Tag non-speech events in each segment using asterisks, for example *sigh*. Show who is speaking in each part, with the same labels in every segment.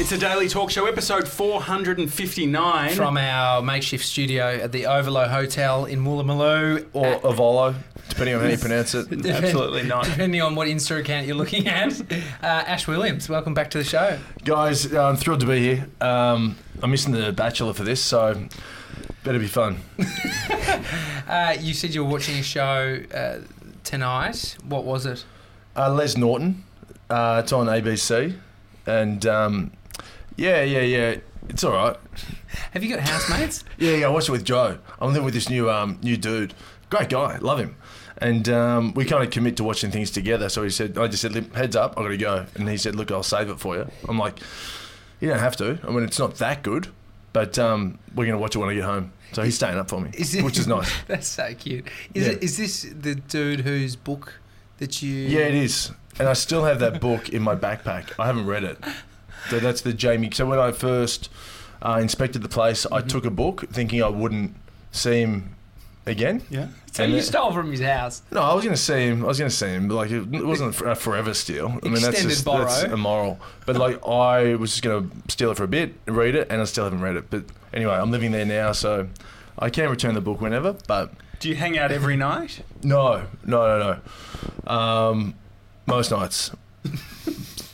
Speaker 1: It's a Daily Talk Show, episode 459.
Speaker 2: From our makeshift studio at the Overlow Hotel in Woolloomooloo,
Speaker 3: Or Avolo, depending on how you pronounce it.
Speaker 2: *laughs* Depend-
Speaker 1: Absolutely not.
Speaker 2: Depending on what Insta account you're looking *laughs* at. Uh, Ash Williams, welcome back to the show.
Speaker 3: Guys, uh, I'm thrilled to be here. Um, I'm missing The Bachelor for this, so better be fun.
Speaker 2: Uh, you said you were watching a show uh, tonight. What was it?
Speaker 3: Uh, Les Norton, uh, it's on ABC, and um, yeah, yeah, yeah, it's all right.
Speaker 2: Have you got housemates? *laughs*
Speaker 3: Yeah, yeah, I watched it with Joe. I'm there with this new um, new dude. Great guy, love him. And um, we kind of commit to watching things together. So he said, I just said, "Look, heads up, i got to go. And he said, look, I'll save it for you. I'm like, you don't have to. I mean, it's not that good, but um, we're going to watch it when I get home. So he's staying up for me,
Speaker 2: it-
Speaker 3: which is nice.
Speaker 2: *laughs* That's so cute. Is,
Speaker 3: Yeah.
Speaker 2: it, is this the dude whose book that you.
Speaker 3: Yeah, it is. And I still have that book in my backpack. I haven't read it. So that's the Jamie. So when I first uh, inspected the place, I took a book thinking I wouldn't see him again.
Speaker 1: Yeah.
Speaker 2: So
Speaker 3: And
Speaker 2: you
Speaker 3: it-
Speaker 2: stole from his house.
Speaker 3: No, I was going to see him. I was going to see him, but like it it wasn't for- a forever steal. I mean, that's
Speaker 2: Extended
Speaker 3: just
Speaker 2: borrow.
Speaker 3: that's immoral. But like, I was just going to steal it for a bit, read it, and I still haven't read it. But anyway, I'm living there now, so I can return the book whenever. But
Speaker 1: *laughs* Do you hang out every night?
Speaker 3: no, no, no, no. Um, most nights, *laughs*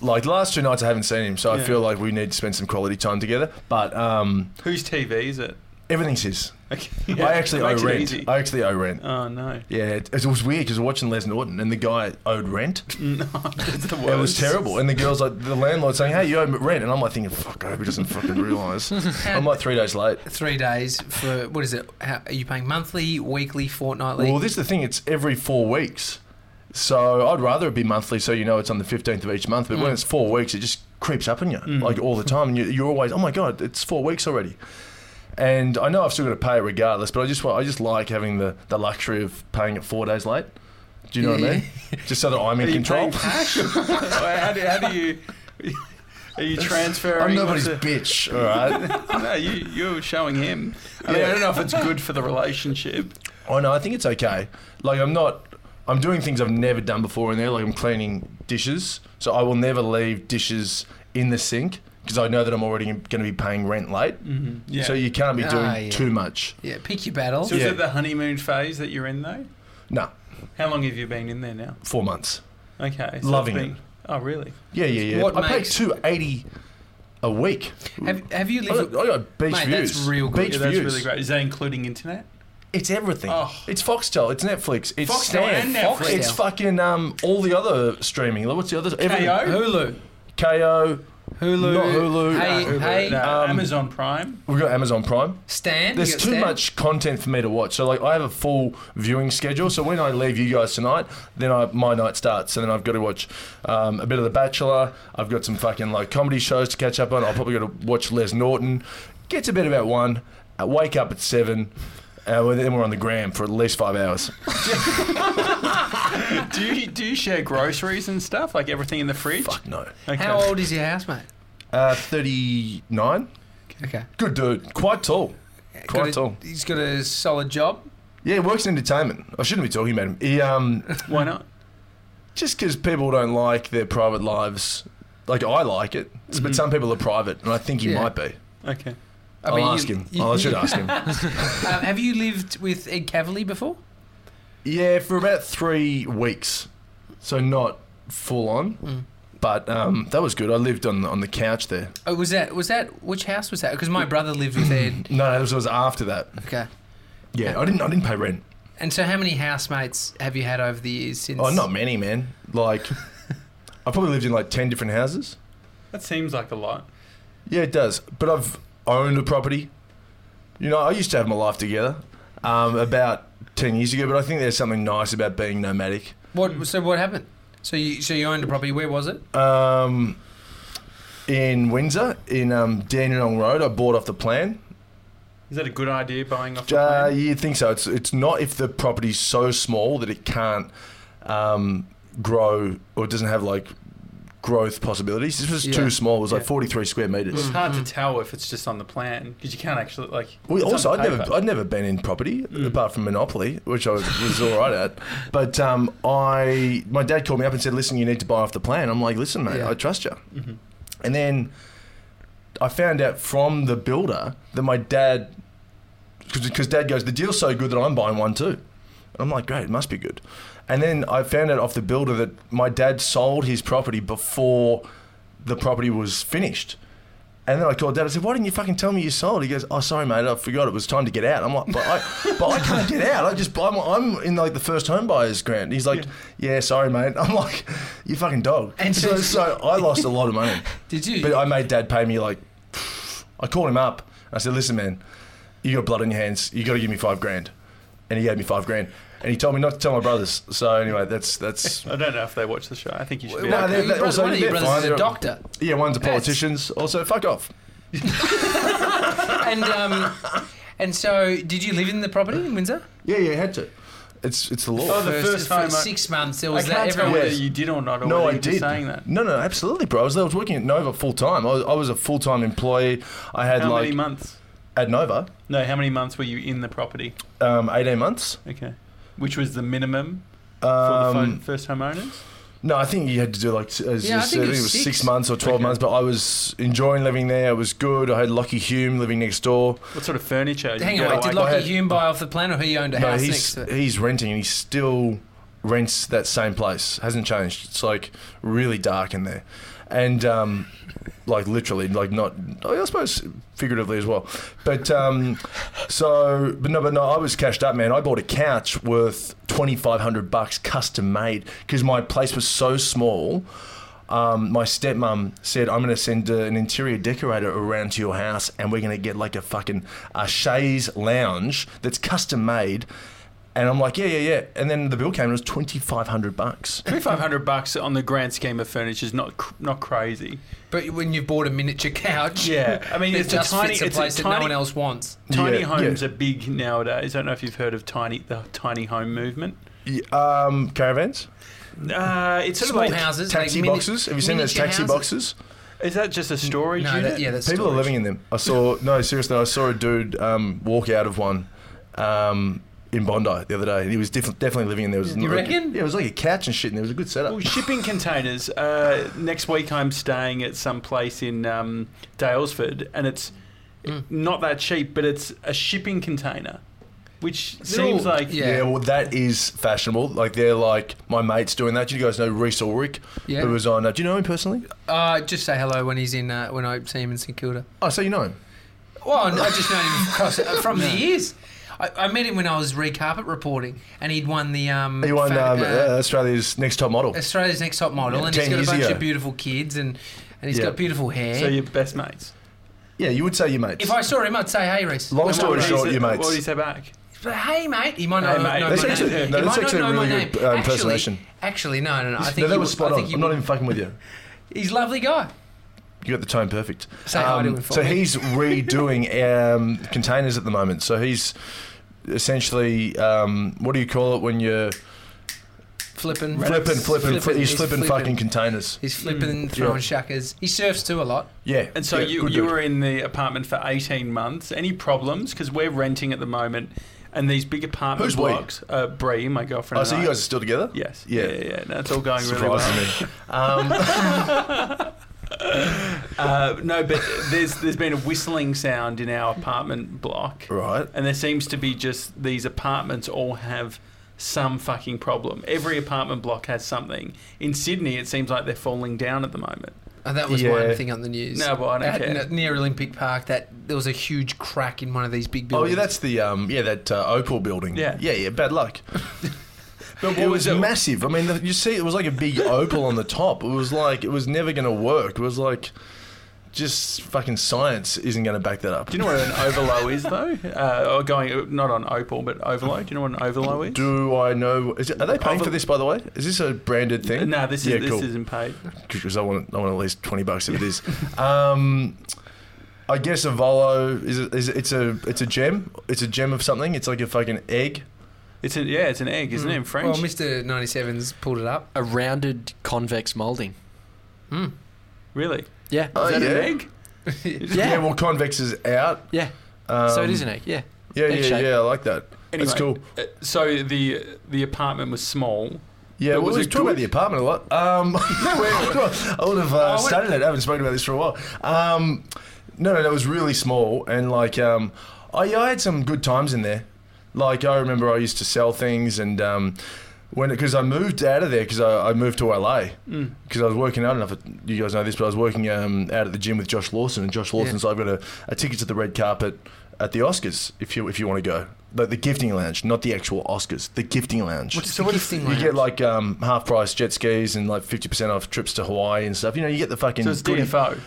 Speaker 3: like the last two nights, I haven't seen him, so
Speaker 1: Yeah.
Speaker 3: I feel like we need to spend some quality time together. But um,
Speaker 1: Whose TV is it? *laughs*
Speaker 3: everything's his.
Speaker 1: Okay.
Speaker 3: I actually owe
Speaker 1: Makes it
Speaker 3: rent.
Speaker 1: easy.
Speaker 3: I actually owe rent.
Speaker 1: Oh, no.
Speaker 3: Yeah, it, it was weird because watching Les Norton and the guy owed rent.
Speaker 1: No, *laughs* that's the worst.
Speaker 3: It was terrible. And the girl's like, the landlord saying, hey, you owe me rent. And I'm like thinking, fuck, I hope he doesn't fucking realise. I'm like three days late.
Speaker 2: Three days for. What is it? How, are you paying monthly, weekly, fortnightly?
Speaker 3: Well, this is the thing, it's every four weeks. So I'd rather it be monthly so you know it's on the 15th of each month. But when it's four weeks, it just creeps up on you, like all the time. And you, you're always, oh my God, it's four weeks already. And I know I've still got to pay it regardless, but I just want, I just like having the, the luxury of paying it four days late. Do you know what I mean? Just so that I'm in
Speaker 1: Are you
Speaker 3: control.
Speaker 1: paying
Speaker 3: *laughs*
Speaker 1: cash? *laughs* how, do, how do you. Are you transferring?
Speaker 3: I'm nobody's
Speaker 1: what's
Speaker 3: bitch, all right? *laughs*
Speaker 1: it- no, you, you're showing him. I, mean, I
Speaker 3: Yeah.
Speaker 1: don't know if it's good for the relationship.
Speaker 3: Oh no, I think it's okay. Like I'm not. I'm doing things I've never done before in there. Like I'm cleaning dishes, so I will never leave dishes in the sink because I know that I'm already going to be paying rent late.
Speaker 1: Mm-hmm. Yeah.
Speaker 3: So you can't be
Speaker 2: Ah,
Speaker 3: doing
Speaker 2: yeah.
Speaker 3: too much.
Speaker 2: yeah, pick your battle.
Speaker 1: So is
Speaker 3: Yeah.
Speaker 1: it the honeymoon phase that you're in though?
Speaker 3: No,
Speaker 1: How long have you been in there now?
Speaker 3: four months.
Speaker 1: Okay, so
Speaker 3: Loving
Speaker 1: it's been-
Speaker 3: it.
Speaker 1: Oh, really?
Speaker 3: Yeah, yeah, yeah.
Speaker 2: What
Speaker 3: I
Speaker 2: makes-
Speaker 3: pay two eighty a week.
Speaker 2: Have, have you
Speaker 3: I
Speaker 2: lived.
Speaker 3: got, I got beach
Speaker 2: Mate, that's
Speaker 3: views.
Speaker 2: real good.
Speaker 3: Beach
Speaker 1: yeah, that's
Speaker 3: views.
Speaker 1: really great. Is that including internet?
Speaker 3: It's everything.
Speaker 1: Oh.
Speaker 3: It's Foxtel. It's Netflix. It's
Speaker 1: Foxtel
Speaker 3: Stan.
Speaker 1: and Netflix.
Speaker 3: It's
Speaker 2: Foxtel.
Speaker 3: fucking um all the other streaming. Like, What's the other? everything.
Speaker 1: KO?
Speaker 2: Hulu.
Speaker 3: KO.
Speaker 2: Hulu.
Speaker 3: Not Hulu.
Speaker 2: Hey,
Speaker 3: No,
Speaker 1: Uber,
Speaker 2: hey.
Speaker 1: no,
Speaker 3: um,
Speaker 1: Amazon Prime.
Speaker 3: We've got Amazon Prime.
Speaker 2: Stan.
Speaker 3: There's
Speaker 2: you got
Speaker 3: too
Speaker 2: Stan?
Speaker 3: much content for me to watch. So like I have a full viewing schedule. So when I leave you guys tonight, then I, my night starts, and then I've got to watch um, a bit of The Bachelor. I've got some fucking like comedy shows to catch up on. I'll probably got to watch Les Norton. Get to bed about one. I wake up at seven. Uh, well, then we're on the gram for at least five hours.
Speaker 1: Do you do you share groceries and stuff like everything in the fridge?
Speaker 3: Fuck no.
Speaker 1: Okay.
Speaker 2: How old is your housemate?
Speaker 3: Uh, Thirty-nine.
Speaker 2: Okay.
Speaker 3: Good dude. Quite tall.
Speaker 2: Got
Speaker 3: Quite
Speaker 2: a-
Speaker 3: tall.
Speaker 2: He's got a solid job.
Speaker 3: Yeah, he works in entertainment. I shouldn't be talking about him. He um,
Speaker 1: Why not?
Speaker 3: just because people don't like their private lives, like I like it, but some people are private, and I think he
Speaker 2: Mm-hmm. Yeah.
Speaker 3: might be.
Speaker 1: Okay.
Speaker 2: I
Speaker 3: I'll
Speaker 2: mean,
Speaker 3: ask
Speaker 2: you-
Speaker 3: him.
Speaker 2: you-
Speaker 3: Oh, I should ask him.
Speaker 2: *laughs* Um, have you lived with Ed Cavalier before?
Speaker 3: Yeah, for about three weeks, so not full on,
Speaker 2: Mm.
Speaker 3: but um, that was good. I lived on the, on the couch there.
Speaker 2: Oh, was that was that which house was that? Because my brother lived with
Speaker 3: *clears throat*
Speaker 2: Ed.
Speaker 3: No, that was, was after that.
Speaker 2: Okay.
Speaker 3: Yeah, I didn't I didn't pay rent.
Speaker 2: And so, how many housemates have you had over the years since?
Speaker 3: Oh, not many, man. Like, *laughs* I probably lived in like ten different houses.
Speaker 1: That seems like a lot.
Speaker 3: Yeah, it does. But I've owned a property. You know, I used to have my life together um, about 10 years ago, but I think there's something nice about being nomadic.
Speaker 2: What? So what happened? So you so you owned a property. Where was it?
Speaker 3: Um, in Windsor, in um, Dandenong Road, I bought off the plan.
Speaker 1: Is that a good idea buying off? the
Speaker 3: Uh,
Speaker 1: plan?
Speaker 3: you'd think so. It's, it's not if the property's so small that it can't um, grow or doesn't have like growth possibilities. This was
Speaker 2: Yeah.
Speaker 3: too small. It was like
Speaker 1: Yeah.
Speaker 3: 43 square metres.
Speaker 1: It's hard to tell if it's just on the plan because you can't actually like.
Speaker 3: Mm-hmm. Well,
Speaker 1: it's on
Speaker 3: also, I'd
Speaker 1: the
Speaker 3: never,
Speaker 1: paper. Mm.
Speaker 3: I'd never been in property apart from Monopoly, which I was, was all right at. But um, I, my
Speaker 1: Mm-hmm.
Speaker 3: dad called me up and said, "Listen, you need to buy off the plan." I'm like, "Listen, mate,
Speaker 2: Yeah.
Speaker 3: I trust you." And then I found out from the builder that my dad, because dad goes, the deal's so good that I'm buying one too. And I'm like, great, it must be good. And then I found out off the builder that my dad sold his property before the property was finished. And then I called dad. I said, "Why didn't you fucking tell me you sold?" He goes, "Oh, sorry, mate. I forgot. It was time to get out." I'm like, "But I, but I can't get out. I just buy my. I'm in like the first home buyers grant." He's like, yeah. sorry, mate." *laughs* I'm like, "You fucking dog."
Speaker 2: And
Speaker 3: And
Speaker 2: so-
Speaker 3: so, so I lost a lot of money.
Speaker 2: Did you?
Speaker 3: But I made dad pay me like, I called him up. I said, listen, man, you got blood on your hands. You got to give me five grand. And he gave me five grand. And he told me not to tell my brothers. So anyway, that's that's.
Speaker 1: I don't know if they watch the show. I think you should be.
Speaker 3: Well,
Speaker 1: okay.
Speaker 3: they-
Speaker 2: Your brother-
Speaker 3: also,
Speaker 2: one of your
Speaker 3: they're
Speaker 2: brothers
Speaker 3: fine,
Speaker 2: is a
Speaker 3: they're-
Speaker 2: doctor.
Speaker 3: Yeah, one's a
Speaker 2: That's-
Speaker 3: politicians. Also, fuck off.
Speaker 2: and um,
Speaker 3: *laughs*
Speaker 2: and so did you live in the property in Windsor?
Speaker 3: Yeah, yeah, had to. It's it's the law.
Speaker 1: Oh, the first time
Speaker 2: for
Speaker 1: I-
Speaker 2: six months there
Speaker 1: I
Speaker 2: was that
Speaker 1: can't tell
Speaker 2: everyone.
Speaker 1: whether
Speaker 3: Yes.
Speaker 1: you did or not. Or
Speaker 3: no,
Speaker 1: whether
Speaker 3: I
Speaker 1: you were
Speaker 3: did.
Speaker 1: Saying that.
Speaker 3: No, no, absolutely, bro. I was, I was working at Nova full time. I was, I was a full time employee. I had
Speaker 1: How
Speaker 3: like
Speaker 1: many months?
Speaker 3: at Nova,
Speaker 1: No, how many months were you in the property?
Speaker 3: um, eighteen months.
Speaker 1: Okay, which was the minimum for
Speaker 3: Um,
Speaker 1: the fir- first homeowners.
Speaker 3: No, I think you had to do like as
Speaker 2: Yeah, I
Speaker 3: you
Speaker 2: think
Speaker 3: said,
Speaker 2: it
Speaker 3: it
Speaker 2: was
Speaker 3: was six,
Speaker 2: six.
Speaker 3: months or twelve
Speaker 1: Okay.
Speaker 3: months. But I was enjoying living there. It was good. I had Lockie Hume living next door.
Speaker 1: What sort of furniture?
Speaker 2: Hang
Speaker 1: you
Speaker 2: on,
Speaker 1: got,
Speaker 2: wait, did
Speaker 1: like-
Speaker 3: I
Speaker 2: Lockie
Speaker 3: had-
Speaker 2: Hume buy off the plan or he owned a
Speaker 3: No,
Speaker 2: house
Speaker 3: he's
Speaker 2: next to it?
Speaker 3: he's renting and he still rents that same place. Hasn't changed. It's like really dark in there, and um, like literally, like not. oh, I suppose figuratively as well. But um, so, but no, but no. I was cashed up, man. I bought a couch worth twenty five hundred bucks, custom made, because my place was so small. Um, my stepmom said, "I'm going to send uh, an interior decorator around to your house, and we're going to get like a fucking a chaise lounge that's custom made." And I'm like, "Yeah, yeah, yeah." And then the bill came, and it was twenty five hundred bucks.
Speaker 1: Twenty-five hundred bucks on the grand scheme of furniture is not cr- not crazy.
Speaker 2: But when you've bought a miniature couch,
Speaker 1: Yeah, I mean
Speaker 2: it
Speaker 1: it's
Speaker 2: just
Speaker 1: a tiny,
Speaker 2: fits a
Speaker 1: it's
Speaker 2: place
Speaker 1: a
Speaker 2: that no
Speaker 1: tiny,
Speaker 2: one else wants.
Speaker 1: tiny
Speaker 3: Yeah,
Speaker 1: homes are big nowadays. I don't know if you've heard of tiny the tiny home movement.
Speaker 3: Y- Um, caravans,
Speaker 1: Uh, it's sort
Speaker 2: Small
Speaker 1: of like
Speaker 2: houses,
Speaker 3: taxi
Speaker 2: like mini-
Speaker 3: boxes. Have you seen those
Speaker 2: miniature
Speaker 3: taxi
Speaker 2: houses?
Speaker 3: boxes?
Speaker 1: is that just a storage
Speaker 2: No,
Speaker 1: unit?
Speaker 2: that, yeah, that's
Speaker 3: People are
Speaker 2: storage.
Speaker 3: living in them. I saw no, seriously, I saw a dude um, walk out of one um, in Bondi the other day, and he was diff- definitely living in there. It Was
Speaker 2: You reckon?
Speaker 3: Yeah, it was like a couch and shit, and there was a good setup.
Speaker 1: Well, shipping containers. Uh, next week, I'm staying at some place in um, Dalesford, and it's
Speaker 2: Mm.
Speaker 1: not that cheap, but it's a shipping container, which seems
Speaker 2: all-
Speaker 1: like
Speaker 2: yeah.
Speaker 3: Yeah. well, that is fashionable. Like they're like my mates doing that. Do you guys know Reese Ulrich?
Speaker 2: Yeah.
Speaker 3: Who was on? Uh, do you know him personally?
Speaker 2: Uh, just say hello when he's in uh, when I see him in St Kilda.
Speaker 3: Oh, so you know him.
Speaker 2: Well, I just know him across, uh, from the years. I, I met him when I was re-carpet reporting, and he'd won the um,
Speaker 3: He won
Speaker 2: fa-
Speaker 3: um, uh,
Speaker 2: uh,
Speaker 3: Australia's Next Top Model.
Speaker 2: Australia's Next Top Model,
Speaker 3: Yeah,
Speaker 2: and he's
Speaker 3: 10
Speaker 2: got a
Speaker 3: years
Speaker 2: bunch
Speaker 3: ago.
Speaker 2: of beautiful kids, and and he's
Speaker 3: Yeah.
Speaker 2: got beautiful hair.
Speaker 1: so your best mates.
Speaker 3: Yeah, you would say your mates.
Speaker 2: if I saw him, I'd say, "Hey, Reese."
Speaker 3: Long
Speaker 1: And
Speaker 3: story
Speaker 1: what
Speaker 3: short,
Speaker 1: would he
Speaker 3: your
Speaker 1: say- What would he
Speaker 3: mates.
Speaker 1: say back?
Speaker 2: But hey, mate, he might
Speaker 1: Hey,
Speaker 2: not
Speaker 1: mate.
Speaker 2: know
Speaker 1: That's
Speaker 2: my
Speaker 1: actually-
Speaker 2: name.
Speaker 1: no,
Speaker 2: he
Speaker 3: that's
Speaker 2: might
Speaker 3: actually
Speaker 2: not
Speaker 3: a
Speaker 2: know my
Speaker 3: really
Speaker 2: name.
Speaker 3: good, um,
Speaker 2: Actually-
Speaker 3: impersonation.
Speaker 2: Actually, no, no, no. I
Speaker 3: no,
Speaker 2: think
Speaker 3: that
Speaker 2: he
Speaker 3: was
Speaker 2: would-
Speaker 3: spot
Speaker 2: I
Speaker 3: on.
Speaker 2: think he
Speaker 3: I'm not
Speaker 2: would-
Speaker 3: even fucking with you.
Speaker 2: He's a lovely guy.
Speaker 3: You got the tone perfect.
Speaker 2: Say hi to
Speaker 3: Um,
Speaker 2: him for
Speaker 3: so
Speaker 2: me. *laughs*
Speaker 3: he's redoing um, containers at the moment. So he's essentially um, what do you call it when you're
Speaker 2: Flipping,
Speaker 3: flipping, flipping, flipping? He's flipping fucking containers.
Speaker 2: He's flipping,
Speaker 3: Mm.
Speaker 2: throwing
Speaker 3: Yeah.
Speaker 2: shackers. He surfs too a lot.
Speaker 3: Yeah.
Speaker 1: And so
Speaker 3: yeah,
Speaker 1: you
Speaker 3: good
Speaker 1: you
Speaker 3: dude.
Speaker 1: were in the apartment for 18 months. Any problems? Because we're renting at the moment, and these big apartment
Speaker 3: Who's we?
Speaker 1: blocks. Uh, Bree, my girlfriend.
Speaker 3: Oh,
Speaker 1: and
Speaker 3: so
Speaker 1: I.
Speaker 3: you guys are still together?
Speaker 1: Yes.
Speaker 3: Yeah.
Speaker 1: Yeah, yeah. yeah. No, it's all going really well.
Speaker 3: Surprises me. Um,
Speaker 2: *laughs*
Speaker 1: Uh, no, but there's there's been a whistling sound in our apartment block,
Speaker 3: Right.
Speaker 1: and there seems to be just these apartments all have some fucking problem. Every apartment block has something. In Sydney, it seems like they're falling down at the moment.
Speaker 2: And Oh, that was
Speaker 3: Yeah.
Speaker 2: one thing on the news.
Speaker 1: No, but I don't
Speaker 2: At-
Speaker 1: care.
Speaker 2: n- Near Olympic Park, that there was a huge crack in one of these big
Speaker 3: Oh
Speaker 2: buildings.
Speaker 3: yeah, that's the um, yeah that uh, Opal building.
Speaker 1: Yeah.
Speaker 3: yeah, yeah. Bad luck.
Speaker 1: *laughs* But
Speaker 3: it was
Speaker 1: it?
Speaker 3: massive. I mean, the, you see, it was like a big opal on the top. It was like it was never going to work. It was like just fucking science isn't going to back that up.
Speaker 1: Do you know what
Speaker 3: *laughs*
Speaker 1: an overlow is though? Uh, or going not on Opal, but overlow. Do you know what an overlow is?
Speaker 3: Do I know? Is it, are they paying for this, by the way? Is this a branded thing?
Speaker 1: No, this is
Speaker 3: yeah,
Speaker 1: this
Speaker 3: cool.
Speaker 1: isn't paid.
Speaker 3: Because I want, I want at least twenty bucks if it is.
Speaker 1: *laughs*
Speaker 3: um, I guess a volo is, it, is it- it's a it's a gem. It's a gem of something. It's like a fucking egg.
Speaker 1: It's an, yeah, it's an egg, isn't it?
Speaker 3: Hmm.
Speaker 1: In French.
Speaker 2: Well, Mr. 97's pulled it up.
Speaker 4: A rounded convex molding.
Speaker 2: Mm.
Speaker 1: really?
Speaker 4: Yeah.
Speaker 3: Oh,
Speaker 1: Is that an
Speaker 3: yeah.
Speaker 1: egg?
Speaker 4: Yeah.
Speaker 3: Yeah, well, convex is out.
Speaker 4: Yeah.
Speaker 3: Um,
Speaker 4: so it is an egg. Yeah.
Speaker 3: Yeah,
Speaker 4: egg
Speaker 3: yeah,
Speaker 4: shape.
Speaker 3: yeah. I like that.
Speaker 1: Anyway,
Speaker 3: That's cool.
Speaker 1: uh, So the the apartment was small.
Speaker 3: Yeah,
Speaker 1: But
Speaker 3: we
Speaker 1: was
Speaker 3: was
Speaker 1: it
Speaker 3: talking about
Speaker 1: good? oh,
Speaker 3: the apartment a
Speaker 1: *laughs*
Speaker 3: *laughs* lot. Um, I would have uh, studied it. I haven't spoken about this for a while. Um, No, no, that was really small, and like, um, I, I had some good times in there. Like, I remember I used to sell things, and um, when because I moved out of there because I, I moved to LA
Speaker 1: Mm.
Speaker 3: because I was working. I don't know if you guys know this, but I was working um, out at the gym with Josh Lawson, and Josh Lawson's I've got a, a ticket to the red carpet at the Oscars if you if you want to go. The, the gifting lounge, not the actual Oscars. The gifting lounge.
Speaker 2: What's the gifting
Speaker 3: You get like um, half price jet skis and like fifty percent off trips to Hawaii and stuff. You know, you get the fucking
Speaker 1: So it's
Speaker 3: goodie-
Speaker 1: DFO,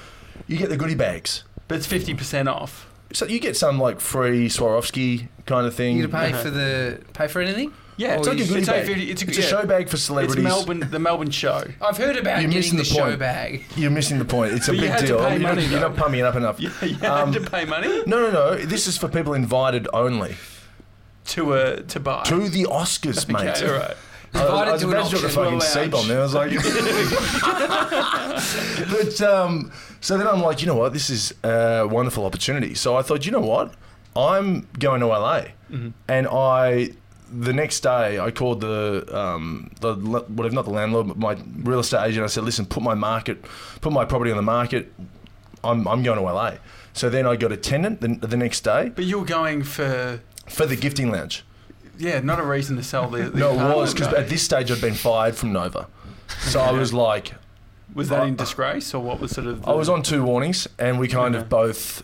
Speaker 3: you get the goodie bags.
Speaker 1: but it's 50% off.
Speaker 3: So you get some like free Swarovski kind of thing.
Speaker 2: you to pay
Speaker 1: Uh-huh.
Speaker 2: for the pay for anything?
Speaker 1: Yeah,
Speaker 3: It's
Speaker 1: it's,
Speaker 3: like a goodie
Speaker 1: it's,
Speaker 3: bag.
Speaker 1: 850 it's a,
Speaker 3: It's
Speaker 1: yeah.
Speaker 3: show bag for
Speaker 1: It's
Speaker 3: celebrities.
Speaker 1: Melbourne, the Melbourne show.
Speaker 3: *laughs*
Speaker 2: I've heard about
Speaker 3: You're
Speaker 2: getting
Speaker 3: missing
Speaker 2: the,
Speaker 3: the
Speaker 2: show
Speaker 3: point.
Speaker 2: bag.
Speaker 3: You're missing the point. It's a
Speaker 1: But you
Speaker 3: big
Speaker 1: had to
Speaker 3: deal.
Speaker 1: pay
Speaker 3: you're,
Speaker 1: money,
Speaker 3: not, you're
Speaker 1: though.
Speaker 3: not pumping it up enough.
Speaker 1: You, you
Speaker 3: Um,
Speaker 1: have to pay money
Speaker 3: No, no, no. This is for people invited only
Speaker 1: to uh, to buy.
Speaker 3: to the Oscars, mate.
Speaker 1: okay, all right.
Speaker 3: I, I
Speaker 2: Invited
Speaker 3: was
Speaker 2: to an
Speaker 3: about to drop a
Speaker 2: auction to a
Speaker 3: fucking
Speaker 1: lounge.
Speaker 3: seat on there. I was like, *laughs* but um, so then I'm like, you know what? This is a wonderful opportunity. So I thought, you know what? I'm going to LA, and I. The next day, I called the um, the le- whatever, not the landlord, but my real estate agent. I said, "Listen, put my market, put my property on the market. I'm, I'm going to LA." So then I got a tenant the, the next day
Speaker 1: But you were going for
Speaker 3: for the gifting lounge.
Speaker 1: yeah, not a reason to sell the. the
Speaker 3: *laughs* No, it
Speaker 1: apartment,
Speaker 3: was because
Speaker 1: though.
Speaker 3: at this stage I'd been fired from Nova, so I was like,
Speaker 1: was that in disgrace or what was sort of? The,
Speaker 3: I was on two warnings, and we kind
Speaker 1: Yeah.
Speaker 3: of both,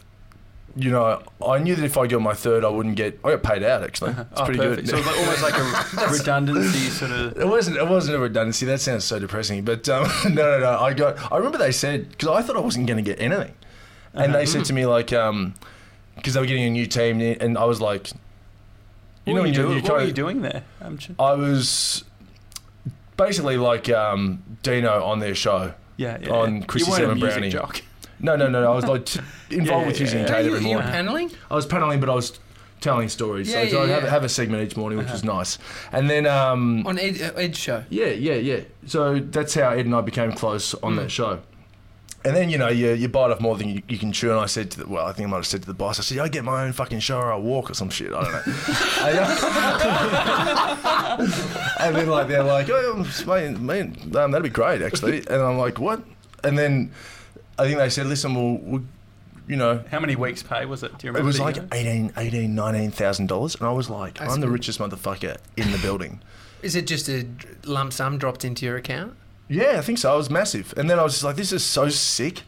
Speaker 3: you know, I knew that if I got my third, I wouldn't get. I got paid out actually. It's
Speaker 1: Oh,
Speaker 3: pretty
Speaker 1: perfect.
Speaker 3: good.
Speaker 1: So it was like- almost like a redundancy sort of.
Speaker 3: *laughs* It wasn't. It wasn't a redundancy. That sounds so depressing. But um, *laughs* no, no, no. I got. I remember they said because I thought I wasn't going to get anything, and
Speaker 1: Uh-huh.
Speaker 3: they said to me like, because they were getting a new team, and I was like,
Speaker 1: What were
Speaker 3: when
Speaker 1: you, doing? what were
Speaker 3: kinda-
Speaker 1: you doing there? I'm ju-
Speaker 3: I was basically like um, Dino on their show.
Speaker 1: yeah, yeah.
Speaker 3: On
Speaker 1: yeah.
Speaker 3: Chrissy
Speaker 1: you weren't a
Speaker 3: Simon
Speaker 1: music
Speaker 3: Brownie.
Speaker 1: jock. *laughs*
Speaker 3: No, no, no. no. I was
Speaker 2: *laughs*
Speaker 3: like t- involved
Speaker 1: Yeah, yeah,
Speaker 3: with using
Speaker 1: yeah.
Speaker 3: data
Speaker 2: you,
Speaker 3: every
Speaker 2: you were
Speaker 3: morning.
Speaker 2: paneling?
Speaker 3: I was paneling, but I was telling stories.
Speaker 2: Yeah, yeah,
Speaker 3: so so I'd have,
Speaker 2: yeah. Uh-huh.
Speaker 3: have a segment each morning, which was nice. And then, um,
Speaker 2: On Ed, uh, Ed's show.
Speaker 3: yeah, yeah, yeah. So that's how Ed and I became close on that show. Mm. And then, you know, you, you bite off more than you, you can chew. And I said, to the, well, I think I might have said to the boss, I said, I get my own fucking show or I walk or some shit. I don't *laughs* know. And, uh, *laughs* and then, like, they're like, oh, mate, mate, um, that'd be great, actually. And I'm like, what? And then I think they said, listen, we'll, we'll you know,
Speaker 1: How many weeks' pay was it? Do you
Speaker 3: it
Speaker 1: remember?
Speaker 3: was
Speaker 1: the
Speaker 3: like
Speaker 1: year?
Speaker 3: eighteen, eighteen, nineteen thousand dollars, and I was like,
Speaker 2: That's
Speaker 3: I'm the
Speaker 2: good.
Speaker 3: richest motherfucker in the building.
Speaker 2: Is it just a lump sum dropped into your account?
Speaker 3: yeah, I think so. I was massive, and then I was just like, this is so sick.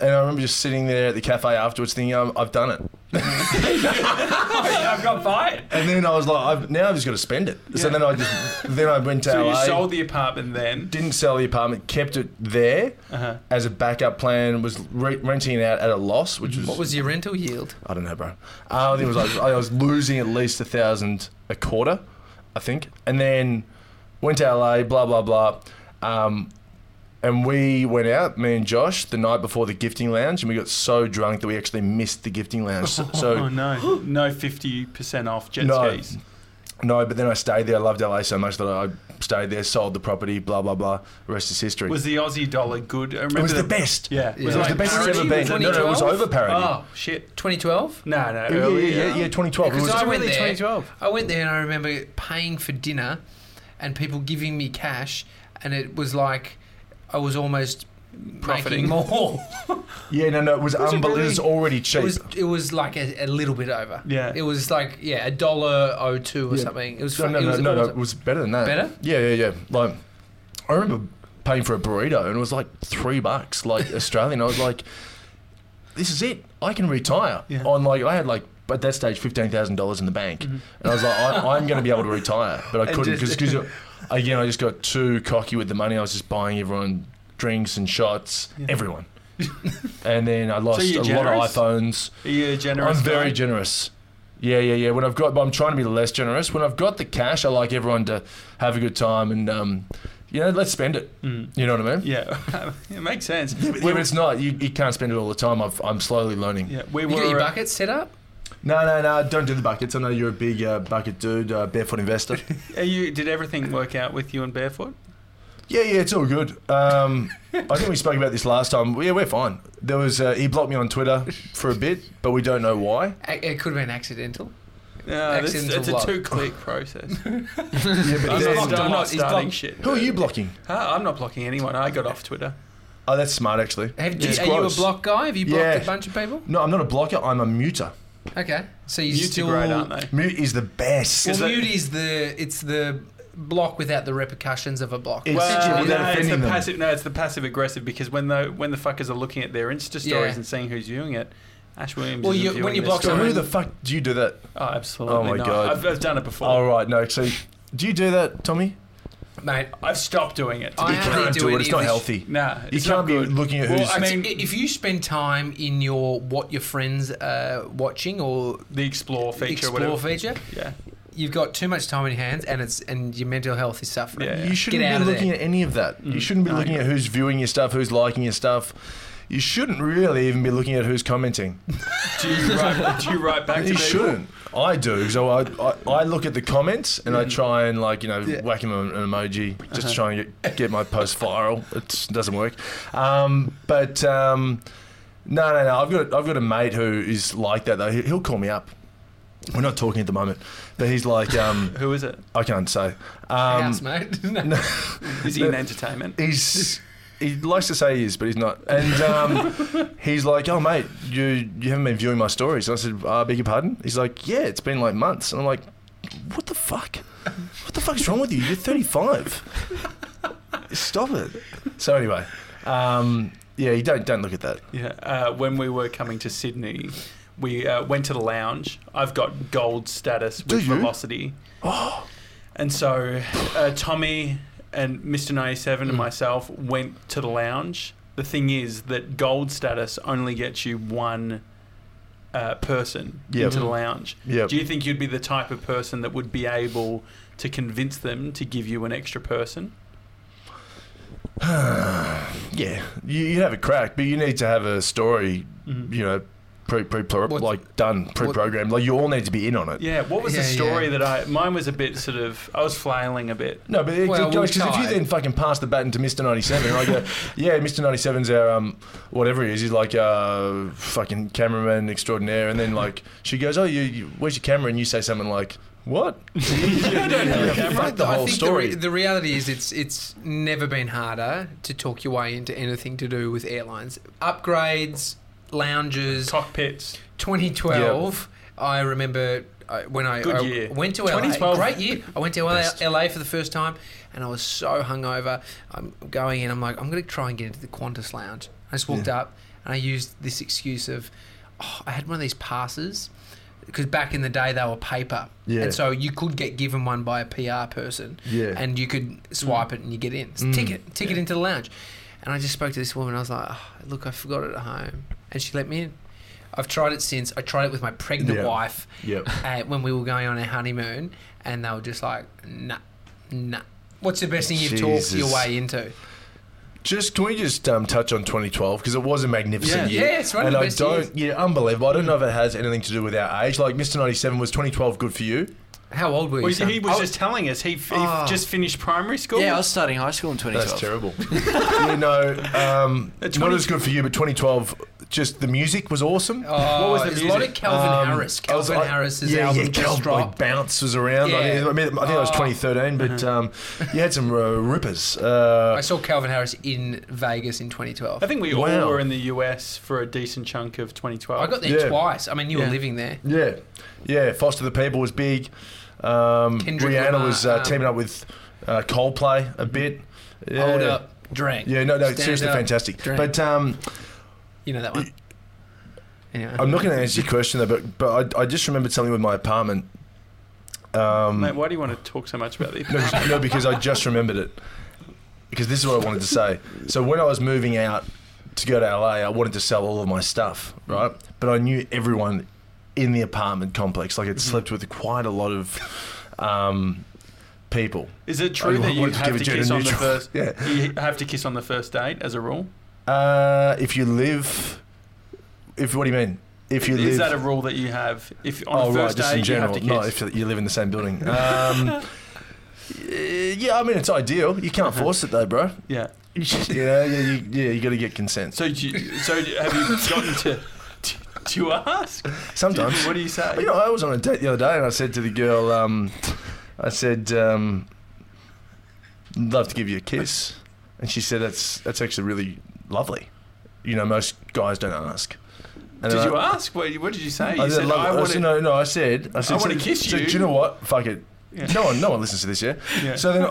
Speaker 3: And I remember just sitting there at the cafe afterwards, thinking, um, I've done it.
Speaker 1: *laughs* I've got fired.
Speaker 3: And then I was like, I've, now I've just got to spend it. So
Speaker 1: Yeah.
Speaker 3: then I just, then I went to
Speaker 1: So
Speaker 3: LA.
Speaker 1: you sold the apartment then?
Speaker 3: didn't sell the apartment, kept it there
Speaker 1: Uh-huh.
Speaker 3: as a backup plan. Was re- renting it out at a loss, which
Speaker 1: Mm-hmm.
Speaker 3: was,
Speaker 2: What was your rental yield?
Speaker 3: I don't know, bro. Uh, I think it was like, I was losing at least a thousand a quarter, I think. And then went to LA, blah blah blah. Um, and we went out, me and Josh, the night before the gifting lounge, and we got so drunk that we actually missed the gifting lounge. So, so-
Speaker 1: *laughs* Oh no, no fifty percent off jet
Speaker 3: No.
Speaker 1: skis.
Speaker 3: no, but then I stayed there. I loved LA so much that I stayed there, sold the property, blah blah blah. Rest is history.
Speaker 1: Was the Aussie dollar good? I remember
Speaker 3: it was the best.
Speaker 1: Yeah,
Speaker 2: Yeah.
Speaker 3: It was
Speaker 2: Like
Speaker 3: the best it's ever
Speaker 2: parody?
Speaker 3: been. No, no, it was
Speaker 2: 2012?
Speaker 3: over parody.
Speaker 1: Oh shit!
Speaker 2: 2012?
Speaker 1: No, no,
Speaker 3: Yeah, yeah,
Speaker 1: earlier.
Speaker 3: yeah, yeah, 2012. It
Speaker 2: Because
Speaker 3: was,
Speaker 2: I went
Speaker 1: really
Speaker 2: there.
Speaker 1: 2012.
Speaker 2: I went there and I remember paying for dinner and people giving me cash, and it was like I was almost
Speaker 1: Profiting.
Speaker 2: making
Speaker 3: *laughs*
Speaker 2: more.
Speaker 3: yeah, no, no, it was,
Speaker 1: it
Speaker 3: unbelievable. It was already cheap.
Speaker 2: It was it was like a, a little bit over.
Speaker 1: Yeah.
Speaker 2: It was like yeah a dollar oh two or
Speaker 3: Yeah.
Speaker 2: something. It was
Speaker 3: No,
Speaker 2: fu-
Speaker 3: no,
Speaker 2: it
Speaker 3: no,
Speaker 2: was
Speaker 3: no, no,
Speaker 2: awesome.
Speaker 3: It was better than that.
Speaker 2: Better?
Speaker 3: Yeah, yeah, yeah. Like, I remember paying for a burrito and it was like three
Speaker 2: *laughs*
Speaker 3: bucks, like Australian. I was like, this is it. I can retire
Speaker 1: Yeah. Mm-hmm.
Speaker 3: on like I had like at that stage fifteen thousand dollars in the bank, and I was like, I, I'm going to be able to retire, but I
Speaker 1: *laughs* And
Speaker 3: couldn't
Speaker 1: just-
Speaker 3: because again I just got too cocky with the money. I was just buying everyone drinks and shots, everyone, *laughs* and then I lost
Speaker 1: you're
Speaker 3: a lot
Speaker 1: generous?
Speaker 3: of iPhones.
Speaker 1: Are you a generous?
Speaker 3: I'm very
Speaker 1: guy?
Speaker 3: generous. Yeah, yeah, yeah. When I've got, but I'm trying to be less generous. When I've got the cash, I like everyone to have a good time and, um, you know, let's spend it. You know what I mean?
Speaker 1: Mm. Yeah, *laughs* it makes sense.
Speaker 3: But When it's not, you, you can't spend it all the time. I've, I'm slowly learning.
Speaker 1: Yeah, we
Speaker 2: You got
Speaker 1: were.
Speaker 2: your
Speaker 1: uh,
Speaker 2: bucket set up?
Speaker 3: No, no, no. Don't do the buckets. I know you're a big uh, bucket dude, uh, barefoot investor.
Speaker 1: Are you, did everything work out with you and Barefoot?
Speaker 3: yeah, yeah, it's all good. Um, I think we spoke about this last time. Yeah, we're fine. There was uh, he blocked me on Twitter for a bit, but we don't know why.
Speaker 2: A- It could have been accidental.
Speaker 1: No, Uh, this,
Speaker 2: Accidental
Speaker 1: it's a
Speaker 2: love.
Speaker 3: *laughs*
Speaker 1: two-click process.
Speaker 3: Yeah, but
Speaker 1: I'm
Speaker 3: then-
Speaker 1: not, I'm not
Speaker 2: He's blocked.
Speaker 1: starting shit.
Speaker 3: who are you blocking?
Speaker 1: Huh? I'm not blocking anyone. I got off Twitter.
Speaker 3: Oh, that's smart actually.
Speaker 2: Have,
Speaker 3: It's
Speaker 2: are you a
Speaker 3: gross.
Speaker 2: block guy? Have you blocked
Speaker 3: Yeah.
Speaker 2: a bunch of people?
Speaker 3: No, I'm not a blocker. I'm a muter.
Speaker 2: Okay, so you
Speaker 1: You're
Speaker 2: still
Speaker 1: great, aren't they?
Speaker 3: Mute is the best.
Speaker 2: Well,
Speaker 1: Is that-
Speaker 2: mute is the it's the block without the repercussions of a block.
Speaker 3: It's-
Speaker 1: Well,
Speaker 3: Without
Speaker 1: no, it's the
Speaker 3: offending them.
Speaker 1: passive. No, it's the passive aggressive because when the when the fuckers are looking at their Insta stories
Speaker 2: Yeah.
Speaker 1: and seeing who's viewing it, Ash Williams.
Speaker 2: Well,
Speaker 1: isn't
Speaker 2: you-
Speaker 1: viewing
Speaker 2: when you
Speaker 1: this
Speaker 2: block
Speaker 3: so
Speaker 1: story.
Speaker 3: who the fuck do you do that?
Speaker 1: Oh, absolutely.
Speaker 3: Oh my
Speaker 1: not.
Speaker 3: God.
Speaker 1: I've, I've done it before.
Speaker 3: All right, no. So, do you do that, Tommy?
Speaker 2: Mate,
Speaker 1: I've stopped doing it. to
Speaker 2: I
Speaker 1: be
Speaker 3: you
Speaker 2: hardly
Speaker 1: frank.
Speaker 3: can't
Speaker 2: do
Speaker 3: do
Speaker 2: any
Speaker 3: it. It's
Speaker 2: of
Speaker 3: not
Speaker 2: this.
Speaker 3: healthy.
Speaker 1: Nah,
Speaker 3: You
Speaker 1: it's
Speaker 3: can't
Speaker 1: not
Speaker 3: be
Speaker 1: good.
Speaker 3: looking at
Speaker 1: Well,
Speaker 3: who's.
Speaker 1: I mean-
Speaker 2: if you spend time in your what your friends are watching or
Speaker 1: the explore feature,
Speaker 2: explore
Speaker 1: whatever.
Speaker 2: feature,
Speaker 1: yeah,
Speaker 2: you've got too much time in your hands, and it's and your mental health is suffering.
Speaker 1: Yeah.
Speaker 3: you shouldn't
Speaker 2: out
Speaker 3: be
Speaker 2: of
Speaker 3: looking
Speaker 2: there.
Speaker 3: at any of that. You
Speaker 1: Mm.
Speaker 3: shouldn't be
Speaker 1: I
Speaker 3: looking at who's viewing your stuff, who's liking your stuff. You shouldn't really even be looking at who's commenting.
Speaker 1: do you write, do you write back to
Speaker 3: *laughs* you
Speaker 1: people?
Speaker 3: shouldn't. I do. So I, I, I look at the comments and I try and like you know whack him an, an emoji just to try and get, get my post viral. It doesn't work. Um, but um, no, no, no. I've got I've got a mate who is like that though. He, he'll call me up. We're not talking at the moment, but he's like, um,
Speaker 1: Who is it?
Speaker 3: I can't say. Um,
Speaker 2: House, mate. *laughs* No.
Speaker 1: Is he in entertainment?
Speaker 3: he's he likes to say he is, but he's not.
Speaker 1: *laughs*
Speaker 3: And um, he's like, "Oh, mate, you you haven't been viewing my stories." And I said, uh, "Beg your pardon." He's like, "Yeah, it's been like months." And I'm like, "What the fuck? What the fuck's wrong with you? You're 35. Stop it." So anyway, um, yeah, you don't don't look at that.
Speaker 1: Yeah. Uh, when we were coming to Sydney, we uh, went to the lounge. I've got gold status
Speaker 3: Do
Speaker 1: with
Speaker 3: you? Oh.
Speaker 1: velocity. And so uh, Tommy and Mr. 97
Speaker 3: Hmm.
Speaker 1: and myself went to the lounge. The thing is that gold status only gets you one uh, person
Speaker 3: Yep.
Speaker 1: into the lounge.
Speaker 3: Yep.
Speaker 1: Do you think you'd be the type of person that would be able to convince them to give you an extra person?
Speaker 3: Yeah, you you have a crack, but you need to have a story, you know, pre pre pro-
Speaker 2: What-
Speaker 3: like done pre programmed. Like you all need to be in on it.
Speaker 1: Yeah, what was the
Speaker 2: Yeah,
Speaker 1: story
Speaker 2: yeah.
Speaker 1: that I. Mine was a bit sort of. I was flailing a bit.
Speaker 3: No, but it,
Speaker 2: Well,
Speaker 3: it goes
Speaker 2: we'll
Speaker 3: because if you
Speaker 2: try.
Speaker 3: then fucking pass the baton to Mister Ninety Seven,
Speaker 2: *laughs*
Speaker 3: I go, yeah, Mister Ninety Seven's our um whatever he is. He's like uh fucking cameraman extraordinaire, and then like she goes, oh, you, you where's your camera? And you say something like, what?
Speaker 1: I don't have a camera.
Speaker 3: Fuck the
Speaker 2: I
Speaker 3: whole
Speaker 2: think
Speaker 3: story.
Speaker 2: The, re- the reality is, it's it's never been harder to talk your way into anything to do with airlines upgrades, lounges.
Speaker 1: cockpits.
Speaker 2: 2012, I remember I, when I,
Speaker 1: Good
Speaker 2: I
Speaker 1: year.
Speaker 2: went to LA.
Speaker 1: 2012.
Speaker 2: Great year. I went to LA,
Speaker 3: Best.
Speaker 2: LA for the first time and I was so hungover. I'm going in, I'm like, I'm going to try and get into the Qantas lounge. I just walked up and I used this excuse of, oh, I had one of these passes. Because back in the day they were paper,
Speaker 3: Yeah.
Speaker 2: and so you could get given one by a PR person,
Speaker 3: Yeah. Mm.
Speaker 2: and you could swipe it and you get in. It's a ticket, ticket into the lounge. And I just spoke to this woman. I was like, oh, look, I forgot it at home, and she let me in. I've tried it since. I tried it with my pregnant
Speaker 3: Yeah.
Speaker 2: wife *laughs*
Speaker 3: Yep.
Speaker 2: uh, when we were going on our honeymoon, and they were just like, nah, nah. What's the best thing you've talked your
Speaker 3: Jesus.
Speaker 2: way into?
Speaker 3: Just can we just um, touch on 2012 because it was a magnificent
Speaker 1: Yeah.
Speaker 3: year.
Speaker 2: Yeah, it's one of
Speaker 3: and
Speaker 2: the
Speaker 3: I
Speaker 2: best
Speaker 3: don't, yeah, unbelievable. I don't know if it has anything to do with our age. Like Mister Ninety Seven was 2012 good for you?
Speaker 2: How old were you?
Speaker 1: Well,
Speaker 2: son?
Speaker 1: he was
Speaker 2: Oh,
Speaker 1: just telling us he, he
Speaker 3: Ah.
Speaker 2: Oh.
Speaker 1: just finished primary school.
Speaker 4: Yeah, I was starting high school in 2012.
Speaker 3: Um, That's terrible. *laughs* you know, *laughs* um,
Speaker 1: At
Speaker 3: not
Speaker 1: 20
Speaker 3: as good for you, but 2012. Just the music was awesome.
Speaker 2: Oh,
Speaker 1: was the
Speaker 2: it was a
Speaker 1: music?
Speaker 2: lot of Calvin
Speaker 3: Um,
Speaker 2: Harris.
Speaker 3: I was-
Speaker 2: Calvin
Speaker 3: I-
Speaker 2: Harris's
Speaker 3: yeah,
Speaker 2: album
Speaker 3: yeah,
Speaker 2: just
Speaker 3: Calvin, like,
Speaker 2: dropped.
Speaker 3: bounce was around. I,
Speaker 2: Yeah.
Speaker 3: think, I mean, I think that was
Speaker 2: Oh.
Speaker 3: 2013, but um, you had some uh, rippers. Uh,
Speaker 2: I saw Calvin Harris in Vegas in 2012.
Speaker 1: I think we
Speaker 3: Wow.
Speaker 1: all were in the US for a decent chunk of 2012.
Speaker 2: I got there
Speaker 3: Yeah.
Speaker 2: twice. I mean, you were
Speaker 1: Yeah.
Speaker 2: living there.
Speaker 3: yeah, yeah. Foster the People was big. Um,
Speaker 2: Kendrick
Speaker 3: Rihanna
Speaker 2: Lamar,
Speaker 3: was uh,
Speaker 2: um, Mm-hmm.
Speaker 3: teaming up with uh, Coldplay a bit. Yeah.
Speaker 2: Hold up, drank.
Speaker 3: Yeah, no, no,
Speaker 2: Stand
Speaker 3: seriously
Speaker 2: up,
Speaker 3: fantastic.
Speaker 2: drink.
Speaker 3: But um,
Speaker 2: You know that one. Anyway.
Speaker 3: I'm not going to answer your question though. But but I, I just remembered something with my apartment. Um,
Speaker 1: Mate, why do you want to talk so much about this?
Speaker 3: No, just- no, because I just remembered it. Because this is what I wanted to say. So when I was moving out to go to LA, I wanted to sell all of my stuff, right? But I knew everyone in the apartment complex. Like, I'd
Speaker 1: Mm-hmm.
Speaker 3: slept with quite a lot of um, people.
Speaker 1: Is it true
Speaker 3: I
Speaker 1: that you
Speaker 3: wanted to
Speaker 1: have to
Speaker 3: give it gender
Speaker 1: kiss on the
Speaker 3: neutral.
Speaker 1: first?
Speaker 3: Yeah.
Speaker 1: You have to kiss on the first date as a rule.
Speaker 3: Uh, if you live, if what do you mean? If you live,
Speaker 1: Is that a rule that you have? If on
Speaker 3: oh
Speaker 1: the
Speaker 3: right,
Speaker 1: first
Speaker 3: just in
Speaker 1: date you have
Speaker 3: general.
Speaker 1: to kiss.
Speaker 3: No, if you live in the same
Speaker 1: *laughs*
Speaker 3: building. Um, yeah, I mean it's ideal. You can't force it though, bro.
Speaker 1: Uh-huh. yeah.
Speaker 3: *laughs* yeah, yeah, you, yeah. You got to get consent.
Speaker 1: So do you, so have you gotten to to, to ask?
Speaker 3: Sometimes.
Speaker 1: *laughs* What do you say?
Speaker 3: You know, I was on a date the other day, and I said to the girl, um, I said, um, "Love to give you a kiss," and she said, "That's that's actually really lovely. You know, most guys don't ask. And
Speaker 1: Did
Speaker 3: then
Speaker 1: you
Speaker 3: I,
Speaker 1: ask? What, what did you say? You
Speaker 3: I
Speaker 1: said,
Speaker 3: said, love,
Speaker 1: I
Speaker 3: I
Speaker 1: want
Speaker 3: said, no, no, I said, I said,
Speaker 1: wanna
Speaker 3: so-
Speaker 1: kiss
Speaker 3: so
Speaker 1: you."
Speaker 3: Do you know what? Fuck it.
Speaker 1: Yeah.
Speaker 3: No one, no one listens to this, yeah.
Speaker 1: Yeah.
Speaker 3: So then,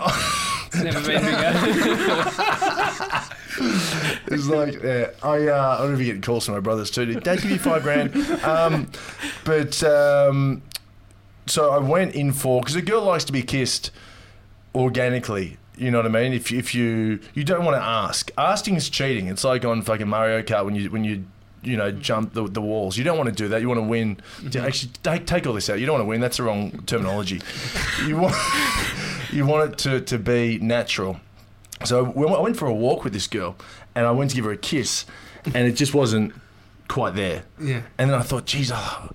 Speaker 2: It's never been
Speaker 3: *laughs*
Speaker 2: bigger.
Speaker 3: It's like yeah, I. Uh, I don't even get calls from my brothers too. Did Dad give you five grand? Um, but um, so I went in for because a girl likes to be kissed organically. You know what I mean? If you- if you you don't want to ask, asking is cheating. It's like on fucking Mario Kart when you when you you know jump the, the walls. You don't want to do that. You want to win. Actually, take take all this out. You don't want to win. That's the wrong terminology. you want *laughs* you want it to to be natural. So we went- I went for a walk with this girl, and I went to give her a kiss, and it just wasn't quite there.
Speaker 2: yeah.
Speaker 3: And then I thought, geez, oh, oh,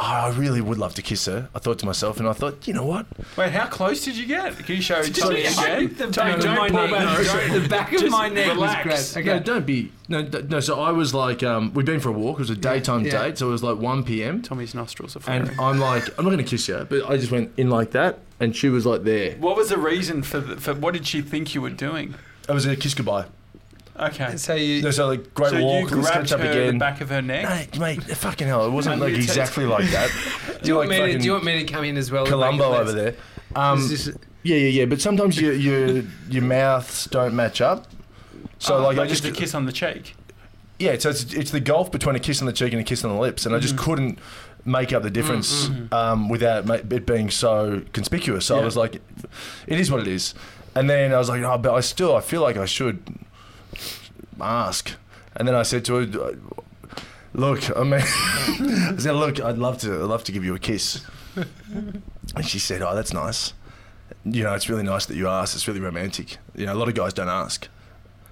Speaker 3: I really would love to kiss her. I thought to myself, and I thought, you know what?
Speaker 1: Wait, how close did you get? Can you show
Speaker 3: on
Speaker 1: Tommy
Speaker 3: the
Speaker 1: again?
Speaker 2: The
Speaker 1: Tommy,
Speaker 2: back of
Speaker 1: don't
Speaker 2: my
Speaker 1: pull
Speaker 2: neck.
Speaker 1: back.
Speaker 2: The back of
Speaker 1: Just
Speaker 2: my neck was
Speaker 1: relax.
Speaker 2: great.
Speaker 3: No,
Speaker 2: Okay.
Speaker 3: don't be. No, d- no. So I was like, um, we'd been for a walk. It was a daytime
Speaker 2: Yeah.
Speaker 3: date, so it was like 1 p.m.
Speaker 1: Tommy's nostrils are flaring.
Speaker 3: And I'm like, I'm not going to kiss you, but I just went in like that, and she was like there.
Speaker 1: what was the reason for, the, for what did she think you were doing?
Speaker 3: It was a kiss goodbye.
Speaker 1: Okay.
Speaker 2: So you,
Speaker 3: No, so like great
Speaker 1: so
Speaker 3: walk.
Speaker 1: you
Speaker 3: Let's
Speaker 1: grabbed
Speaker 3: catch
Speaker 1: her
Speaker 3: up again.
Speaker 1: the back of her neck.
Speaker 3: Mate, mate, fucking hell! It
Speaker 1: *laughs*
Speaker 3: wasn't
Speaker 1: Mate,
Speaker 3: like
Speaker 1: it's-
Speaker 3: exactly like that.
Speaker 2: do, you want me
Speaker 3: Like
Speaker 2: to,
Speaker 3: fucking
Speaker 2: do you want me to come in as well? and make
Speaker 3: Columbo
Speaker 2: a
Speaker 3: over
Speaker 2: list?
Speaker 3: there.
Speaker 2: Is
Speaker 3: Um,
Speaker 2: this-
Speaker 3: yeah, yeah, yeah. But sometimes your your your mouths don't match up. So
Speaker 1: Oh,
Speaker 3: like, I
Speaker 1: it's
Speaker 3: just
Speaker 1: a kiss on the cheek.
Speaker 3: yeah. So it's it's the gulf between a kiss on the cheek and a kiss on the lips, and I just couldn't make up the difference um, without ma- it being so conspicuous. So I
Speaker 1: Yeah.
Speaker 3: was like, it is what it is. And then I was like, oh, but I still I feel like I should ask. And then I said to her, look, I mean, I said, look, I'd love to, I'd love to give you a kiss. *laughs* And she said, oh, that's nice. You know, it's really nice that you asked. It's really romantic. You know, a lot of guys don't ask.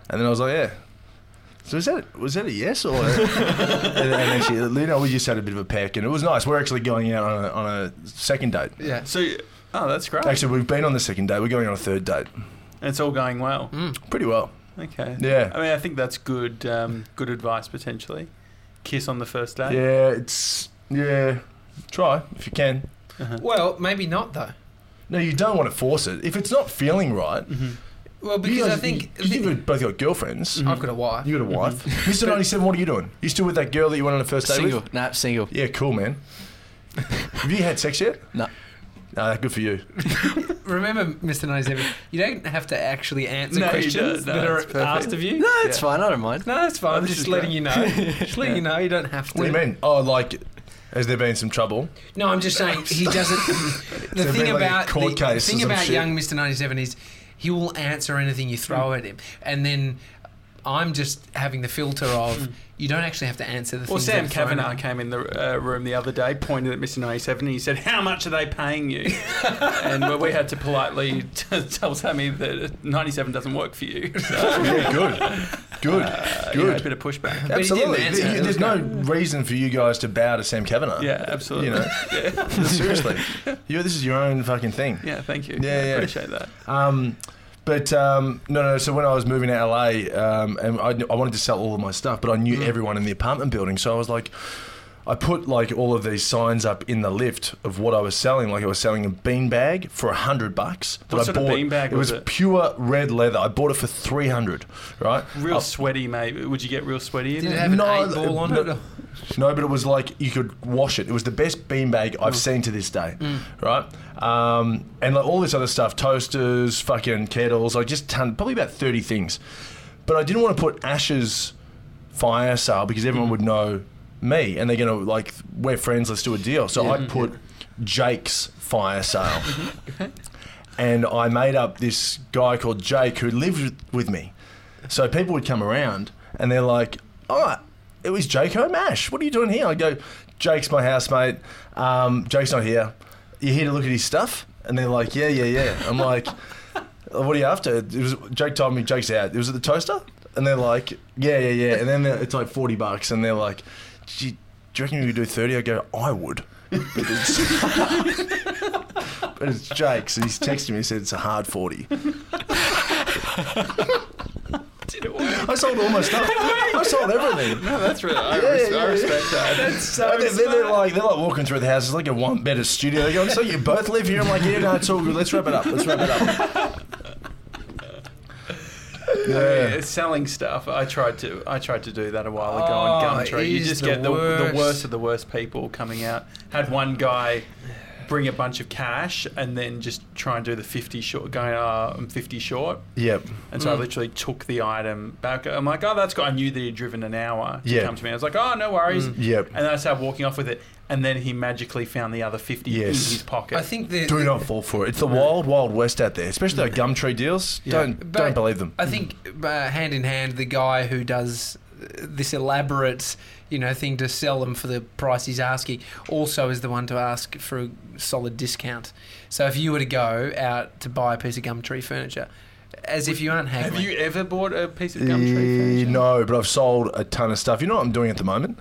Speaker 3: And then I was like, yeah. So was that was that a
Speaker 2: *laughs*
Speaker 3: yes or? and then she, you know, we just had a bit of a peck, and it was nice. We're actually going out on a, on a second date.
Speaker 2: yeah.
Speaker 1: So, oh, that's great.
Speaker 3: Actually, we've been on the second date. We're going on a third date.
Speaker 1: And it's all going well.
Speaker 2: Mm.
Speaker 3: Pretty well.
Speaker 1: Okay.
Speaker 3: Yeah.
Speaker 1: I mean, I think that's good. Um, good advice potentially. Kiss on the first date.
Speaker 3: Yeah, it's yeah. Try if you can.
Speaker 1: Uh-huh.
Speaker 2: Well, maybe not though.
Speaker 3: No, you don't want to force it. If it's not feeling right,
Speaker 1: Mhm.
Speaker 2: Well,
Speaker 3: you
Speaker 2: because
Speaker 3: guys-
Speaker 2: I think
Speaker 3: you, you've both got girlfriends.
Speaker 2: I've got a wife.
Speaker 3: You got a wife, Mister Ninety Seven. What are you doing? You still with that girl that you went on a first date
Speaker 4: Single.
Speaker 3: with?
Speaker 4: Nah, single.
Speaker 3: Yeah, cool, man. Have you had sex yet?
Speaker 4: No.
Speaker 3: No, good for you.
Speaker 2: Remember, Mr. 97, you don't have to actually answer
Speaker 1: No, you
Speaker 2: questions
Speaker 1: don't. No,
Speaker 2: that
Speaker 1: it's perfect.
Speaker 2: are asked of you.
Speaker 4: No, it's fine. I don't mind.
Speaker 2: No, that's fine.
Speaker 1: Oh,
Speaker 2: I'm
Speaker 1: this
Speaker 2: just
Speaker 1: is
Speaker 2: letting
Speaker 1: great.
Speaker 2: you know. Just letting you know you don't have to.
Speaker 3: What do you mean? Oh, like, has there been some trouble?
Speaker 2: No, I'm just saying he
Speaker 3: *laughs*
Speaker 2: doesn't. the
Speaker 3: So
Speaker 2: thing
Speaker 3: being like a
Speaker 2: about
Speaker 3: court
Speaker 2: the,
Speaker 3: case or
Speaker 2: thing
Speaker 3: some
Speaker 2: about
Speaker 3: shit. Hmm.
Speaker 2: young Mr. 97 is he will answer anything you throw at him, and then I'm just having the filter
Speaker 3: Hmm.
Speaker 2: of you don't actually have to answer the.
Speaker 1: Well,
Speaker 2: things
Speaker 1: Sam
Speaker 2: that are thrown
Speaker 1: Kavanagh
Speaker 2: at you.
Speaker 1: came in the uh, room the other day, pointed at Mr. 97, and he said, How much are they paying you? and well, we had to politely t- tell Sammy that 97 doesn't work for you. *laughs* So,
Speaker 3: Yeah, good, good,
Speaker 1: you know,
Speaker 3: good. Uh,
Speaker 1: a bit of pushback.
Speaker 3: *laughs*
Speaker 2: But he didn't
Speaker 3: Absolutely.
Speaker 2: answer.
Speaker 3: There-
Speaker 2: It was
Speaker 3: There's no reason for you guys to bow to Sam Kavanagh.
Speaker 1: Yeah, absolutely. *laughs*
Speaker 3: You know, seriously, you, this is your own fucking thing.
Speaker 1: Yeah, thank you.
Speaker 3: Yeah,
Speaker 1: I
Speaker 3: yeah.
Speaker 1: appreciate that.
Speaker 3: Um, but um, no, no. So when I was moving to LA, um, and I, kn- I wanted to sell all of my stuff, but I
Speaker 1: Mm.
Speaker 3: knew everyone in the apartment building, so I was like, I put like all of these signs up in the lift of what I was selling. Like I was selling a bean bag for a hundred bucks. that
Speaker 1: What
Speaker 3: I
Speaker 1: sort of
Speaker 3: bought.
Speaker 1: bean bag
Speaker 3: It was
Speaker 1: was it?
Speaker 3: pure red leather. I bought it for three hundred. Right.
Speaker 1: Real
Speaker 3: I-
Speaker 1: sweaty, mate. Would you get real sweaty in
Speaker 2: Did it
Speaker 1: it?
Speaker 2: have an
Speaker 3: No, uh,
Speaker 2: eight ball on
Speaker 3: no.
Speaker 2: it? or-
Speaker 3: No, but it was like you could wash it. It was the best beanbag I've seen to this day, right? Um, and like all this other stuff, toasters, fucking kettles, like just ton, probably about thirty things. But I didn't want to put Ash's fire sale because everyone would know me, and they're gonna like we're friends. Let's do a deal. So I put Jake's fire sale, and I made up this guy called Jake who lived with me. So people would come around and they're like, oh, it was Jake O'Mash. What are you doing here? I go, Jake's my housemate. Um, Jake's not here. You're here to look at his stuff? And they're like, yeah, yeah, yeah. I'm like, *laughs* "Oh, what are you after? It was Jake told me Jake's out. It was at the toaster? And they're like, yeah, yeah, yeah. And then it's like 40 bucks. And they're like, Gee, do you reckon you could do 30? I go, I would. *laughs* But it's, but it's Jake's. And he's texting me and said it's a hard 40.
Speaker 1: Did it
Speaker 3: *laughs*
Speaker 1: work?
Speaker 3: I sold all my stuff. I sold everything.
Speaker 1: No, that's really. I,
Speaker 3: Yeah,
Speaker 1: res-
Speaker 3: yeah,
Speaker 1: I
Speaker 3: yeah.
Speaker 1: respect
Speaker 3: *laughs*
Speaker 1: that. *laughs* That's
Speaker 3: So they're, they're- they're like they're like walking through the house. It's like a one better studio. They're going, so you both live *laughs* here. I'm like, yeah, no, it's all good. Let's wrap it up. Let's wrap it up.
Speaker 1: I mean,
Speaker 3: Yeah.
Speaker 1: it's selling stuff. I tried to I tried to do that a while ago
Speaker 2: Oh,
Speaker 1: on Gumtree. You
Speaker 2: he's
Speaker 1: just
Speaker 2: the
Speaker 1: get the, the
Speaker 2: worst.
Speaker 1: worst of the worst people coming out. Had one guy bring a bunch of cash and then just try and do the fifty short. Going, oh, I'm fifty short,
Speaker 3: Yep.
Speaker 1: and so I
Speaker 3: Hmm.
Speaker 2: Mm.
Speaker 1: literally took the item back. I'm like, oh, that's good. I knew that he'd driven an hour to
Speaker 3: Yeah. Hmm.
Speaker 1: come to me. I was like, oh, no worries.
Speaker 2: Mm.
Speaker 3: Yep.
Speaker 1: And then I started walking off with it, and then he magically found the other fifty in
Speaker 3: Yes.
Speaker 1: his pocket.
Speaker 2: I think the,
Speaker 3: Do not fall for it. It's the wild, wild west out there, especially those gumtree deals.
Speaker 1: Yeah.
Speaker 3: Don't
Speaker 2: But-
Speaker 3: don't believe them.
Speaker 2: I think uh, hand in hand, the guy who does uh, this elaborate, you know, thing to sell them for the price he's asking, also is the one to ask for a solid discount. So if you were to go out to buy a piece of Gumtree furniture, as if you aren't haggling,
Speaker 1: Have you ever bought a piece of Gumtree?
Speaker 3: Eh,
Speaker 1: furniture?
Speaker 3: No, but I've sold a ton of stuff. You know what I'm doing at the moment?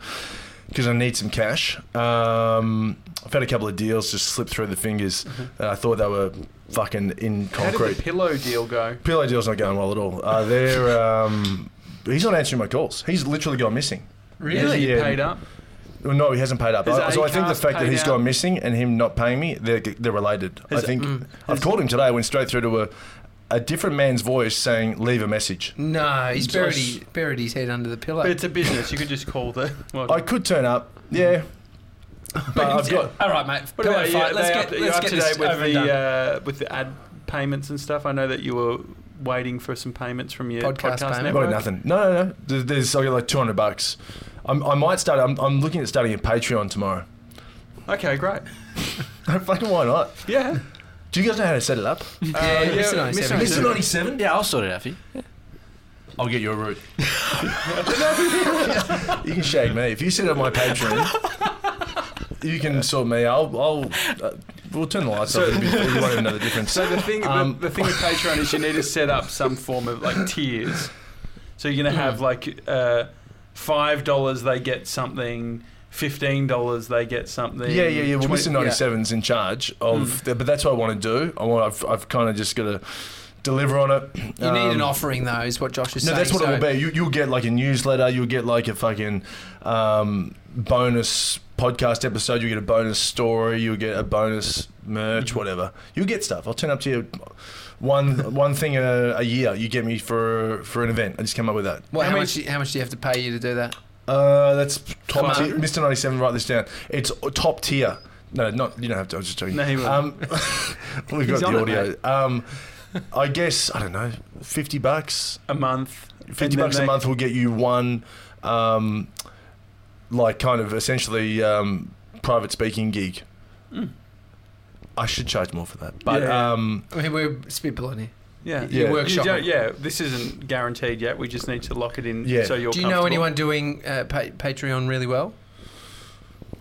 Speaker 3: Because I need some cash. Um, I've had a couple of deals just slip through the fingers. that I thought they were fucking in
Speaker 1: Mm-hmm. How did the
Speaker 3: concrete.
Speaker 1: pillow deal go?
Speaker 3: Pillow deal's not going well at all. Uh, they're, um, he's not answering my calls. He's literally gone missing.
Speaker 1: Is he
Speaker 3: Yeah.
Speaker 1: paid up?
Speaker 3: Well, no, he hasn't paid up.
Speaker 1: Is
Speaker 3: I- so I think the
Speaker 1: Acast
Speaker 3: fact that
Speaker 1: paid
Speaker 3: he's
Speaker 1: out?
Speaker 3: gone missing and him not paying me, they're, they're related.
Speaker 1: Has-
Speaker 3: I think
Speaker 2: mm.
Speaker 3: I've called him today. I went straight through to a, a different man's voice saying, "Leave a message."
Speaker 2: No, he's buried,
Speaker 3: Just-
Speaker 2: he- buried his head under the pillow.
Speaker 1: But it's a business. You could just call the. Well,
Speaker 3: I could turn up.
Speaker 1: *laughs*
Speaker 3: Yeah, but I've got
Speaker 2: All right, mate.
Speaker 1: what
Speaker 2: pillow
Speaker 1: about you?
Speaker 2: fight. Let's
Speaker 1: They
Speaker 2: get,
Speaker 1: up, you
Speaker 2: let's
Speaker 1: up
Speaker 2: get
Speaker 1: to
Speaker 2: this
Speaker 1: date with
Speaker 2: over and
Speaker 1: the
Speaker 2: done.
Speaker 1: uh, with the ad payments and stuff? I know that you were waiting for some payments from your
Speaker 2: Podcast
Speaker 1: podcast,
Speaker 2: payment.
Speaker 3: I've got
Speaker 1: network.
Speaker 3: nothing. No, no, no. There- There's I got like 200 bucks. I'm, I might start. I'm, I'm looking at starting a Patreon tomorrow. *laughs*
Speaker 1: Okay, great.
Speaker 3: No fucking why not?
Speaker 1: Yeah.
Speaker 3: Do you guys know how to set it up?
Speaker 1: Uh,
Speaker 2: Yeah, Mr. 97.
Speaker 1: Mr.
Speaker 2: Mr.
Speaker 1: 97.
Speaker 3: 97.
Speaker 4: Yeah, I'll sort it out for you.
Speaker 3: I'll get your *laughs* route. you can shag me if you set up my Patreon. You can sort me. I'll. I'll uh, we'll turn the lights
Speaker 1: So-
Speaker 3: off. You won't even know the difference.
Speaker 1: So the thing,
Speaker 3: Um,
Speaker 1: the, the thing with Patreon is you need to set up some form of like tiers. So you're gonna have like uh, five dollars, they get something. Fifteen dollars, they get something.
Speaker 3: Yeah, yeah, yeah. Well,
Speaker 1: 20
Speaker 3: Mr. 97's in charge
Speaker 2: Mm.
Speaker 3: of, the, but that's what I want to do. I want. I've, I've kind of just got to deliver on it.
Speaker 2: You need an
Speaker 3: Um,
Speaker 2: offering, though, is what Josh is
Speaker 3: No,
Speaker 2: saying.
Speaker 3: that's what
Speaker 2: so
Speaker 3: it will be. You, you'll get like a newsletter. You'll get like a fucking um, bonus podcast episode. You get a bonus story. You'll get a bonus merch,
Speaker 2: Mm-hmm.
Speaker 3: whatever. You'll get stuff. I'll turn up to you one one thing a, a year. You get me for for an event. I just came up with that.
Speaker 2: Well,
Speaker 1: How
Speaker 2: how,
Speaker 1: much-
Speaker 2: much, how much do you have to pay you to do that?
Speaker 3: Uh, that's
Speaker 1: Fun.
Speaker 3: top tier. Mr. Ninety Seven. Write this down. It's uh, top tier. No, not you don't have to. I was just joking.
Speaker 1: No, he won't.
Speaker 3: um, *laughs* we've
Speaker 1: He's
Speaker 3: got the
Speaker 1: on it,
Speaker 3: audio. um, I guess I don't know. Fifty bucks.
Speaker 1: a month. And
Speaker 3: Fifty
Speaker 1: then
Speaker 3: bucks
Speaker 1: they-
Speaker 3: a month will get you one, um, like kind of essentially um, private speaking gig.
Speaker 1: Mm.
Speaker 3: I should charge more for that, but
Speaker 1: Yeah.
Speaker 3: um,
Speaker 2: I mean, we're spitballing here.
Speaker 1: Yeah.
Speaker 3: Yeah.
Speaker 2: You
Speaker 1: You
Speaker 2: workshop.
Speaker 1: don't-
Speaker 2: it.
Speaker 1: yeah, this isn't guaranteed yet. We just need to lock it in.
Speaker 3: Yeah.
Speaker 1: So you're
Speaker 2: Do you know
Speaker 1: comfortable.
Speaker 2: anyone doing uh, pa- Patreon really well?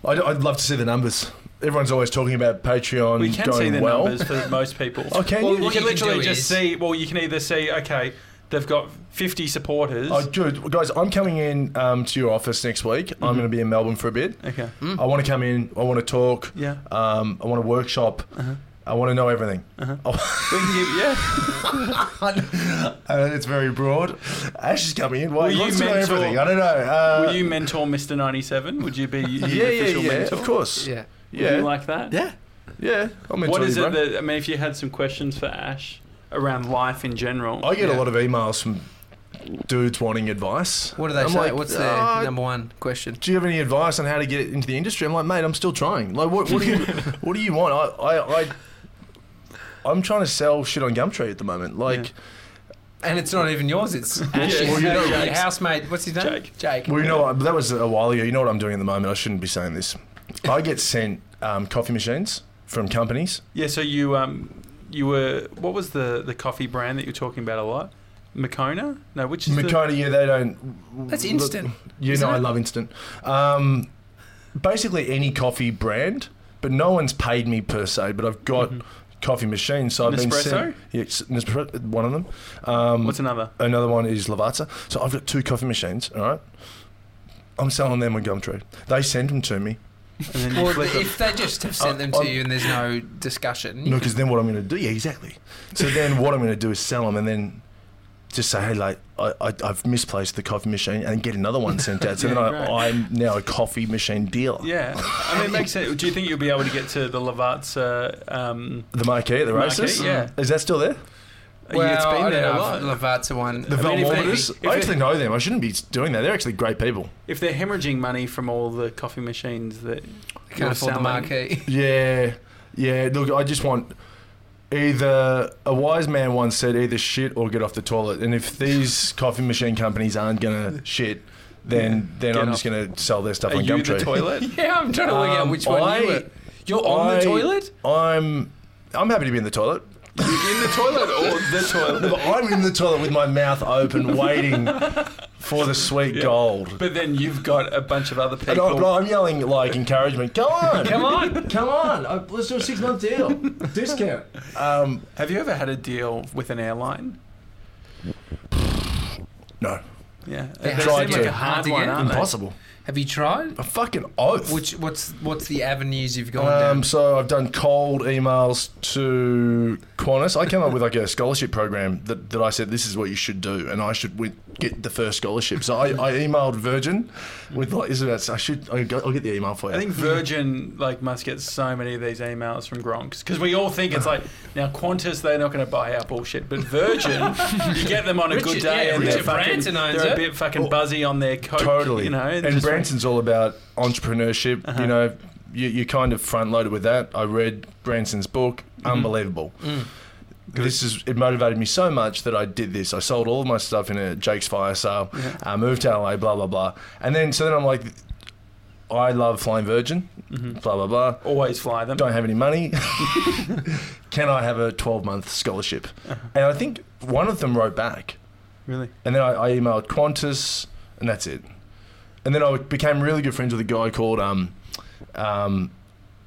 Speaker 3: I'd, I'd love to see the numbers. Everyone's always talking about Patreon
Speaker 1: We can
Speaker 3: going
Speaker 1: see the
Speaker 3: well.
Speaker 1: numbers for most people.
Speaker 3: *laughs* Oh, can
Speaker 1: Well,
Speaker 3: you?
Speaker 1: you
Speaker 2: what
Speaker 1: can
Speaker 2: you can
Speaker 1: literally
Speaker 2: do
Speaker 1: just
Speaker 2: is-
Speaker 1: see. Well, you can either see okay, they've got 50 supporters.
Speaker 3: Oh, dude, guys, I'm coming in um, to your office next week. I'm
Speaker 1: Mhm.
Speaker 3: going to be in Melbourne for a bit.
Speaker 1: okay.
Speaker 3: I want to come in. I want to talk.
Speaker 1: Yeah.
Speaker 3: Um, I want to workshop.
Speaker 1: Uh-huh.
Speaker 3: I want to know *laughs* everything.
Speaker 1: Uh-huh.
Speaker 3: Oh,
Speaker 1: We can give, yeah.
Speaker 3: uh, it's very broad. Ash is coming in. Why
Speaker 1: Will
Speaker 3: he
Speaker 1: you
Speaker 3: wants to know
Speaker 1: mentor-
Speaker 3: everything? I don't know. *laughs* Uh,
Speaker 1: Will you mentor Mr. 97? Would you be his
Speaker 3: *laughs* yeah, yeah,
Speaker 1: official
Speaker 3: yeah.
Speaker 1: mentor?
Speaker 3: Of course.
Speaker 2: Yeah.
Speaker 1: Would
Speaker 3: Yeah.
Speaker 1: you like that?
Speaker 4: Yeah.
Speaker 3: yeah. I'll mentor
Speaker 1: What
Speaker 3: you,
Speaker 1: is
Speaker 3: bro.
Speaker 1: it that I mean? If you had some questions for Ash around life in general,
Speaker 3: I get
Speaker 2: Yeah.
Speaker 3: a lot of emails from dudes wanting advice.
Speaker 2: What do they
Speaker 3: I'm
Speaker 2: say?
Speaker 3: like,
Speaker 2: What's their
Speaker 3: "Ah,
Speaker 2: number one question?
Speaker 3: do you have any advice on how to get into the industry? I'm like, mate, I'm still trying. Like, what,
Speaker 1: *laughs*
Speaker 3: what do you, what do you want? I, I, I, I'm trying to sell shit on Gumtree at the moment. Like,
Speaker 2: And it's not even yours.
Speaker 1: *laughs*
Speaker 2: It's Ash's
Speaker 1: Well, you know-
Speaker 2: your housemate. What's his name?
Speaker 1: Jake.
Speaker 2: Jake.
Speaker 3: well, you know, what? that was a while ago. You know what I'm doing at the moment? I shouldn't be saying this. I get sent um, coffee machines from companies.
Speaker 1: Yeah, so you um you were what was the the coffee brand that you're talking about a lot? Makona? No, which is the-
Speaker 3: Makona, yeah, they don't.
Speaker 2: That's instant.
Speaker 3: You
Speaker 2: Isn't
Speaker 3: know, I
Speaker 2: it?
Speaker 3: love instant. Um, basically, any coffee brand, but no one's paid me per se. But I've got
Speaker 1: Mhm.
Speaker 3: coffee machines, so I've
Speaker 1: Nespresso?
Speaker 3: been sent. Yeah, Nespresso, one of them. Um,
Speaker 1: what's another?
Speaker 3: another one is Lavazza. So I've got two coffee machines. All right, I'm selling them on Gumtree. They send them to me.
Speaker 1: And then you
Speaker 2: Or
Speaker 1: flip them.
Speaker 2: if they just have sent them
Speaker 3: I-
Speaker 2: to
Speaker 3: I-
Speaker 2: you and there's no discussion.
Speaker 3: No, because then what I'm going to do? Yeah, exactly.
Speaker 1: *laughs*
Speaker 3: So then what I'm going to do is sell them and then just say, hey, like, I, I, I've misplaced the coffee machine and get another one sent out.
Speaker 1: *laughs*
Speaker 3: So
Speaker 1: Yeah,
Speaker 3: then I,
Speaker 1: great.
Speaker 3: I'm now a coffee machine dealer.
Speaker 1: Yeah, I mean, it makes sense. Do you think you'll be able to get to the Lavazza? Um,
Speaker 3: The Mm. marquee at the
Speaker 1: Marquee,
Speaker 3: races?
Speaker 1: yeah.
Speaker 3: Is that still there?
Speaker 2: Well,
Speaker 1: it's been
Speaker 2: I
Speaker 1: there a
Speaker 2: don't know.
Speaker 1: lot.
Speaker 2: if Lavat's the one.
Speaker 3: The
Speaker 1: I mean, if they-
Speaker 3: Valmorbitus?
Speaker 1: if
Speaker 3: I
Speaker 1: they-
Speaker 3: actually know them. I shouldn't be doing that. They're actually great people.
Speaker 1: If they're hemorrhaging money from all the coffee machines that
Speaker 2: Can't afford the
Speaker 1: selling-
Speaker 3: *laughs*
Speaker 2: marquee.
Speaker 3: Yeah, yeah. Look, I just want either a wise man once said either shit or get off the toilet. And
Speaker 1: *laughs*
Speaker 3: if these coffee machine companies aren't gonna shit, then then
Speaker 1: Get
Speaker 3: I'm
Speaker 1: off.
Speaker 3: just gonna sell their stuff
Speaker 1: Are
Speaker 3: on
Speaker 1: you the
Speaker 3: Gumtree.
Speaker 1: toilet?
Speaker 3: *laughs*
Speaker 2: yeah, I'm trying to work out
Speaker 3: Um,
Speaker 2: which one
Speaker 3: I-
Speaker 2: you were. You're on
Speaker 3: I-
Speaker 2: the toilet?
Speaker 3: I'm I'm happy to be in the toilet.
Speaker 1: in the toilet or the
Speaker 3: But
Speaker 1: toilet?
Speaker 3: I'm in the toilet with my mouth open, waiting for the sweet
Speaker 1: Yeah.
Speaker 3: gold.
Speaker 1: But then you've got a bunch of other people.
Speaker 3: And I'm, but I'm yelling like encouragement. Come on, *laughs*
Speaker 1: Come on.
Speaker 3: come on! I- Let's do a six month deal, discount. Um,
Speaker 1: Have you ever had a deal with an airline?
Speaker 3: no,
Speaker 1: Yeah,
Speaker 2: They
Speaker 1: They
Speaker 3: tried
Speaker 1: seem like
Speaker 3: to.
Speaker 1: a hard
Speaker 2: Hard to
Speaker 1: one,
Speaker 2: get.
Speaker 1: aren't they?
Speaker 3: impossible.
Speaker 2: Have you tried?
Speaker 3: A fucking oath.
Speaker 2: Which what's what's the avenues you've gone
Speaker 3: um,
Speaker 2: down?
Speaker 3: so I've done cold emails to Qantas. I came up with like a scholarship program that, that I said this is what you should do, and I should win, get the first scholarship. So I, I emailed Virgin with like this is about I should I will get the email for you.
Speaker 1: I think Virgin like must get so many of these emails from Gronks because we all think it's
Speaker 3: *laughs*
Speaker 1: like now Qantas they're not going to buy our bullshit, but Virgin you get them on a good
Speaker 2: Richard-
Speaker 1: day
Speaker 2: yeah,
Speaker 1: and they're,
Speaker 2: Richard
Speaker 1: fucking,
Speaker 2: Branson owns
Speaker 1: they're a
Speaker 2: it.
Speaker 1: bit fucking buzzy on their coke,
Speaker 3: totally.
Speaker 1: you know.
Speaker 3: and
Speaker 1: just Uh-huh. like-
Speaker 3: Branson's all about entrepreneurship. You know, you, you're kind of front loaded with that. I read Branson's book.
Speaker 1: Mm-hmm.
Speaker 3: Unbelievable.
Speaker 2: Mm.
Speaker 3: This is it motivated me so much that I did this. I sold all of my stuff in a Jake's fire sale. I uh, moved to LA. Blah blah blah. And then so then I'm like, I love flying Virgin. Blah blah blah.
Speaker 1: mm-hmm. always fly them.
Speaker 3: Don't have any money. *laughs* Can I have a 12 month scholarship?
Speaker 1: Uh-huh.
Speaker 3: And I think one of them wrote back.
Speaker 1: Really?
Speaker 3: And then I, I emailed Qantas, and that's it. And then I became really good friends with a guy called um, um,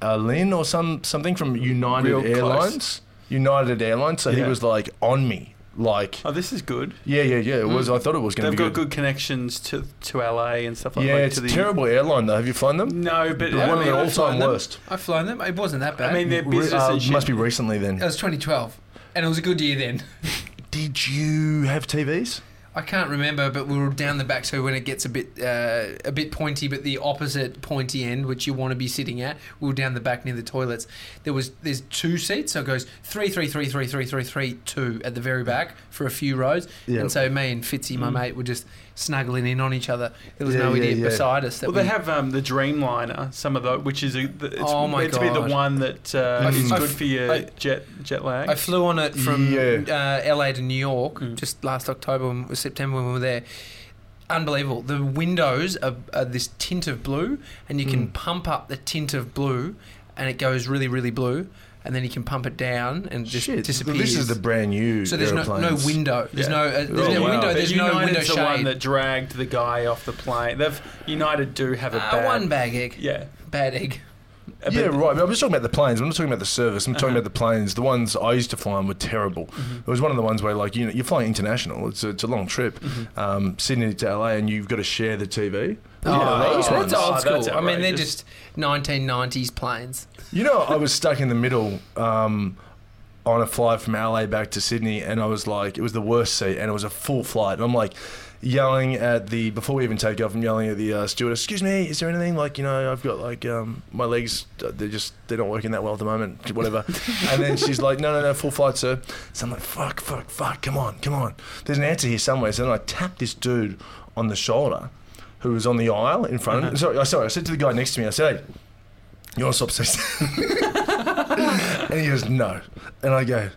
Speaker 3: uh, Lynn or some something from United
Speaker 1: Real close.
Speaker 3: Airlines. United Airlines. So he
Speaker 1: Yeah.
Speaker 3: was like on me, like
Speaker 1: Oh, this is good.
Speaker 3: yeah, yeah, yeah. It was. I thought it was
Speaker 1: Hmm. They've
Speaker 3: going to be
Speaker 1: got
Speaker 3: good.
Speaker 1: good connections to to LA and stuff like
Speaker 3: yeah,
Speaker 1: that.
Speaker 3: it's
Speaker 1: to
Speaker 3: a
Speaker 1: the,
Speaker 3: terrible airline though. Have you flown them?
Speaker 1: No, but I
Speaker 3: one of
Speaker 1: mean,
Speaker 3: the all
Speaker 1: I've flown
Speaker 3: time
Speaker 1: them.
Speaker 3: worst.
Speaker 2: I've flown them. It wasn't that bad.
Speaker 1: I mean, their
Speaker 3: Re-
Speaker 1: business
Speaker 3: uh,
Speaker 1: and shit.
Speaker 3: must be recently
Speaker 2: That
Speaker 3: then.
Speaker 2: was 2012, and it was a good year then.
Speaker 3: Did you have TVs?
Speaker 2: I can't remember, but we were down the back, so when it gets a bit uh, a bit pointy, but the opposite pointy end, which you want to be sitting at, we were down the back near the toilets. There was there's two seats, so it goes three, three, three, three, three, three, three, two at the very back for a few rows.
Speaker 3: Yeah. Mm.
Speaker 2: And so me and Fitzy, my mate, were just snuggling in on each other. There was
Speaker 3: Yeah,
Speaker 2: no
Speaker 3: yeah,
Speaker 2: idiot
Speaker 3: yeah.
Speaker 2: beside us. That
Speaker 1: Well, they
Speaker 2: we-
Speaker 1: have um, the Dreamliner, some of those, which is a, the, it's
Speaker 2: Oh my
Speaker 1: meant to be the
Speaker 2: God.
Speaker 1: one that uh,
Speaker 2: I-
Speaker 3: Mm.
Speaker 1: is
Speaker 2: I-
Speaker 1: good for your
Speaker 2: I-
Speaker 1: jet jet lag.
Speaker 2: I flew on it from
Speaker 3: Yeah.
Speaker 2: uh, LA to New York
Speaker 1: Mm.
Speaker 2: just last October, when, September when we were there. Unbelievable. The windows are, are this tint of blue, and you
Speaker 1: Hmm.
Speaker 2: can pump up the tint of blue, and it goes really, really blue, and then you can pump it down and just
Speaker 3: Shit,
Speaker 2: disappears.
Speaker 3: This is the brand new.
Speaker 2: so there's no, no
Speaker 3: aeroplanes.
Speaker 2: window. There's
Speaker 1: Yeah.
Speaker 2: no uh, there's
Speaker 3: Oh,
Speaker 2: no
Speaker 3: wow.
Speaker 2: window.
Speaker 1: But
Speaker 2: There's
Speaker 1: United's
Speaker 2: no window
Speaker 1: the one
Speaker 2: shade.
Speaker 1: that dragged the guy off the plane. They've United do have a
Speaker 2: Ah,
Speaker 1: bad,
Speaker 2: one bag egg,
Speaker 1: yeah, *laughs*
Speaker 2: bad egg.
Speaker 1: a
Speaker 3: yeah,
Speaker 1: bit-
Speaker 3: right. But I'm just talking about the planes. I'm not talking about the service. I'm talking
Speaker 2: Uh-huh.
Speaker 3: about the planes. The ones I used to fly on were terrible.
Speaker 1: Mm-hmm.
Speaker 3: It was one of the ones where, like, you know, you're flying international. It's a, it's a long trip,
Speaker 1: Mm-hmm.
Speaker 3: um, Sydney to LA, and you've got to share the TV.
Speaker 2: Oh,
Speaker 1: those
Speaker 2: that's
Speaker 1: ones. Oh,
Speaker 2: old school.
Speaker 1: that's
Speaker 2: I mean, they're
Speaker 1: outrageous.
Speaker 2: just 1990s planes.
Speaker 3: You know, I was stuck in the middle um, on a flight from LA back to Sydney, and I was like, it was the worst seat, and it was a full flight. And I'm like, yelling at the, before we even take off, I'm yelling at the uh, stewardess, excuse me, is there anything? Like, you know, I've got like, um, my legs, uh, they're just, they're not working that well at the moment, whatever. and then she's like, no, no, no, full flight, sir. So I'm like, fuck, fuck, fuck, come on, come on. There's an answer here somewhere. So then I tap this dude on the shoulder. Who was on the aisle in front? of Sorry, I- sorry. I said to the guy next to me, I said, "Hey, you want to stop sex?" *laughs* And he goes, no. And I go,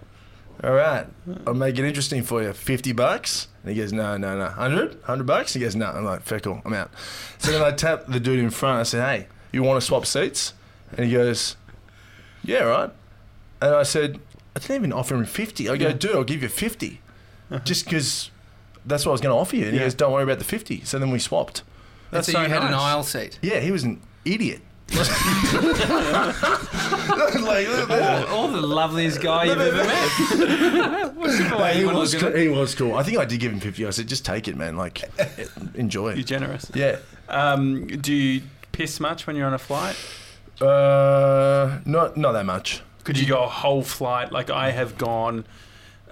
Speaker 3: all right, I'll make it interesting for you. 50 bucks? And he goes, no, no, no. 100? 100 bucks? He goes, no. I'm like, feck all, I'm out. So then I tap the dude in front. I said, hey, you want to swap seats? And he goes, yeah, right. And I said, I didn't even offer him 50. I go, dude, I'll give you 50. Just because that's what I was going to offer you. And he
Speaker 1: Yeah.
Speaker 3: goes, don't worry about the 50. So then we swapped.
Speaker 1: That's
Speaker 2: so,
Speaker 1: so
Speaker 2: you had an
Speaker 1: nice.
Speaker 2: aisle seat.
Speaker 3: Yeah, he was an idiot. *laughs* like,
Speaker 2: All the loveliest guy you've ever met. *laughs*
Speaker 3: Mate, he, was cool. he was cool. I think I did give him 50. I said, just take it, man. *laughs* Like, e-, enjoy
Speaker 1: You're
Speaker 3: it.
Speaker 1: generous.
Speaker 3: Yeah.
Speaker 1: Um, do you piss much when you're on a flight?
Speaker 3: Uh, not, not that much.
Speaker 1: Could you go a whole flight? Like I have gone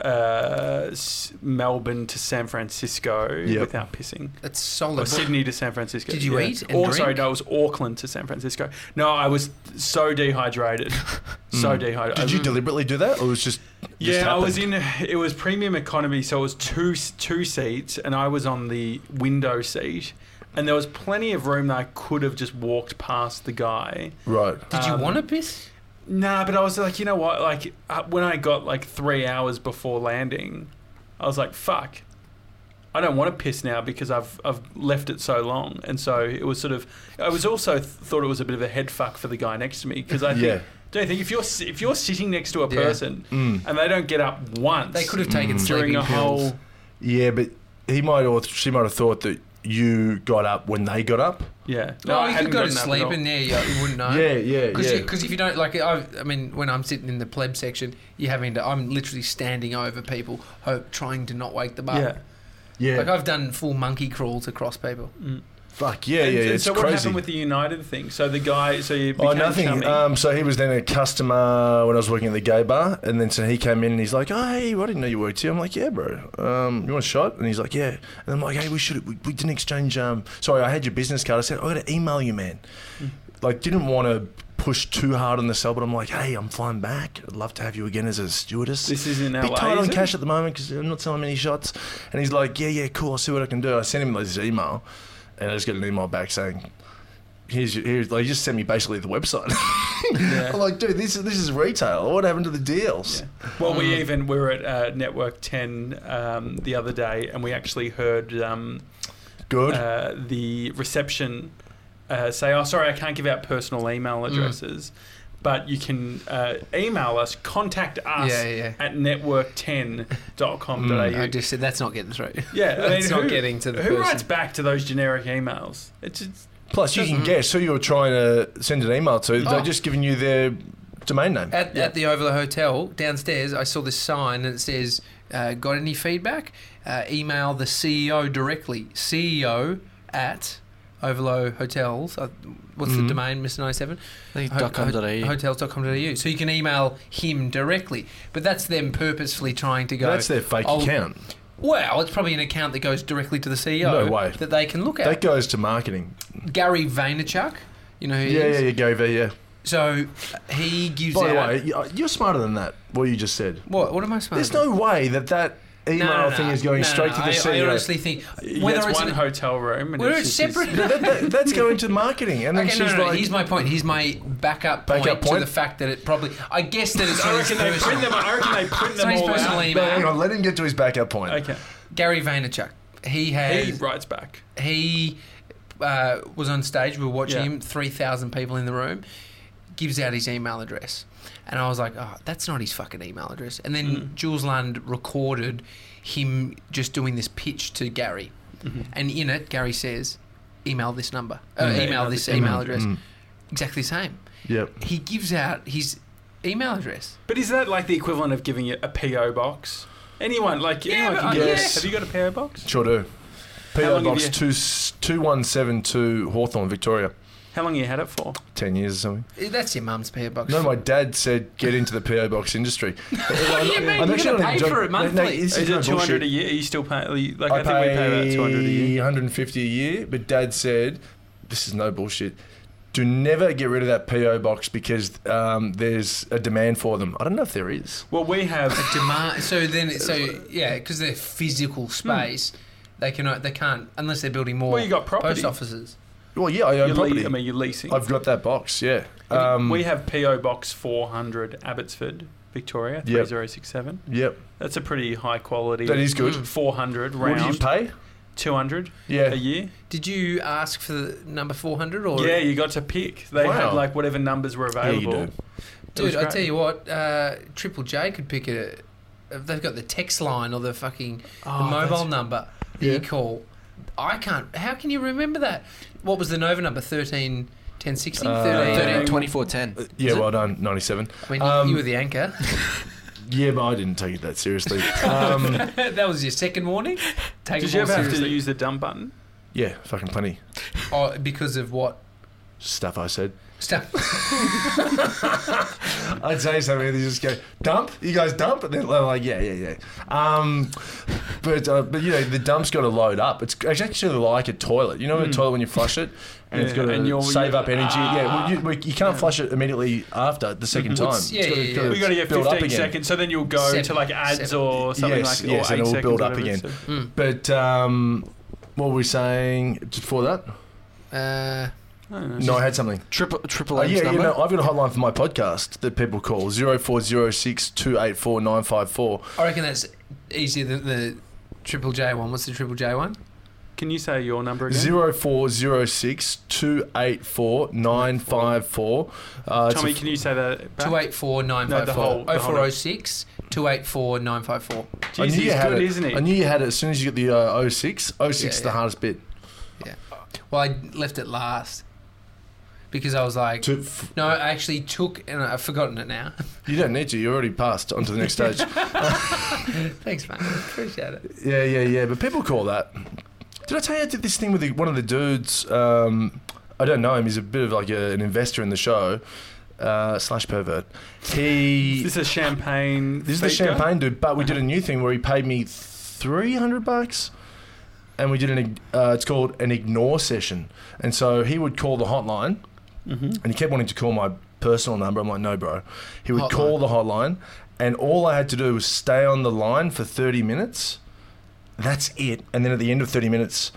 Speaker 1: uh, S- Melbourne to San Francisco
Speaker 3: Yep.
Speaker 1: without pissing.
Speaker 2: That's
Speaker 1: Or
Speaker 2: solid.
Speaker 1: Sydney to San Francisco.
Speaker 2: Did you eat and
Speaker 1: or sorry,
Speaker 2: drink?
Speaker 1: no, it was Auckland to San Francisco. No, I was so dehydrated, so
Speaker 3: Mm.
Speaker 1: dehydrated.
Speaker 3: Did you
Speaker 1: I-
Speaker 3: deliberately do that, or was it just? just
Speaker 1: yeah, I was
Speaker 3: happened?
Speaker 1: in. It was premium economy, so it was two two seats, and I was on the window seat, and there was plenty of room that I could have just walked past the guy.
Speaker 3: Right.
Speaker 2: Did you
Speaker 1: Um,
Speaker 2: want to piss?
Speaker 1: Nah, but I was like, you know what? Like uh, when I got like three hours before landing, I was like, fuck, I don't want to piss now because I've I've left it so long, and so it was sort of. I was also th- thought it was a bit of a head fuck for the guy next to me because
Speaker 3: *laughs*
Speaker 1: I think.
Speaker 3: Yeah.
Speaker 1: Don't you think if you're si- if you're sitting next to a
Speaker 2: Yeah.
Speaker 1: person
Speaker 3: Mm.
Speaker 1: and they don't get up once,
Speaker 2: They could have taken
Speaker 3: Mm.
Speaker 1: during
Speaker 2: sleeping
Speaker 1: a
Speaker 2: pills.
Speaker 1: whole
Speaker 3: Yeah, but he might or she might have thought that you got up when they got up.
Speaker 1: yeah.
Speaker 2: No,
Speaker 1: I
Speaker 2: you
Speaker 1: hadn't
Speaker 2: could go to
Speaker 1: gotten up at
Speaker 2: sleep
Speaker 1: all.
Speaker 2: and yeah, you, you wouldn't know.
Speaker 3: yeah,
Speaker 2: Because if you don't like, I, I mean, when I'm sitting in the pleb section, you having to. I'm literally standing over people, hope trying to not wake them up.
Speaker 1: yeah.
Speaker 3: yeah.
Speaker 2: Like I've done full monkey crawls across people.
Speaker 1: Mm.
Speaker 3: Fuck yeah,
Speaker 1: And-
Speaker 3: yeah.
Speaker 1: and
Speaker 3: it's
Speaker 1: so what
Speaker 3: crazy.
Speaker 1: happened with the United thing? So the guy, so you became
Speaker 3: Oh, nothing.
Speaker 1: chummy.
Speaker 3: Um, so he was then a customer when I was working at the gay bar, and then so he came in and he's like, oh, "Hey, I didn't know you worked here." I'm like, "Yeah, bro. Um, you want a shot?" And he's like, "Yeah." And I'm like, "Hey, we should. We, we didn't exchange. Um, sorry, I had your business card. I said I got to email you, man.
Speaker 1: Hmm.
Speaker 3: Like, didn't want to." Push too hard on the cell, but I'm like, hey, I'm flying back. I'd love to have you again as a stewardess.
Speaker 1: this is in LA.
Speaker 3: Bit tight
Speaker 1: is
Speaker 3: on
Speaker 1: it?
Speaker 3: cash at the moment because I'm not selling many shots. And he's like, yeah, yeah, cool. I'll see what I can do. I sent him this email, and I just got an email back saying, here's your, here's like, he just sent me basically the website. *laughs*
Speaker 1: Yeah.
Speaker 3: I'm like, dude, this is this is retail. What happened to the deals?
Speaker 1: *laughs* Well,
Speaker 2: Um,
Speaker 1: we even we were at uh, Network Ten um, the other day, and we actually heard um,
Speaker 3: Good.
Speaker 1: uh, the reception uh, say, "Oh, sorry, I can't give out personal
Speaker 2: Mm.
Speaker 1: email addresses, but you can uh, email us, contact us
Speaker 2: Yeah, yeah.
Speaker 1: at network10.com.au."
Speaker 3: Mm.
Speaker 2: I just said that's not getting through.
Speaker 1: yeah, I mean,
Speaker 2: *laughs* That's not
Speaker 1: who,
Speaker 2: getting to the
Speaker 1: who
Speaker 2: person.
Speaker 1: writes back to those generic emails? It's, it's
Speaker 3: Plus, you can guess who you're trying to send an email to.
Speaker 2: Oh.
Speaker 3: They're just giving you their domain name.
Speaker 2: At,
Speaker 1: Yeah.
Speaker 2: at the Overlook Hotel downstairs, I saw this sign and it says, uh, "Got any feedback? Uh, email the CEO directly. CEO at Overlow Hotels. Uh, what's
Speaker 3: Mm-hmm.
Speaker 2: the domain, Mister Ninety Seven?
Speaker 4: think .com.au.
Speaker 2: Hotels.com.au. So you can email him directly, but that's them purposefully trying to go.
Speaker 3: That's their fake
Speaker 2: "Oh,
Speaker 3: account.
Speaker 2: Well, it's probably an account that goes directly to the CEO.
Speaker 3: No way.
Speaker 2: That they can look
Speaker 3: That
Speaker 2: at.
Speaker 3: goes to marketing.
Speaker 2: Gary Vaynerchuk. You know who he
Speaker 3: Yeah,
Speaker 2: is.
Speaker 3: yeah, yeah, go there, yeah.
Speaker 2: So uh, he gives
Speaker 3: By the
Speaker 2: out.
Speaker 3: way, you- you're smarter than that, what you just said.
Speaker 2: what? What am I supposed
Speaker 3: There's no way that that email
Speaker 2: No, no, no.
Speaker 3: thing is going
Speaker 2: No, no,
Speaker 3: straight
Speaker 2: no.
Speaker 3: to the E
Speaker 2: I,
Speaker 3: CEO.
Speaker 2: I honestly think whether
Speaker 1: whether
Speaker 2: it's
Speaker 1: one
Speaker 2: an-
Speaker 1: hotel room. And
Speaker 2: whether
Speaker 1: it's
Speaker 2: it's
Speaker 1: just this-
Speaker 2: separate.
Speaker 3: That- that- that's going to marketing, and then
Speaker 2: Okay, no,
Speaker 3: she's
Speaker 2: no, no.
Speaker 3: like,
Speaker 2: Here's my point. Here's my backup,
Speaker 3: Backup
Speaker 2: point
Speaker 3: point?
Speaker 2: to the fact that it probably. I guess that
Speaker 3: *laughs*
Speaker 2: it's
Speaker 1: I
Speaker 2: not his
Speaker 1: reckon they print
Speaker 2: personal.
Speaker 1: them. I reckon they print
Speaker 2: It's not
Speaker 1: them
Speaker 2: his
Speaker 1: all
Speaker 2: personal
Speaker 1: out.
Speaker 3: no,
Speaker 2: email.
Speaker 3: hang on, let him get to his backup point.
Speaker 1: Okay,
Speaker 2: Gary Vaynerchuk. He
Speaker 1: he
Speaker 2: has.
Speaker 1: writes back.
Speaker 2: he uh, was on stage. We were watching
Speaker 1: Yeah.
Speaker 2: him. Three thousand people in the room. Gives out his email address, and I was like, "Oh, that's not his fucking email address." And then
Speaker 3: Mm.
Speaker 2: Jules Lund recorded him just doing this pitch to Gary,
Speaker 1: Mm-hmm.
Speaker 2: and in it, Gary says, "Email this number. Uh,
Speaker 1: Mm.
Speaker 2: Email this
Speaker 1: Mm.
Speaker 2: email address." Exactly the same.
Speaker 3: Mm-hmm, Yep.
Speaker 2: He gives out his email address.
Speaker 1: But is that like the equivalent of giving it a PO box? Anyone like
Speaker 2: Yeah,
Speaker 1: anyone
Speaker 2: but uh,
Speaker 1: can
Speaker 2: I-
Speaker 1: get
Speaker 3: Yes.
Speaker 1: Have you got a PO box?
Speaker 3: Sure do.
Speaker 1: How
Speaker 3: PO
Speaker 1: long have
Speaker 3: Box
Speaker 1: you-
Speaker 3: two s- 2172 Hawthorne, Victoria.
Speaker 1: How long you had it for?
Speaker 3: 10 years or something.
Speaker 2: Eh, That's your mum's PO box.
Speaker 3: No, my dad said get into the PO
Speaker 2: *laughs*
Speaker 3: Box industry.
Speaker 2: what do you mean?
Speaker 3: I'm
Speaker 2: You're
Speaker 3: actually
Speaker 2: gonna
Speaker 3: not even
Speaker 2: pay
Speaker 3: joking.
Speaker 2: for it
Speaker 3: No, no,
Speaker 2: monthly.
Speaker 3: this
Speaker 1: Is it
Speaker 3: no
Speaker 1: two hundred a
Speaker 3: bullshit.
Speaker 1: year? Are you still paying? Like I,
Speaker 3: I,
Speaker 1: think we pay about two hundred a
Speaker 3: pay
Speaker 1: year.
Speaker 3: 150 a year, but Dad said, "This is no bullshit. Do never get rid of that PO box because um, there's a demand for them. I don't know if there is.
Speaker 1: Well, we have.
Speaker 2: a
Speaker 3: *laughs*
Speaker 2: demand. So then, it- so yeah, because they're physical space, they can they can't unless they're building more.
Speaker 1: Mm. Well, you got property.
Speaker 2: post offices.
Speaker 3: Well, yeah, I
Speaker 1: You're
Speaker 3: own property.
Speaker 1: le- I mean, you're leasing.
Speaker 3: I've got that box. Yeah. Um,
Speaker 1: we have PO box four hundred Abbotsford, Victoria
Speaker 3: Yep.
Speaker 1: three zero six seven.
Speaker 3: Yep.
Speaker 1: That's a pretty high quality.
Speaker 3: That is good.
Speaker 1: Four hundred
Speaker 3: What do you
Speaker 1: Mm, round,
Speaker 3: pay?
Speaker 1: two hundred a
Speaker 3: Yeah.
Speaker 1: year.
Speaker 2: Did you ask for the number four hundred or?
Speaker 1: Yeah, you got to pick. They had
Speaker 3: Wow.
Speaker 1: like whatever numbers were
Speaker 3: Yeah, you
Speaker 1: available. It
Speaker 3: do.
Speaker 1: was
Speaker 2: dude, I
Speaker 1: great.
Speaker 2: tell you what, uh, Triple J could pick a. if They've got the text line or the fucking the
Speaker 1: Oh,
Speaker 2: mobile
Speaker 1: that's-
Speaker 2: number that
Speaker 3: Yeah.
Speaker 2: you call. I can't. How can you remember that? What was the Nova number? Thirteen. 1060,
Speaker 3: Uh,
Speaker 2: 13,
Speaker 4: 13,
Speaker 1: 13,
Speaker 4: 24, 10.
Speaker 3: Uh, Yeah,
Speaker 4: Is it?
Speaker 3: well done, 97.
Speaker 2: I mean,
Speaker 3: Um,
Speaker 2: you were the anchor.
Speaker 3: Yeah, but I didn't take it that
Speaker 1: *laughs*
Speaker 3: seriously. Um,
Speaker 2: *laughs* that was your second warning. Take
Speaker 1: Did
Speaker 2: it
Speaker 1: you
Speaker 2: more
Speaker 1: ever have to
Speaker 2: seriously.
Speaker 1: use the dump button?
Speaker 3: yeah, fucking plenty.
Speaker 2: Oh, because of what?
Speaker 3: Stuff I said.
Speaker 2: Stop. *laughs*
Speaker 3: I'd say something, and they just go, dump? You guys dump? And then they're like, yeah, yeah, yeah. Um, but, uh, but you know, the dump's got to load up. It's actually like a toilet. You know, a toilet when you
Speaker 1: *laughs*
Speaker 3: flush it, and it's
Speaker 1: Mm. Yeah,
Speaker 3: got
Speaker 1: and
Speaker 3: to
Speaker 1: you're- Ah.
Speaker 3: save
Speaker 1: you're-
Speaker 3: up energy. yeah, well, you, well, you can't flush it immediately after the second time.
Speaker 2: It's- yeah,
Speaker 3: It's gotta-
Speaker 2: yeah, yeah.
Speaker 3: gotta
Speaker 1: We've got to get
Speaker 3: build up
Speaker 1: 15
Speaker 3: again.
Speaker 1: seconds, so then you'll go
Speaker 2: Seven.
Speaker 1: to like ads
Speaker 2: Seven.
Speaker 1: or something
Speaker 3: Yes,
Speaker 1: like
Speaker 3: yes,
Speaker 1: or eight
Speaker 3: and it'll
Speaker 1: seconds,
Speaker 3: build up
Speaker 1: whatever it
Speaker 3: again.
Speaker 1: said.
Speaker 2: Mm.
Speaker 3: But um, what were we saying before that?
Speaker 2: Uh,
Speaker 1: I don't know.
Speaker 3: No, I had something.
Speaker 4: Triple Triple
Speaker 3: Oh,
Speaker 4: M's
Speaker 3: yeah, you
Speaker 4: number.
Speaker 3: know, I've got a hotline for my podcast that people call 0406 284 954.
Speaker 2: I reckon that's easier than the Triple J one. What's the Triple J one?
Speaker 1: Can you say your number again?
Speaker 3: 0406 284 954. Uh, it's a
Speaker 1: Tommy,
Speaker 3: f-
Speaker 1: can you say that? Back?
Speaker 2: Two eight four nine
Speaker 1: No,
Speaker 2: five
Speaker 1: the whole-
Speaker 2: four.
Speaker 1: the
Speaker 2: Oh
Speaker 1: whole
Speaker 2: four oh six two eight four nine five four.
Speaker 3: I
Speaker 1: Jeez,
Speaker 3: knew
Speaker 1: he's
Speaker 3: you had
Speaker 1: good,
Speaker 3: it.
Speaker 1: isn't he?
Speaker 3: I knew you had it as soon as you get the uh, 06. 06 is the
Speaker 2: yeah.
Speaker 3: hardest bit.
Speaker 2: Well, I left it last because I was like,
Speaker 3: To, f-
Speaker 2: no, I actually took and I've forgotten it now. *laughs*
Speaker 3: you don't need to. You're already passed on to the next
Speaker 1: *laughs*
Speaker 3: stage.
Speaker 2: Thanks, man. Appreciate it.
Speaker 3: Yeah, yeah, yeah. But people call that. Did I tell you I did this thing with the, one of the dudes? Um, I don't know him. He's a bit of like a, an investor in the show uh, slash pervert.
Speaker 1: *laughs*
Speaker 3: He *laughs*
Speaker 1: This is champagne.
Speaker 3: this is the
Speaker 1: speaker?
Speaker 3: champagne dude. But we did a new thing where he paid me three hundred bucks, and we did an. ig- Uh, it's called an ignore session. And so he would call the hotline,
Speaker 1: Mhm.
Speaker 3: and he kept wanting to call my personal number. I'm like, no, bro. He would
Speaker 2: Hotline.
Speaker 3: call the hotline, and all I had to do was stay on the line for 30 minutes. That's it. And then at the end of 30 minutes,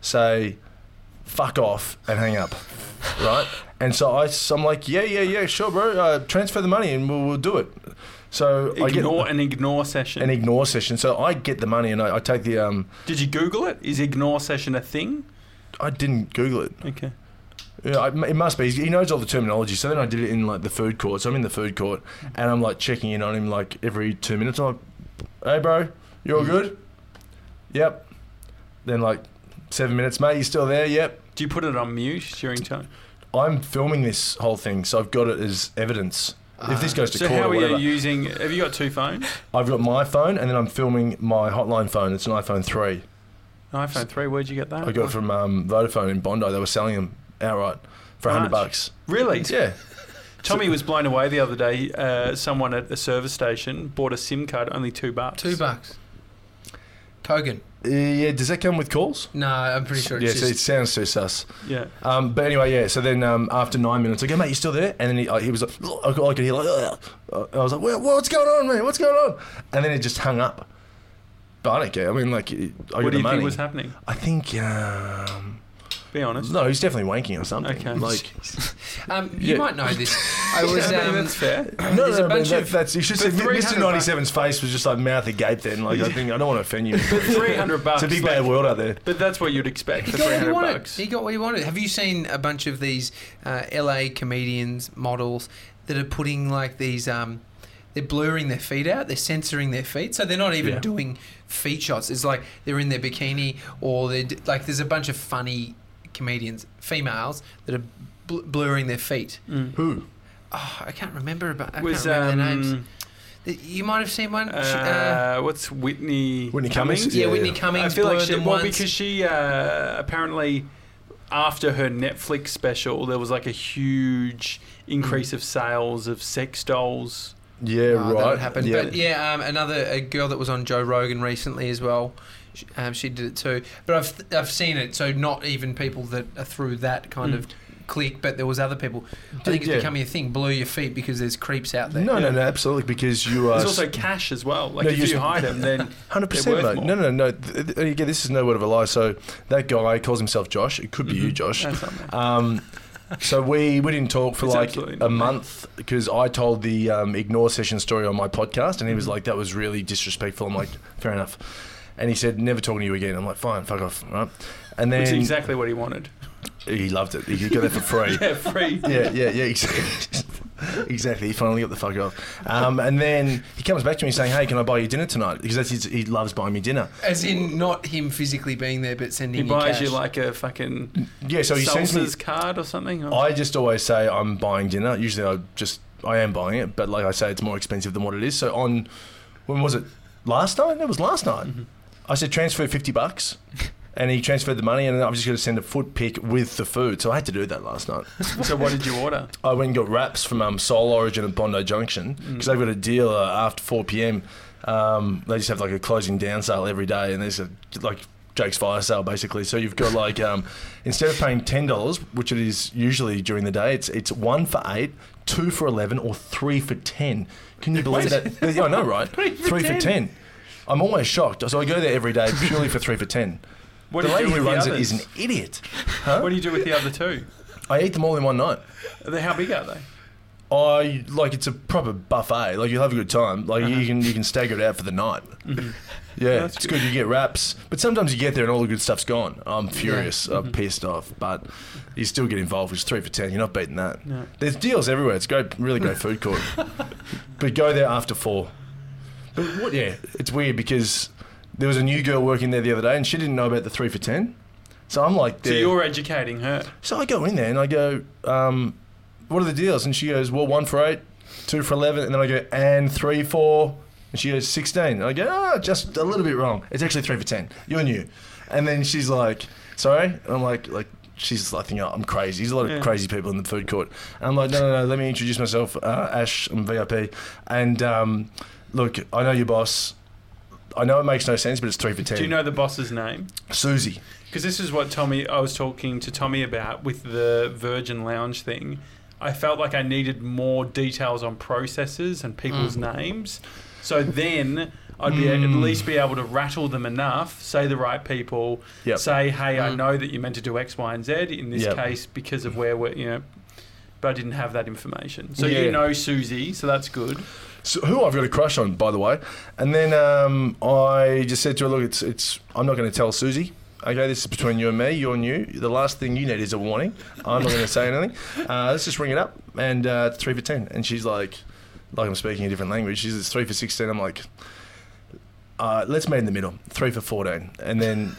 Speaker 3: say, fuck off and hang up. right? And so I, am like, yeah, yeah, yeah, sure, bro. Uh, transfer the money and we'll, we'll do it. So I get
Speaker 1: Ignore an ignore session.
Speaker 3: an ignore session. So I get the money and I, I take the. Um,
Speaker 1: Did you Google it? Is ignore session a thing?
Speaker 3: I didn't Google it.
Speaker 1: Okay.
Speaker 3: Yeah, I, it must be. He knows all the terminology. So then I did it in like the food court. So I'm in the food court and I'm like checking in on him like every two minutes. I'm like, hey, bro, you all good? Yep. Then like seven minutes, mate, you still there? Yep.
Speaker 1: Do you put it on mute during time?
Speaker 3: I'm filming this whole thing, so I've got it as evidence. if this
Speaker 2: Ah.
Speaker 3: goes to
Speaker 1: So
Speaker 3: court
Speaker 1: how
Speaker 3: or
Speaker 1: are you
Speaker 3: whatever,
Speaker 1: using? Have you got two phones?
Speaker 3: I've got my phone and then I'm filming my hotline phone. It's an iPhone 3.
Speaker 1: An iPhone three. Where'd you get that?
Speaker 3: I got it from um, Vodafone in Bondi. They were selling them outright for
Speaker 1: How much?
Speaker 3: 100 bucks.
Speaker 1: Really?
Speaker 3: Yeah.
Speaker 1: Tommy was blown away the other day. Uh, someone at a service station bought a SIM card only two bucks.
Speaker 2: Two bucks. Kogan.
Speaker 3: Uh, Yeah, does that come with calls?
Speaker 2: No, I'm pretty sure
Speaker 3: yeah,
Speaker 2: it's
Speaker 3: so it
Speaker 2: just.
Speaker 3: sounds too sus.
Speaker 1: Yeah.
Speaker 3: Um, but anyway, yeah. So then um, after nine minutes, I go, mate, you still there? And then he, uh, he was like, "Ugh," I could I could hear like, "Ugh." Uh, I was like, "Well, what's going on, man? What's going on? And then it just hung up. But I don't care. I mean, like, I
Speaker 1: what
Speaker 3: got
Speaker 1: do
Speaker 3: the
Speaker 1: you
Speaker 3: money.
Speaker 1: think was happening?
Speaker 3: I think, um,
Speaker 1: Be honest.
Speaker 3: no, he's definitely wanking or something.
Speaker 1: Okay. *laughs*
Speaker 3: Like, *clears throat*
Speaker 2: Um, you
Speaker 3: Yeah.
Speaker 2: might know this. I was.
Speaker 1: Yeah, I mean,
Speaker 2: Um,
Speaker 1: that's fair.
Speaker 3: no, no,
Speaker 2: There's a
Speaker 3: no, I mean,
Speaker 2: bunch
Speaker 3: that-
Speaker 2: of-
Speaker 3: that's, you should say,
Speaker 1: but
Speaker 3: Mr.
Speaker 1: 300
Speaker 3: 97's face was just like mouth agape then. Like, I think, I don't want to offend you.
Speaker 1: But three hundred bucks.
Speaker 3: It's a big
Speaker 1: Oh, like-
Speaker 3: bad world out there.
Speaker 1: But that's what you'd expect
Speaker 2: He
Speaker 1: for
Speaker 2: got
Speaker 1: three
Speaker 2: what he
Speaker 1: hundred
Speaker 2: wanted.
Speaker 1: bucks.
Speaker 2: He got what he wanted. Have you seen a bunch of these uh, LA comedians, models that are putting like these? Um, they're blurring their feet out. They're censoring their feet, so they're not even
Speaker 3: Yeah.
Speaker 2: doing feet shots. It's like they're in their bikini, or they're d- like there's a bunch of funny comedians, females that are bl- blurring their feet.
Speaker 1: Mm.
Speaker 3: Who?
Speaker 2: Oh, I can't remember, but I
Speaker 1: Was
Speaker 2: can't remember their names.
Speaker 1: um,
Speaker 2: Th- You might have seen one. Sh- uh,
Speaker 1: uh, what's Whitney?
Speaker 3: Whitney Cummings?
Speaker 2: yeah,
Speaker 3: yeah,
Speaker 2: Whitney
Speaker 3: yeah.
Speaker 2: Cummings
Speaker 1: I feel like
Speaker 2: blurred
Speaker 1: she,
Speaker 2: them
Speaker 1: well,
Speaker 2: once.
Speaker 1: because she uh, apparently after her Netflix special, there was like a huge increase of sales of sex dolls.
Speaker 3: Yeah,
Speaker 2: Oh,
Speaker 3: right.
Speaker 2: That would happen.
Speaker 3: Yeah.
Speaker 2: But yeah, um, another a girl that was on Joe Rogan recently as well. She, um, she did it too. But I've I've seen it. So not even people that are through that kind
Speaker 1: Mm.
Speaker 2: of clique, but there was other people. I
Speaker 3: Did-
Speaker 2: think it's
Speaker 3: yeah.
Speaker 2: becoming a thing. Blur your feet because there's creeps out there.
Speaker 3: No,
Speaker 1: Yeah.
Speaker 3: no, no, absolutely, because you are
Speaker 1: There's also cash as well. Like
Speaker 3: No,
Speaker 1: if
Speaker 3: you-
Speaker 1: you hide them, then
Speaker 3: Hundred
Speaker 1: They're
Speaker 3: percent,
Speaker 1: worth
Speaker 3: mate.
Speaker 1: more.
Speaker 3: No, no, no. Th- th- Again, this is no word of a lie. So that guy calls himself Josh. It could be
Speaker 1: Mm-hmm.
Speaker 3: you, Josh.
Speaker 1: that's something.
Speaker 3: Um, so we we didn't talk for
Speaker 1: It's
Speaker 3: like
Speaker 1: absolutely
Speaker 3: a
Speaker 1: not me.
Speaker 3: month because I told the um, ignore session story on my podcast, and he
Speaker 1: Mm-hmm.
Speaker 3: was like, "That was really disrespectful." I'm like, "Fair enough." And he said, "Never talking to you again." I'm like, "Fine, fuck off." Right? And *laughs* then
Speaker 1: Which is exactly what he wanted.
Speaker 3: he loved it. He got that
Speaker 1: *laughs*
Speaker 3: for free.
Speaker 1: Yeah, free.
Speaker 3: yeah, yeah, yeah. Exactly. *laughs* exactly. He finally got the fuck off. Um, and then he comes back to me saying, "Hey, can I buy you dinner tonight?" Because that's his, he loves buying me dinner.
Speaker 2: As in not him physically being there, but sending
Speaker 1: He
Speaker 2: you
Speaker 1: buys
Speaker 2: cash.
Speaker 1: you like a fucking
Speaker 3: Yeah, so he sends me.
Speaker 1: Salsa's card or something. or-
Speaker 3: I just always say I'm buying dinner. Usually I just I am buying it, but like I say, it's more expensive than what it is. So on when was it? Last night? It was last night. I said transfer fifty bucks. and he transferred the money, and then I was just going to send a foot pick with the food. So I had to do that last night.
Speaker 1: *laughs* So what did you order?
Speaker 3: I went and got wraps from um, Soul Origin at Bondi Junction
Speaker 1: Mm.
Speaker 3: because they've got a deal uh, after 4 p.m. Um, they just have like a closing down sale every day, and there's a like Jake's fire sale basically. So you've got like um, instead of paying ten dollars, which it is usually during the day, it's it's one for eight, two for eleven, or three for ten. Can you believe that? Yeah, I know,
Speaker 1: *laughs*
Speaker 3: right? Three for, 10. I'm always shocked. So I go there every day purely for three for ten.
Speaker 1: *laughs* What
Speaker 3: the
Speaker 1: do you
Speaker 3: lady
Speaker 1: do
Speaker 3: who
Speaker 1: with the
Speaker 3: runs it
Speaker 1: others?
Speaker 3: is an idiot.
Speaker 1: What do you do with the other two?
Speaker 3: I eat them all in one night.
Speaker 1: Are they- How big are they?
Speaker 3: I like it's a proper buffet. Like you'll have a good time. Like you can you can stagger it out for the night.
Speaker 1: *laughs*
Speaker 3: Yeah,
Speaker 1: Uh-huh. That's
Speaker 3: it's good. You get wraps, but sometimes you get there and all the good stuff's gone. I'm furious. I'm
Speaker 1: Mm-hmm.
Speaker 3: pissed off, but you still get involved. It's three for ten. You're not beating that.
Speaker 1: No.
Speaker 3: There's deals everywhere. It's great, really great
Speaker 1: *laughs*
Speaker 3: food court. but go there after four. But what? Yeah, it's weird because there was a new girl working there the other day and she didn't know about the three for ten. So I'm like,
Speaker 1: So
Speaker 3: there-
Speaker 1: you're educating her.
Speaker 3: so I go in there and I go, um, what are the deals? And she goes, well, one for eight, two for 11. And then I go, and three for, and she goes, 16. And I go, ah, just a little bit wrong. It's actually three for 10. You're new. And then she's like, sorry? And I'm like, like, She's like, thinking, oh, I'm crazy. There's a lot of
Speaker 1: Yeah.
Speaker 3: crazy people in the food court. And I'm like, no, no, no, let me introduce myself. Uh, Ash, I'm VIP. And um, look, I know your boss. I know it makes no sense, but it's three for 10.
Speaker 1: Do you know the boss's name?
Speaker 3: Susie.
Speaker 1: Because this is what Tommy, I was talking to Tommy about with the Virgin Lounge thing. I felt like I needed more details on processes and people's names. So then I'd be at least be able to rattle them enough, say the right people,
Speaker 3: Yep.
Speaker 1: say, hey,
Speaker 2: Mm.
Speaker 1: I know that you meant to do X, Y, and Z in this
Speaker 3: Yep.
Speaker 1: case because of where we're, you know. But I didn't have that information. So
Speaker 3: Yeah.
Speaker 1: you know Susie, so that's good.
Speaker 3: so, who I've got a crush on, by the way. And then um, I just said to her, "Look, it's it's. I'm not going to tell Susie. Okay, this is between you and me. You're new. The last thing you need is a warning. I'm not going to say anything. Uh, let's just ring it up. And uh, it's three for ten. And she's like, like I'm speaking a different language. She's it's three for sixteen. I'm like, uh, let's meet in the middle. Three for fourteen. And then.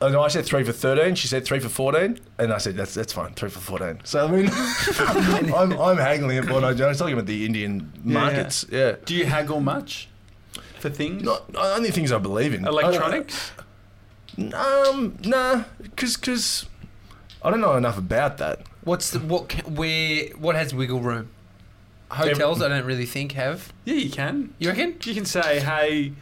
Speaker 3: Uh, no, I said three for thirteen. She said three for fourteen, and I said that's that's fine, three for fourteen. So I mean, *laughs* I'm I'm haggling at Bondi. I was talking about the Indian
Speaker 1: Yeah.
Speaker 3: markets. Yeah,
Speaker 1: Do you haggle much for things?
Speaker 3: not, not only things I believe in.
Speaker 1: Electronics?
Speaker 3: I- um, nah, cause, 'cause I don't know enough about that.
Speaker 2: What's the what? ca- Where what has wiggle room? Hotels, I don't really think have.
Speaker 1: yeah, you can.
Speaker 2: You reckon?
Speaker 1: You can say, hey,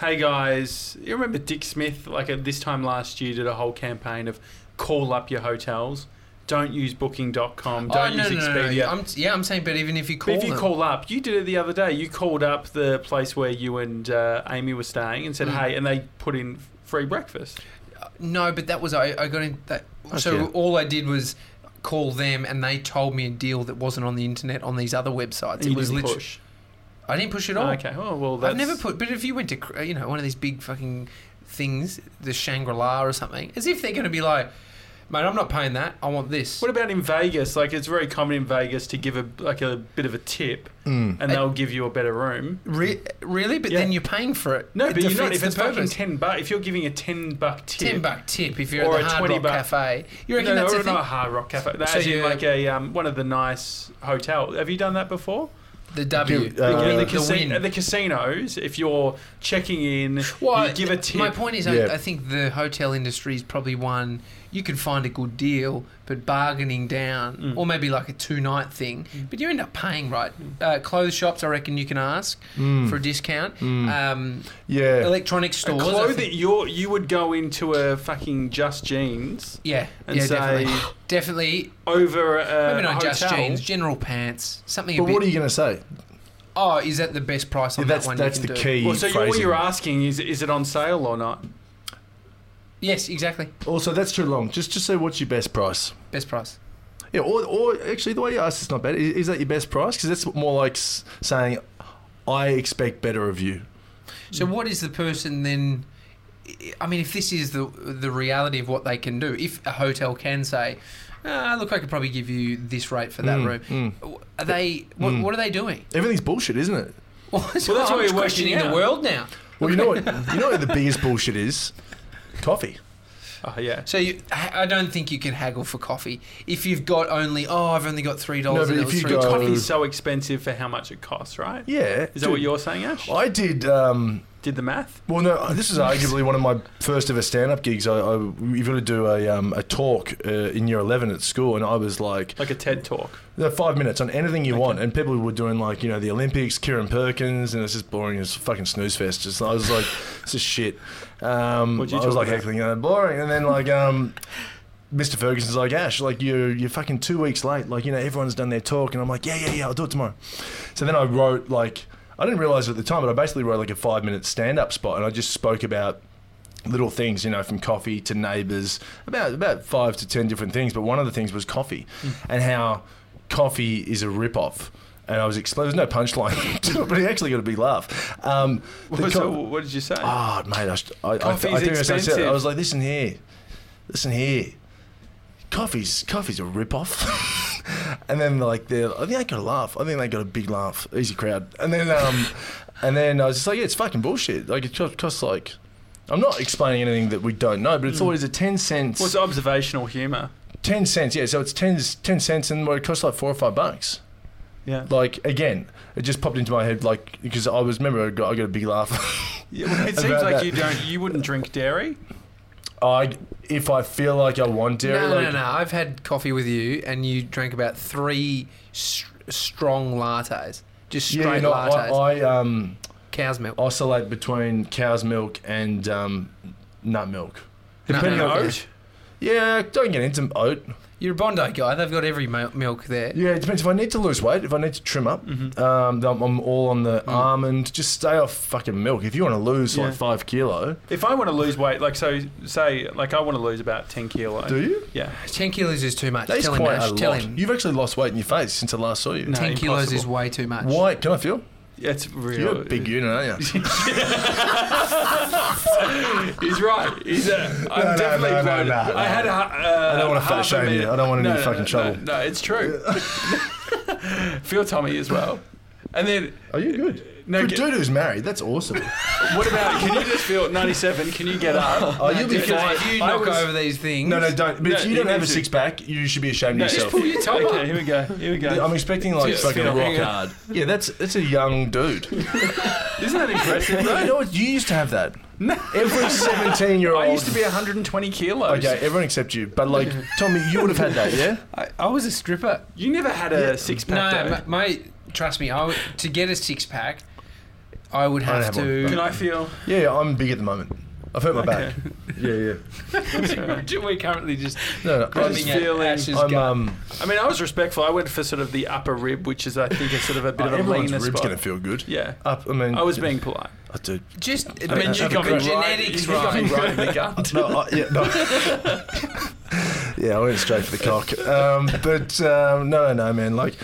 Speaker 1: hey guys, you remember Dick Smith, like at this time last year, did a whole campaign of call up your hotels, don't use booking.com, don't
Speaker 2: oh, no,
Speaker 1: use
Speaker 2: no, no, no,
Speaker 1: Expedia.
Speaker 2: I'm, yeah, I'm saying, but even if you
Speaker 1: but
Speaker 2: call,
Speaker 1: if you
Speaker 2: them-
Speaker 1: call up, you did it the other day. You called up the place where you and uh, Amy were staying and said,
Speaker 2: Mm.
Speaker 1: hey, and they put in free breakfast.
Speaker 2: no, but that was I. I got in that.
Speaker 1: Oh,
Speaker 2: so
Speaker 3: Okay.
Speaker 2: all I did was call them, and they told me a deal that wasn't on the internet on these other websites.
Speaker 1: And you
Speaker 2: it was
Speaker 1: didn't
Speaker 2: literally.
Speaker 1: push.
Speaker 2: I didn't push it all.
Speaker 1: Okay, oh, well, that's.
Speaker 2: I've never put. But if you went to cr- you know one of these big fucking things, the Shangri La or something, as if they're going to be like, mate, I'm not paying that. I want this.
Speaker 1: What about in Vegas? Like, it's very common in Vegas to give a like a bit of a tip,
Speaker 2: Mm.
Speaker 1: and they'll give you a better room.
Speaker 2: Re- really? But
Speaker 1: Yeah.
Speaker 2: then you're paying for it.
Speaker 1: No,
Speaker 2: It
Speaker 1: but you're not.
Speaker 2: defeats
Speaker 1: If
Speaker 2: the
Speaker 1: it's fucking
Speaker 2: purpose.
Speaker 1: ten buck, if you're giving a ten buck tip,
Speaker 2: ten buck tip if you're
Speaker 1: Or
Speaker 2: at
Speaker 1: a
Speaker 2: the Hard
Speaker 1: 20
Speaker 2: Rock
Speaker 1: buck.
Speaker 2: Cafe. You
Speaker 1: No,
Speaker 2: reckon
Speaker 1: no,
Speaker 2: that's
Speaker 1: or
Speaker 2: a thing?
Speaker 1: not a Hard Rock Cafe. That's
Speaker 2: So
Speaker 1: in
Speaker 2: you-
Speaker 1: like a um, one of the nice hotel. Have you done that before?
Speaker 2: The W,
Speaker 3: Uh,
Speaker 2: the,
Speaker 1: At
Speaker 2: win,
Speaker 1: the,
Speaker 2: the
Speaker 1: casi-
Speaker 2: win.
Speaker 1: at the casinos, if you're checking in,
Speaker 2: Well,
Speaker 1: you give a tip.
Speaker 2: My point is,
Speaker 3: Yeah.
Speaker 2: I, I think the hotel industry is probably one you could find a good deal, but bargaining down,
Speaker 1: Mm.
Speaker 2: or maybe like a two night thing, but you end up paying, right? Uh, clothes shops, I reckon you can ask
Speaker 1: Mm.
Speaker 2: for a discount. Um,
Speaker 3: Mm. Yeah,
Speaker 2: Electronic stores, I
Speaker 1: clothing.
Speaker 2: think-
Speaker 1: You you would go into a fucking Just Jeans
Speaker 2: yeah,
Speaker 1: and
Speaker 2: yeah,
Speaker 1: say
Speaker 2: definitely, definitely.
Speaker 1: *laughs* over a
Speaker 2: Maybe not
Speaker 1: hotel.
Speaker 2: just jeans, general pants, something.
Speaker 3: but
Speaker 2: a bit,
Speaker 3: what are you going to say?
Speaker 2: oh, is that the best price on
Speaker 3: that's
Speaker 2: that one?
Speaker 3: that's
Speaker 2: you
Speaker 3: the
Speaker 2: can do?
Speaker 3: key.
Speaker 1: Well, so you, what
Speaker 3: phrasing.
Speaker 1: you're asking is is it on sale or not?
Speaker 2: Yes, exactly.
Speaker 3: also, that's too long. Just just say what's your best price.
Speaker 2: Best price.
Speaker 3: Yeah, or, or actually, the way you asked is not bad. Is, is that your best price? Because that's more like s- saying, I expect better of you.
Speaker 2: So
Speaker 3: Mm.
Speaker 2: what is the person then? I mean, if this is the the reality of what they can do, if a hotel can say, ah, "Look, I could probably give you this rate for that
Speaker 3: Mm,
Speaker 2: room," are they? What, what are they doing? *laughs*
Speaker 3: Everything's bullshit, isn't it?
Speaker 2: Well, that's
Speaker 1: why
Speaker 2: what
Speaker 1: we're
Speaker 2: I'm
Speaker 1: working
Speaker 2: questioning
Speaker 1: out.
Speaker 2: the world now.
Speaker 3: Well, you know what? You know what the biggest bullshit is? Coffee.
Speaker 1: Oh yeah.
Speaker 2: So you, I I don't think you can haggle for coffee if you've got only. Oh, I've only got three dollars.
Speaker 3: but
Speaker 2: and it
Speaker 3: if
Speaker 2: was
Speaker 3: you
Speaker 2: three
Speaker 3: go-
Speaker 2: dollars."
Speaker 1: Coffee's so expensive for how much it costs, right?
Speaker 3: Yeah.
Speaker 1: Is that what
Speaker 3: dude.
Speaker 1: you're saying, Ash?
Speaker 3: I did um,
Speaker 1: did the math.
Speaker 3: Well, no, uh, this is arguably one of my first ever stand-up gigs. I, I you've got to do a um, a talk uh, in year eleven at school, and I was like,
Speaker 1: Like a TED
Speaker 3: *laughs*
Speaker 1: talk.
Speaker 3: "No, five minutes on anything you want, and people were doing like you know the Olympics, Kieran Perkins, and it's just boring as fucking snooze fest. Just
Speaker 1: *laughs*
Speaker 3: I was like, this is shit. Um,
Speaker 1: What'd you
Speaker 3: I was
Speaker 1: talk
Speaker 3: like
Speaker 1: about?
Speaker 3: heckling, uh, boring, and then like um. Mr. Ferguson's like, Ash, like you're you're fucking two weeks late. Like you know, everyone's done their talk, and I'm like, yeah, yeah, yeah, I'll do it tomorrow. So then I wrote like I didn't realize it at the time, but I basically wrote like a five minute stand up spot, and I just spoke about little things, you know, from coffee to neighbors, about about five to ten different things. But one of the things was coffee, and how coffee is a rip off. And I was explaining, there's no punchline *laughs* to it, but it actually got a big laugh. Um,
Speaker 1: What,
Speaker 3: the co-
Speaker 1: so what did you say?
Speaker 3: Oh, mate, I, sh- I, I, I
Speaker 1: Coffee's
Speaker 3: think I said- I said, I
Speaker 1: expensive.
Speaker 3: was like, listen here, listen here. Coffee's coffee's a rip-off. *laughs* and then like they I think they got a laugh. I think they got a big laugh. Easy crowd. And then um *laughs* and then I was just like, yeah, it's fucking bullshit. Like it costs, costs like I'm not explaining anything that we don't know, but it's always a ten cents.
Speaker 1: well, it's observational humour.
Speaker 3: ten cents, yeah. So it's 10, 10 cents, and well, it costs like four or five bucks
Speaker 1: Yeah.
Speaker 3: like again, it just popped into my head like because I was remember I got, I got a big laugh. *laughs*
Speaker 1: yeah well, it seems
Speaker 3: About
Speaker 1: like
Speaker 3: that.
Speaker 1: you don't. You wouldn't drink dairy.
Speaker 3: I if I feel like I want dairy,
Speaker 2: no,
Speaker 3: like,
Speaker 2: no, no. I've had coffee with you, and you drank about three st- strong lattes, just straight
Speaker 3: yeah, you know,
Speaker 2: lattes,
Speaker 3: I, I um
Speaker 2: cow's milk.
Speaker 3: oscillate between cow's milk and um, nut milk.
Speaker 2: Nut
Speaker 3: *laughs* Depending
Speaker 2: milk,
Speaker 3: on
Speaker 2: yeah.
Speaker 3: oat. Yeah, don't get into oat.
Speaker 2: You're a Bondi guy. They've got every mil- milk there.
Speaker 3: Yeah, it depends. If I need to lose weight, if I need to trim up,
Speaker 1: Mhm.
Speaker 2: Mm-hmm.
Speaker 3: um, then I'm, I'm all on the
Speaker 2: Mm.
Speaker 3: almond. Just stay off fucking milk. If you want to lose
Speaker 1: Yeah.
Speaker 3: like five kilo,
Speaker 1: If I want to lose weight, like so, say like I want to lose about ten kilo.
Speaker 3: do you?
Speaker 1: Yeah.
Speaker 2: Ten kilos is too much.
Speaker 3: That is
Speaker 2: tell him,
Speaker 3: quite
Speaker 2: Ash,
Speaker 3: a
Speaker 2: tell
Speaker 3: lot.
Speaker 2: him.
Speaker 3: You've actually lost weight in your face since I last saw you.
Speaker 1: No,
Speaker 2: Ten kilos is
Speaker 1: impossible.
Speaker 2: way too much.
Speaker 3: Why? Can I feel?
Speaker 1: It's real.
Speaker 3: You're a big unit, aren't you?
Speaker 2: *laughs*
Speaker 1: He's right. He's
Speaker 3: *laughs*
Speaker 1: a. I'm
Speaker 3: no,
Speaker 1: definitely
Speaker 3: no, no,
Speaker 1: bloated.
Speaker 3: no, no.
Speaker 1: I had a. Uh,
Speaker 3: I don't wanna fat
Speaker 1: half a
Speaker 3: shame you.
Speaker 1: minute-
Speaker 3: I don't want any
Speaker 1: no, no,
Speaker 3: fucking
Speaker 1: no,
Speaker 3: trouble.
Speaker 1: No, it's
Speaker 3: *laughs*
Speaker 1: true. *laughs* Feel Tommy as well. And then
Speaker 3: Are you good?
Speaker 1: No,
Speaker 3: No,
Speaker 1: get-
Speaker 3: dude who's married. That's
Speaker 2: *laughs*
Speaker 3: awesome.
Speaker 1: what about? Can you just feel 97? Can you get up?
Speaker 3: oh, you'll be
Speaker 1: Because *laughs*
Speaker 3: fine.
Speaker 2: If you
Speaker 3: I
Speaker 2: knock
Speaker 3: was-
Speaker 2: over these things.
Speaker 3: No,
Speaker 2: *laughs*
Speaker 3: no, don't. But
Speaker 1: No,
Speaker 3: if you
Speaker 1: you
Speaker 3: don't have
Speaker 1: need
Speaker 3: a
Speaker 1: to-
Speaker 3: six pack, you should be ashamed of
Speaker 1: just
Speaker 3: yourself.
Speaker 1: pull
Speaker 2: your top
Speaker 1: okay,
Speaker 2: up.
Speaker 1: here we go. Here we go.
Speaker 3: I'm expecting like
Speaker 1: Just
Speaker 3: fucking
Speaker 1: feel
Speaker 3: rock
Speaker 1: it.
Speaker 3: hard. Yeah, that's that's a
Speaker 1: *laughs*
Speaker 3: young dude.
Speaker 1: Isn't that impressive?
Speaker 3: no, no, you used to have that. Every seventeen *laughs* year old.
Speaker 1: I used to be 120 kilos.
Speaker 3: Okay, everyone except you. But like, Tommy, you would have had that,
Speaker 1: *laughs*
Speaker 3: yeah?
Speaker 2: I, I was a stripper.
Speaker 1: You never had a six
Speaker 2: No,
Speaker 1: pack. though.
Speaker 2: ma- mate. Trust me. I would, to get a six pack, I would
Speaker 3: don't
Speaker 2: have
Speaker 3: have
Speaker 2: to.
Speaker 1: Can I *laughs* feel?
Speaker 3: Yeah, yeah, I'm big at the moment. I've hurt my back. Yeah, yeah.
Speaker 2: We're currently just
Speaker 3: No, no. I
Speaker 1: Grabbing
Speaker 3: just,
Speaker 1: at feeling-
Speaker 2: Ash's
Speaker 3: I'm
Speaker 2: gut.
Speaker 3: um.
Speaker 1: I mean, I was respectful. I went for sort of the upper rib, which is, I think, is sort of a bit
Speaker 2: Oh,
Speaker 1: of a
Speaker 3: everyone's
Speaker 1: leaner
Speaker 3: ribs
Speaker 1: spot.
Speaker 3: gonna feel good.
Speaker 1: yeah.
Speaker 3: Up, I mean.
Speaker 1: I was being polite.
Speaker 3: Oh, dude.
Speaker 2: Just
Speaker 1: I mean, you
Speaker 3: have a
Speaker 1: got me
Speaker 3: good-
Speaker 1: right.
Speaker 2: genetics
Speaker 1: you got me
Speaker 2: right.
Speaker 1: right
Speaker 3: *laughs*
Speaker 1: in the gut.
Speaker 3: Uh, No, I, yeah, no. yeah, I went straight for the cock. Um, but um, no, no, no, man. Like,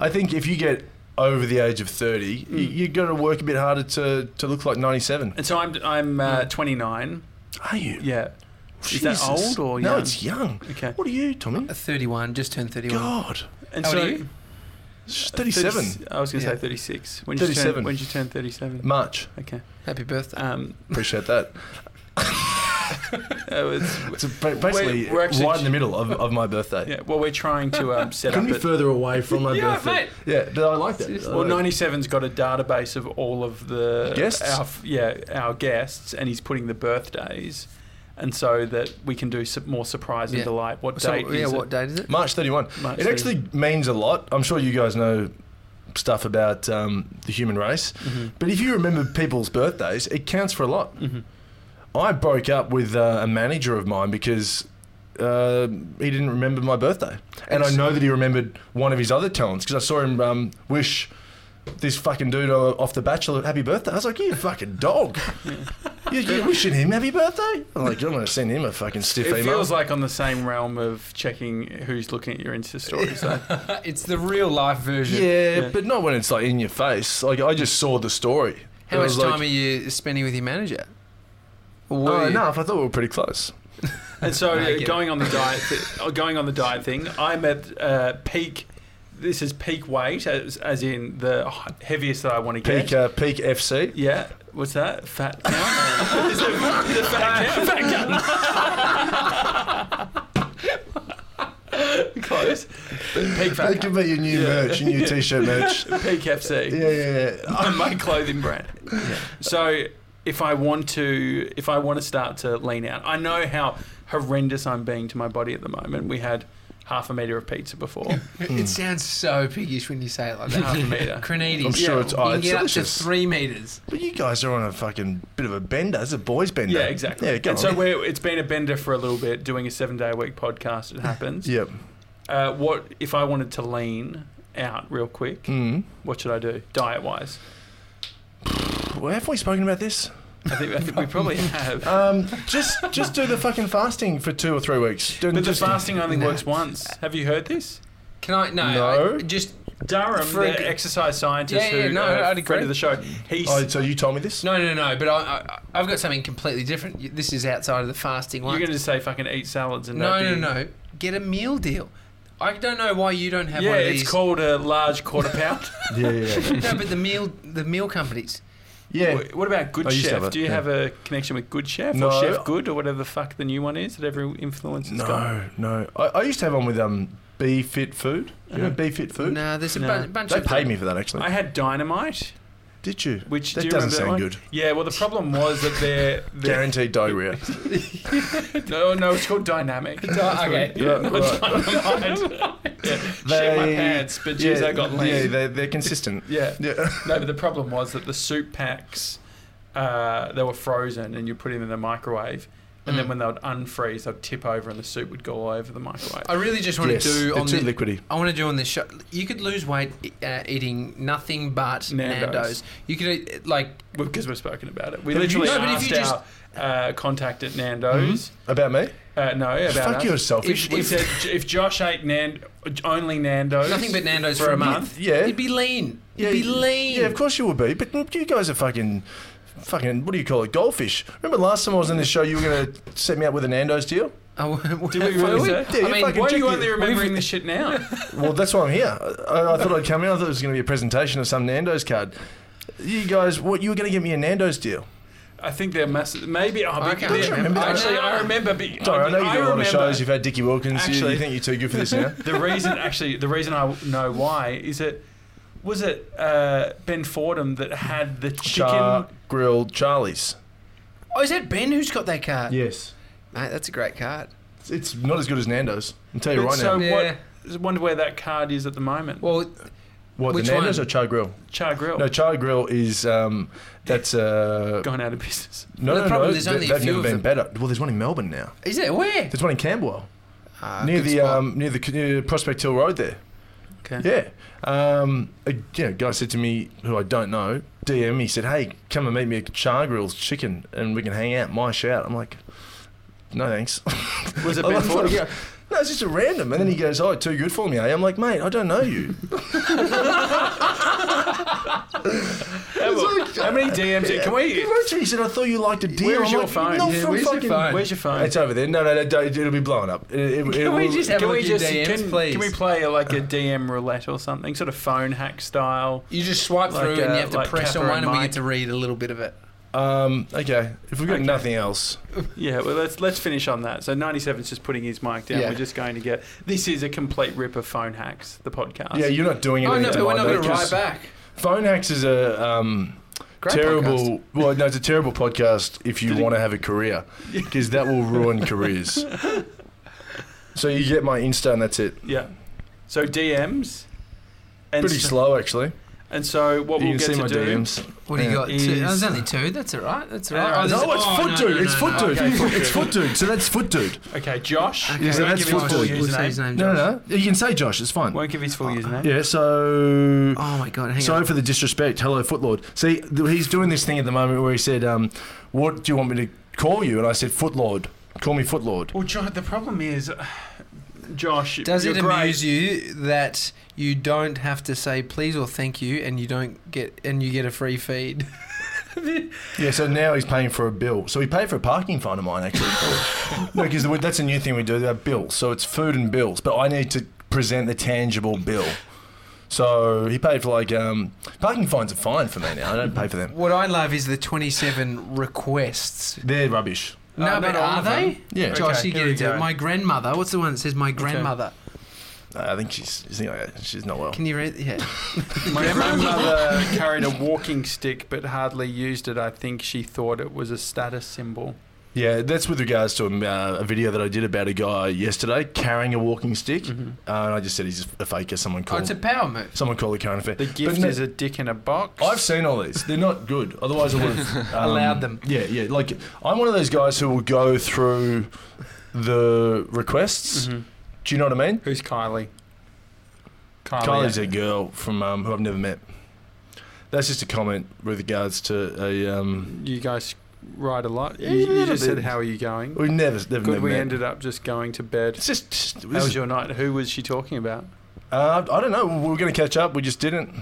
Speaker 3: I think if you get over the age of thirty, you, you got to work a bit harder to, to look like ninety-seven.
Speaker 1: And so I'm I'm uh, 29.
Speaker 3: Are you?
Speaker 1: Yeah. Is that old
Speaker 3: Jesus.
Speaker 1: or
Speaker 3: no?
Speaker 1: young?
Speaker 3: It's young.
Speaker 1: Okay.
Speaker 3: What are you, Tommy?
Speaker 2: 31, just turned 31.
Speaker 3: God,
Speaker 1: And
Speaker 2: How old
Speaker 1: so
Speaker 2: are you?
Speaker 3: thirty-seven.
Speaker 1: 30 I was going to
Speaker 2: Yeah. Mm.
Speaker 1: say 36. When did you turn
Speaker 3: 37.
Speaker 1: when did you turn 37?
Speaker 3: March.
Speaker 1: Okay.
Speaker 2: Happy birthday.
Speaker 1: Um
Speaker 3: Appreciate that.
Speaker 1: uh, it's,
Speaker 3: It's a- ba- basically
Speaker 1: We're- we're actually-
Speaker 3: right in the middle of, of my birthday.
Speaker 1: yeah, well we're trying to um, set
Speaker 3: Couldn't
Speaker 1: up
Speaker 3: be
Speaker 1: a,
Speaker 3: further away from my
Speaker 2: Yeah,
Speaker 3: birthday.
Speaker 2: mate.
Speaker 3: Yeah, but I like that. Uh,
Speaker 2: Seriously.
Speaker 1: well 97's got a database of all of the
Speaker 3: Guests?
Speaker 1: our f- yeah, our guests and he's putting the birthdays and so that we can do some more surprise and
Speaker 2: Yeah.
Speaker 1: delight. What
Speaker 2: so,
Speaker 1: date
Speaker 2: yeah,
Speaker 1: is
Speaker 2: what
Speaker 1: it?
Speaker 2: date is it?
Speaker 3: March 31.
Speaker 1: March
Speaker 3: it actually means a lot. I'm sure you guys know stuff about um, the human race, but if you remember people's birthdays, it counts for a lot. I broke up with uh, a manager of mine because uh, he didn't remember my birthday, and I know that he remembered one of his other talents because I saw him um, wish. This fucking dude o- off The Bachelor, happy birthday. I was like, you
Speaker 1: *laughs*
Speaker 3: fucking dog. you, you wishing him happy birthday? I'm like, I'm going to send him a fucking stiff
Speaker 1: It
Speaker 3: email.
Speaker 1: feels like on the same realm of checking who's looking at your Insta stories.
Speaker 2: *laughs*
Speaker 1: though.
Speaker 2: It's the real life version.
Speaker 3: Yeah,
Speaker 1: Yeah.
Speaker 3: but not when it's like in your face. Like I just saw the story.
Speaker 2: How
Speaker 3: It
Speaker 2: much
Speaker 3: was
Speaker 2: time
Speaker 3: like,
Speaker 2: are you spending with your manager? Or were
Speaker 3: Oh,
Speaker 2: you?
Speaker 3: enough. I thought we were pretty close.
Speaker 1: And so
Speaker 2: I
Speaker 1: uh,
Speaker 2: get
Speaker 1: going on the diet, thi- uh, going on the diet thing, I'm at uh, peak. This is peak weight, as, as in the h- heaviest that I want to get.
Speaker 3: Peak, uh, peak FC.
Speaker 1: Yeah, what's that? Fat count? is it, is it fat count? Fat count. Close. But peak fat
Speaker 3: That
Speaker 1: count.
Speaker 3: could be your new
Speaker 1: Yeah.
Speaker 3: merch, your new
Speaker 1: Yeah.
Speaker 3: *laughs* t-shirt merch.
Speaker 1: Peak FC. *laughs*
Speaker 3: Uh, Yeah, yeah, yeah.
Speaker 1: My clothing brand. So if I want to if I want to start to lean out. I know how horrendous I'm being to my body at the moment. We had half a meter of pizza before.
Speaker 3: Hmm.
Speaker 2: It sounds so piggish when you say it like that.
Speaker 3: *laughs*
Speaker 1: Half a metre.
Speaker 2: Cranides.
Speaker 3: I'm sure
Speaker 2: Yeah.
Speaker 3: it's- oh,
Speaker 2: you can
Speaker 3: it's
Speaker 2: get up
Speaker 3: delicious.
Speaker 2: to three meters.
Speaker 3: But you guys are on a fucking bit of a bender. It's a boys' bender.
Speaker 1: yeah, exactly.
Speaker 3: Yeah, go
Speaker 1: and
Speaker 3: on.
Speaker 1: so we're, it's been a bender for a little bit doing a 7-day a week podcast it happens.
Speaker 3: Yep.
Speaker 1: Uh, what if I wanted to lean out real quick?
Speaker 3: Mm.
Speaker 1: What should I do diet-wise?
Speaker 3: Well, have we spoken about this?
Speaker 1: I think, I think we
Speaker 3: *laughs*
Speaker 1: probably have.
Speaker 3: Um, just just do the fucking fasting for two or three weeks. Do
Speaker 1: But the
Speaker 3: just,
Speaker 1: fasting only
Speaker 2: No.
Speaker 1: works once. Have you heard this?
Speaker 2: Can I? No.
Speaker 3: No.
Speaker 2: I, just
Speaker 1: Durham,
Speaker 2: For a
Speaker 1: the
Speaker 2: g-
Speaker 1: exercise scientist
Speaker 2: Yeah, yeah,
Speaker 1: who
Speaker 2: no,
Speaker 1: uh,
Speaker 2: I'd agree.
Speaker 1: friend of the show, he's
Speaker 3: Oh, so you told me this?
Speaker 2: no, no, no. But I, I, I've got something completely different. You- This is outside of the fasting
Speaker 1: you're
Speaker 2: one.
Speaker 1: going to say fucking eat salads and
Speaker 2: no,
Speaker 1: that'd
Speaker 2: no,
Speaker 1: be-
Speaker 2: no. Get a meal deal. I don't know why you don't have
Speaker 1: Yeah,
Speaker 2: one of
Speaker 1: it's
Speaker 2: these.
Speaker 1: called a large quarter pound.
Speaker 2: *laughs*
Speaker 1: *laughs*
Speaker 3: Yeah, yeah, *laughs* yeah.
Speaker 2: no, but the meal, the meal companies.
Speaker 3: yeah.
Speaker 1: Wh- What about Good
Speaker 3: I used to
Speaker 1: Chef?
Speaker 3: have it,
Speaker 1: Do you
Speaker 3: yeah.
Speaker 1: have a connection with Good Chef or
Speaker 3: No.
Speaker 1: Chef Good or whatever the fuck the new one is that every influencer's got?
Speaker 3: No, no. I, I used to have one with um, B Fit Food. You know B Fit Food?
Speaker 2: No, there's a
Speaker 1: No.
Speaker 2: bun- bunch
Speaker 3: They
Speaker 2: of.
Speaker 3: paid me for that actually.
Speaker 1: I had Dynamite,
Speaker 3: Did you?
Speaker 1: which
Speaker 3: That
Speaker 1: do you remember
Speaker 3: doesn't
Speaker 1: that
Speaker 3: sound
Speaker 1: one?
Speaker 3: good.
Speaker 1: Yeah, well, the problem was that they're, they're
Speaker 3: Guaranteed diarrhea.
Speaker 1: *laughs* no, no, it's called Dynamic. *laughs*
Speaker 2: okay.
Speaker 1: Yeah,
Speaker 3: Yeah,
Speaker 1: not
Speaker 3: right.
Speaker 1: Dynamite. yeah. *laughs* Shit my
Speaker 3: They-
Speaker 1: pants, but geez, I got lean.
Speaker 3: Yeah, they're, they're consistent.
Speaker 1: Yeah.
Speaker 3: *laughs* Yeah.
Speaker 1: No, but the problem was that the soup packs, uh, they were frozen and you put them in the microwave. And then
Speaker 2: Mm.
Speaker 1: when they would unfreeze, they'd tip over and the soup would go all over the microwave.
Speaker 2: I really just want
Speaker 3: Yes,
Speaker 2: to do
Speaker 3: they're
Speaker 2: on
Speaker 3: too
Speaker 2: the,
Speaker 3: liquidy.
Speaker 2: I want to do on this show. You could lose weight uh, eating nothing but
Speaker 1: Nando's.
Speaker 2: Nando's. You could eat like
Speaker 1: Because we've spoken about it. We
Speaker 3: But if you-
Speaker 1: literally
Speaker 2: No, but if
Speaker 1: asked
Speaker 2: you Mm-hmm.
Speaker 1: our uh, contact at Nando's.
Speaker 3: About me?
Speaker 1: Uh, no, about
Speaker 3: Fuck
Speaker 1: us.
Speaker 3: you, selfish.
Speaker 2: If-
Speaker 1: We said "J- if Josh ate Nan- only Nando's,
Speaker 2: nothing but Nando's for, a month.
Speaker 3: Yeah.
Speaker 2: you'd be lean.
Speaker 3: yeah,
Speaker 2: you'd be lean.
Speaker 3: Yeah, of course you would be. But you guys are fucking, fucking. What do you call it? Goldfish. Remember last time I was on this show, you were gonna set me up with a Nando's deal.
Speaker 2: Oh, *laughs*
Speaker 1: Did
Speaker 3: *laughs*
Speaker 1: we really
Speaker 2: we-
Speaker 1: say?
Speaker 3: Yeah, you
Speaker 2: I mean,
Speaker 3: fucking
Speaker 1: Why are
Speaker 3: check
Speaker 1: you
Speaker 3: it.
Speaker 1: only remembering this shit
Speaker 2: *laughs*
Speaker 1: now?
Speaker 3: Well, that's why I'm here. I, I thought I'd come in. I thought it was gonna be a presentation of some Nando's card. You guys, what you were gonna get me a Nando's deal?
Speaker 1: I think they're massive. Maybe oh,
Speaker 2: I
Speaker 1: but
Speaker 2: can't
Speaker 1: they're-
Speaker 2: remember.
Speaker 1: Actually,
Speaker 2: I-
Speaker 1: I remember. But,
Speaker 3: Sorry, I know you do a lot
Speaker 1: remember-
Speaker 3: of shows. You've had Dickie Wilkins. you- you,
Speaker 1: Actually-
Speaker 3: think you're too good for this *laughs* now?
Speaker 1: The reason, actually, the reason I know why is it was it uh, Ben Fordham that had the chicken.
Speaker 3: Char grilled Charlie's.
Speaker 2: Oh, is that Ben who's got that card?
Speaker 3: Yes.
Speaker 2: Mate, that's a great card.
Speaker 3: It's not as good as Nando's. I'll tell you
Speaker 1: but
Speaker 3: right
Speaker 1: so
Speaker 3: now.
Speaker 2: Yeah.
Speaker 1: what? I wonder where that card is at the moment.
Speaker 2: Well,
Speaker 3: What
Speaker 2: which
Speaker 3: the Nando's
Speaker 2: one?
Speaker 3: or char grill?
Speaker 1: Char Grill
Speaker 3: No, char grill is um, that's uh,
Speaker 1: gone out of business.
Speaker 3: no,
Speaker 2: The
Speaker 3: no,
Speaker 2: problem
Speaker 3: no.
Speaker 2: is there's
Speaker 3: th-
Speaker 2: only a
Speaker 3: they've
Speaker 2: few
Speaker 3: never
Speaker 2: of
Speaker 3: been
Speaker 2: them.
Speaker 3: better. Well, there's one in Melbourne now.
Speaker 2: is it where?
Speaker 3: There's one in Camberwell
Speaker 2: Ah,
Speaker 3: near
Speaker 2: good
Speaker 3: the
Speaker 2: spot.
Speaker 3: um, near the near Prospect Hill Road there.
Speaker 1: Okay.
Speaker 3: Yeah. Um, a, yeah, a guy said to me, who I don't know, DM, he said, hey, come and meet me at Char Grill's Chicken and we can hang out. My shout. I'm like, no thanks.
Speaker 1: Was it
Speaker 3: *laughs* I
Speaker 1: Ben
Speaker 3: like-
Speaker 1: Fordham?
Speaker 3: yeah. No, it's just a random. And then he goes, oh, too good for me, eh? I'm like, mate, I don't know you.
Speaker 1: How many DMs? Can
Speaker 3: He
Speaker 1: we?
Speaker 3: wrote to me, he said, I thought you liked a deal.
Speaker 1: Where's
Speaker 3: I'm
Speaker 1: your
Speaker 3: like,
Speaker 1: phone?
Speaker 3: Not
Speaker 1: Yeah,
Speaker 3: from
Speaker 2: where's your
Speaker 3: fucking...
Speaker 2: phone?
Speaker 1: Where's your phone?
Speaker 3: It's over there. No, no, no, don't- it'll be blowing up. It- it- it
Speaker 2: Can we
Speaker 3: will-
Speaker 2: just have
Speaker 1: can
Speaker 2: a
Speaker 1: we
Speaker 2: look at
Speaker 1: just
Speaker 2: your DMs,
Speaker 1: can,
Speaker 2: please?
Speaker 1: can we play uh, like a DM roulette or something, sort of phone hack style?
Speaker 2: You just swipe
Speaker 1: Like,
Speaker 2: through and
Speaker 1: uh,
Speaker 2: you have to
Speaker 1: like
Speaker 2: press
Speaker 1: Kappa
Speaker 2: on one,
Speaker 1: and
Speaker 2: and we
Speaker 1: Mike.
Speaker 2: get to read a little bit of it.
Speaker 3: Um, okay. If we've got
Speaker 1: Okay.
Speaker 3: nothing else,
Speaker 1: Yeah, well let's let's finish on that. So 97's just putting his mic down.
Speaker 2: Yeah.
Speaker 1: We're just going to get this is a complete rip of phone hacks, the podcast.
Speaker 3: yeah, you're not doing
Speaker 2: oh
Speaker 3: anything.
Speaker 2: no,
Speaker 3: to
Speaker 2: but we're
Speaker 3: my
Speaker 2: not going to
Speaker 3: notes.
Speaker 2: write back.
Speaker 3: Phone hacks is a um,
Speaker 2: Great
Speaker 3: terrible.
Speaker 2: podcast.
Speaker 3: Well, no, it's a terrible podcast if you
Speaker 1: Did it-
Speaker 3: want to have a career, because that will ruin careers. So you get my Insta and that's it.
Speaker 1: Yeah. So DMs. And
Speaker 3: Pretty
Speaker 1: so,
Speaker 3: slow actually.
Speaker 1: And so what
Speaker 3: you
Speaker 1: we'll
Speaker 3: can
Speaker 1: get
Speaker 3: see
Speaker 1: to
Speaker 3: my
Speaker 1: do.
Speaker 3: DMs.
Speaker 2: What do you
Speaker 3: Yeah. Uh,
Speaker 2: got? Two.
Speaker 1: Is-
Speaker 2: There's only two. That's all right. That's all
Speaker 1: Yeah,
Speaker 2: right.
Speaker 1: all right.
Speaker 2: there's-
Speaker 3: No, it's
Speaker 2: oh,
Speaker 3: foot
Speaker 2: no,
Speaker 3: dude.
Speaker 2: no,
Speaker 3: it's
Speaker 2: no,
Speaker 3: foot
Speaker 2: no.
Speaker 3: dude.
Speaker 1: Okay, foot
Speaker 3: it's
Speaker 1: dude.
Speaker 3: foot dude. So that's foot dude.
Speaker 1: Okay, Josh.
Speaker 2: Okay,
Speaker 3: Yeah, so
Speaker 1: won't
Speaker 3: that's
Speaker 1: give his
Speaker 3: football.
Speaker 1: full
Speaker 3: What's
Speaker 1: username.
Speaker 3: No, no, no. You can say Josh. It's fine.
Speaker 1: Won't give his
Speaker 2: Uh,
Speaker 1: full username.
Speaker 3: Yeah. So.
Speaker 2: Oh my god, hang
Speaker 3: Sorry
Speaker 2: on.
Speaker 3: for the disrespect. Hello, Footlord. See, th- he's doing this thing at the moment where he said, um, "What do you want me to call you?" And I said, "Footlord. Call me Footlord."
Speaker 1: Well, Josh, the problem is, uh, Josh.
Speaker 2: Does
Speaker 1: you're
Speaker 2: it
Speaker 1: great.
Speaker 2: amuse you that you don't have to say please or thank you, and you don't get and you get a free feed?
Speaker 3: Yeah. So now he's paying for a bill. So he paid for a parking fine of mine actually. *laughs* no, because that's a new thing we do. That bill. So it's food and bills, but I need to present the tangible bill. So he paid for like um, parking fines are fine for me now. I don't pay for them.
Speaker 2: What I love is the twenty-seven requests.
Speaker 3: They're rubbish.
Speaker 1: Oh,
Speaker 2: No,
Speaker 1: not
Speaker 2: but
Speaker 1: all
Speaker 2: are
Speaker 1: of them.
Speaker 2: they?
Speaker 3: Yeah.
Speaker 1: Okay,
Speaker 2: Josh, you
Speaker 1: here
Speaker 2: get
Speaker 1: we
Speaker 2: into
Speaker 1: go.
Speaker 2: it. My grandmother. What's the one that says my grandmother?
Speaker 3: I think she's she's, she's not well.
Speaker 2: Can you read? Yeah.
Speaker 1: My
Speaker 2: *laughs*
Speaker 1: grandmother carried a walking stick but hardly used it. I think she thought it was a status symbol.
Speaker 3: Yeah, that's with regards to um, uh, a video that I did about a guy yesterday carrying a walking stick,
Speaker 2: Mm-hmm.
Speaker 3: uh, and I just said he's a faker. Someone
Speaker 2: Mm. Oh,
Speaker 3: called
Speaker 2: it's a power move. *laughs*
Speaker 3: someone called the current affair.
Speaker 1: The gift
Speaker 3: no-
Speaker 1: is a dick in a box. *laughs*
Speaker 3: I've seen all these. They're not good. Otherwise, I would
Speaker 2: *laughs*
Speaker 3: have um,
Speaker 2: Allowed them.
Speaker 3: Yeah, yeah. Like I'm one of those guys who will go through the requests.
Speaker 2: Mm-hmm.
Speaker 1: Mhm.
Speaker 3: Do you know what I mean?
Speaker 1: Who's Kylie?
Speaker 2: Oh,
Speaker 1: Kylie.
Speaker 3: Kylie's a girl from um, who I've never met. That's just a comment with regards to a. Um,
Speaker 1: You guys ride a lot. You,
Speaker 3: Yeah, a
Speaker 1: you
Speaker 3: little
Speaker 1: just said,
Speaker 3: bit.
Speaker 1: "How are you going?"
Speaker 3: we never, never,
Speaker 1: Good.
Speaker 3: never
Speaker 1: We
Speaker 3: met.
Speaker 1: ended up just going to bed.
Speaker 3: It's just. just
Speaker 1: How was your night? Who was she talking about?
Speaker 3: uh, I don't know. We were going to catch up. We just didn't.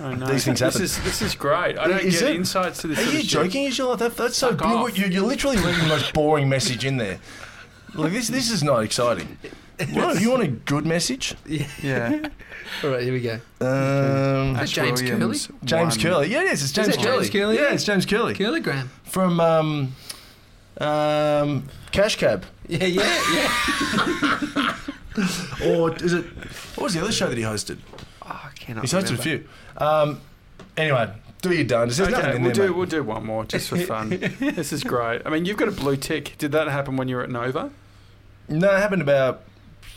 Speaker 1: Oh, no.
Speaker 3: These things happen.
Speaker 1: This is this is great. I don't
Speaker 3: Is
Speaker 1: get
Speaker 3: it?
Speaker 1: insights to this.
Speaker 3: Are
Speaker 1: sort
Speaker 3: you
Speaker 1: of
Speaker 3: joking? Is your life that, that's so
Speaker 1: Fuck
Speaker 3: blue?
Speaker 1: off.
Speaker 3: You, you're literally leaving the most boring message in there. Like this, this is not exciting. What, you want a good message?
Speaker 1: Shit. *laughs* Yeah.
Speaker 2: All right, here we go.
Speaker 3: Um,
Speaker 1: Ash
Speaker 2: James
Speaker 1: Williams
Speaker 3: James
Speaker 1: won.
Speaker 3: Curley. Yeah, it is. It's James,
Speaker 2: it James Curley?
Speaker 3: Yeah, it's James Curley
Speaker 2: Kilogram.
Speaker 3: from um, um, Cash Cab.
Speaker 2: Yeah, yeah, yeah.
Speaker 3: Or is it? What was the other show that he hosted?
Speaker 2: oh, I cannot.
Speaker 3: He's hosted a
Speaker 2: remember.
Speaker 3: few. Um, anyway, do your darndest. There's nothing
Speaker 1: Okay,
Speaker 3: in
Speaker 1: we'll
Speaker 3: there.
Speaker 1: do
Speaker 3: mate.
Speaker 1: we'll do one more just for *laughs* fun. this is great. I mean, you've got a blue tick. Did that happen when you were at Nova?
Speaker 3: No, it happened about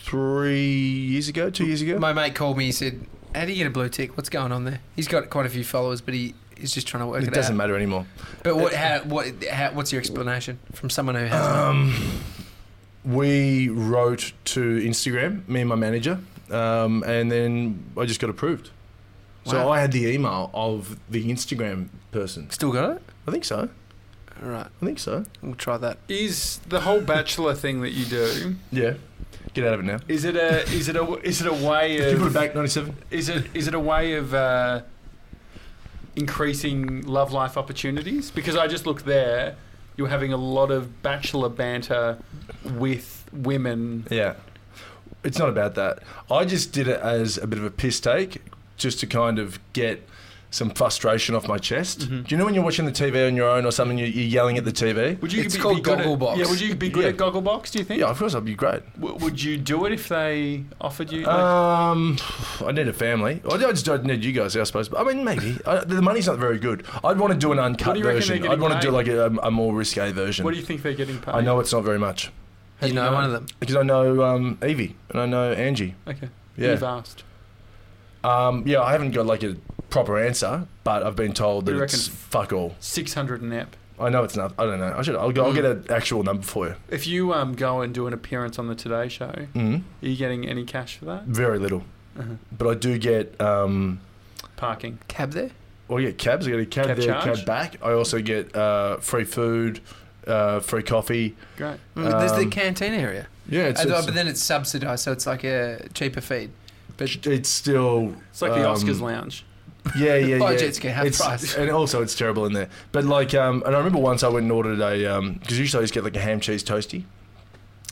Speaker 3: three years ago, two years ago.
Speaker 2: My mate called me. He said, "How do you get a blue tick? What's going on there?" He's got quite a few followers, but he is just trying to work it,
Speaker 3: It doesn't
Speaker 2: out.
Speaker 3: matter anymore.
Speaker 2: But what? How, what? How, what's your explanation from someone who has?
Speaker 3: Um, we wrote to Instagram, me and my manager, um, and then I just got approved. So
Speaker 2: Wow.
Speaker 3: I had the email of the Instagram person.
Speaker 2: Still got it?
Speaker 3: I think so.
Speaker 2: All right,
Speaker 3: I think so.
Speaker 2: we'll try that.
Speaker 1: Is the whole bachelor thing that you do?
Speaker 3: Yeah. Get out of it now.
Speaker 1: Is it a is it a is it a way
Speaker 3: Did you put it
Speaker 1: of
Speaker 3: back, 97?
Speaker 1: is it is it a way of uh, increasing love life opportunities? Because I just looked there, you're having a lot of bachelor banter with women.
Speaker 3: Yeah. It's not about that. I just did it as a bit of a piss take, just to kind of get some frustration off my chest.
Speaker 1: Mhm.
Speaker 3: Do you know when you're watching the TV on your own or something, you- you're yelling at the TV?
Speaker 1: Would you
Speaker 2: It's
Speaker 1: be,
Speaker 2: called
Speaker 1: be good at-
Speaker 2: Gogglebox.
Speaker 1: Yeah, would you be good
Speaker 3: Yeah.
Speaker 1: at Gogglebox? Do you think?
Speaker 3: Yeah, of course, I'd be great.
Speaker 1: W- would you do it if they offered you? Like,
Speaker 3: Um, I need a family. I I just don't need you guys, I suppose. But I mean, maybe I, the money's not very good. I'd want to do an
Speaker 1: What
Speaker 3: uncut
Speaker 1: do you reckon
Speaker 3: version.
Speaker 1: they're
Speaker 3: I'd want to
Speaker 1: getting
Speaker 3: do like a, a more risque version.
Speaker 1: what do you think they're getting paid?
Speaker 3: I know it's not very much
Speaker 1: How do
Speaker 2: you know, one of them.
Speaker 3: because I know um, Evie and I know Angie.
Speaker 1: Okay. You've
Speaker 3: Yeah,
Speaker 1: asked.
Speaker 3: um, yeah. I haven't got like a proper answer, but I've been told
Speaker 1: What do
Speaker 3: that
Speaker 1: you
Speaker 3: it's fuck all.
Speaker 1: 600 an ep.
Speaker 3: I know it's not. I don't know. I should. I'll go. I'll
Speaker 2: Mm.
Speaker 3: get an actual number for you.
Speaker 1: If you um, go and do an appearance on the Today Show, are
Speaker 3: Mm.
Speaker 1: you getting any cash for that?
Speaker 3: Very little,
Speaker 1: Uh-huh.
Speaker 3: but I do get. Um,
Speaker 1: Parking.
Speaker 2: Cab there.
Speaker 3: well, I get cabs. I get a cab,
Speaker 1: Cab
Speaker 3: there,
Speaker 1: charge?
Speaker 3: cab back. I also get uh, free food, uh, free coffee.
Speaker 1: Great.
Speaker 2: Mm, There's the
Speaker 3: Um,
Speaker 2: canteen area.
Speaker 3: Yeah, it's,
Speaker 2: And, uh,
Speaker 3: it's,
Speaker 2: but then it's subsidised, so it's like a cheaper feed. But
Speaker 3: it's still
Speaker 1: It's like the
Speaker 3: um,
Speaker 1: Oscars Lounge. *laughs*
Speaker 3: Yeah, yeah,
Speaker 2: Oh,
Speaker 3: yeah.
Speaker 2: it's gonna have
Speaker 3: it's,
Speaker 2: price.
Speaker 3: and also it's terrible in there. But like, um, and I remember once I went and ordered a because usually I just get like a ham cheese toasty,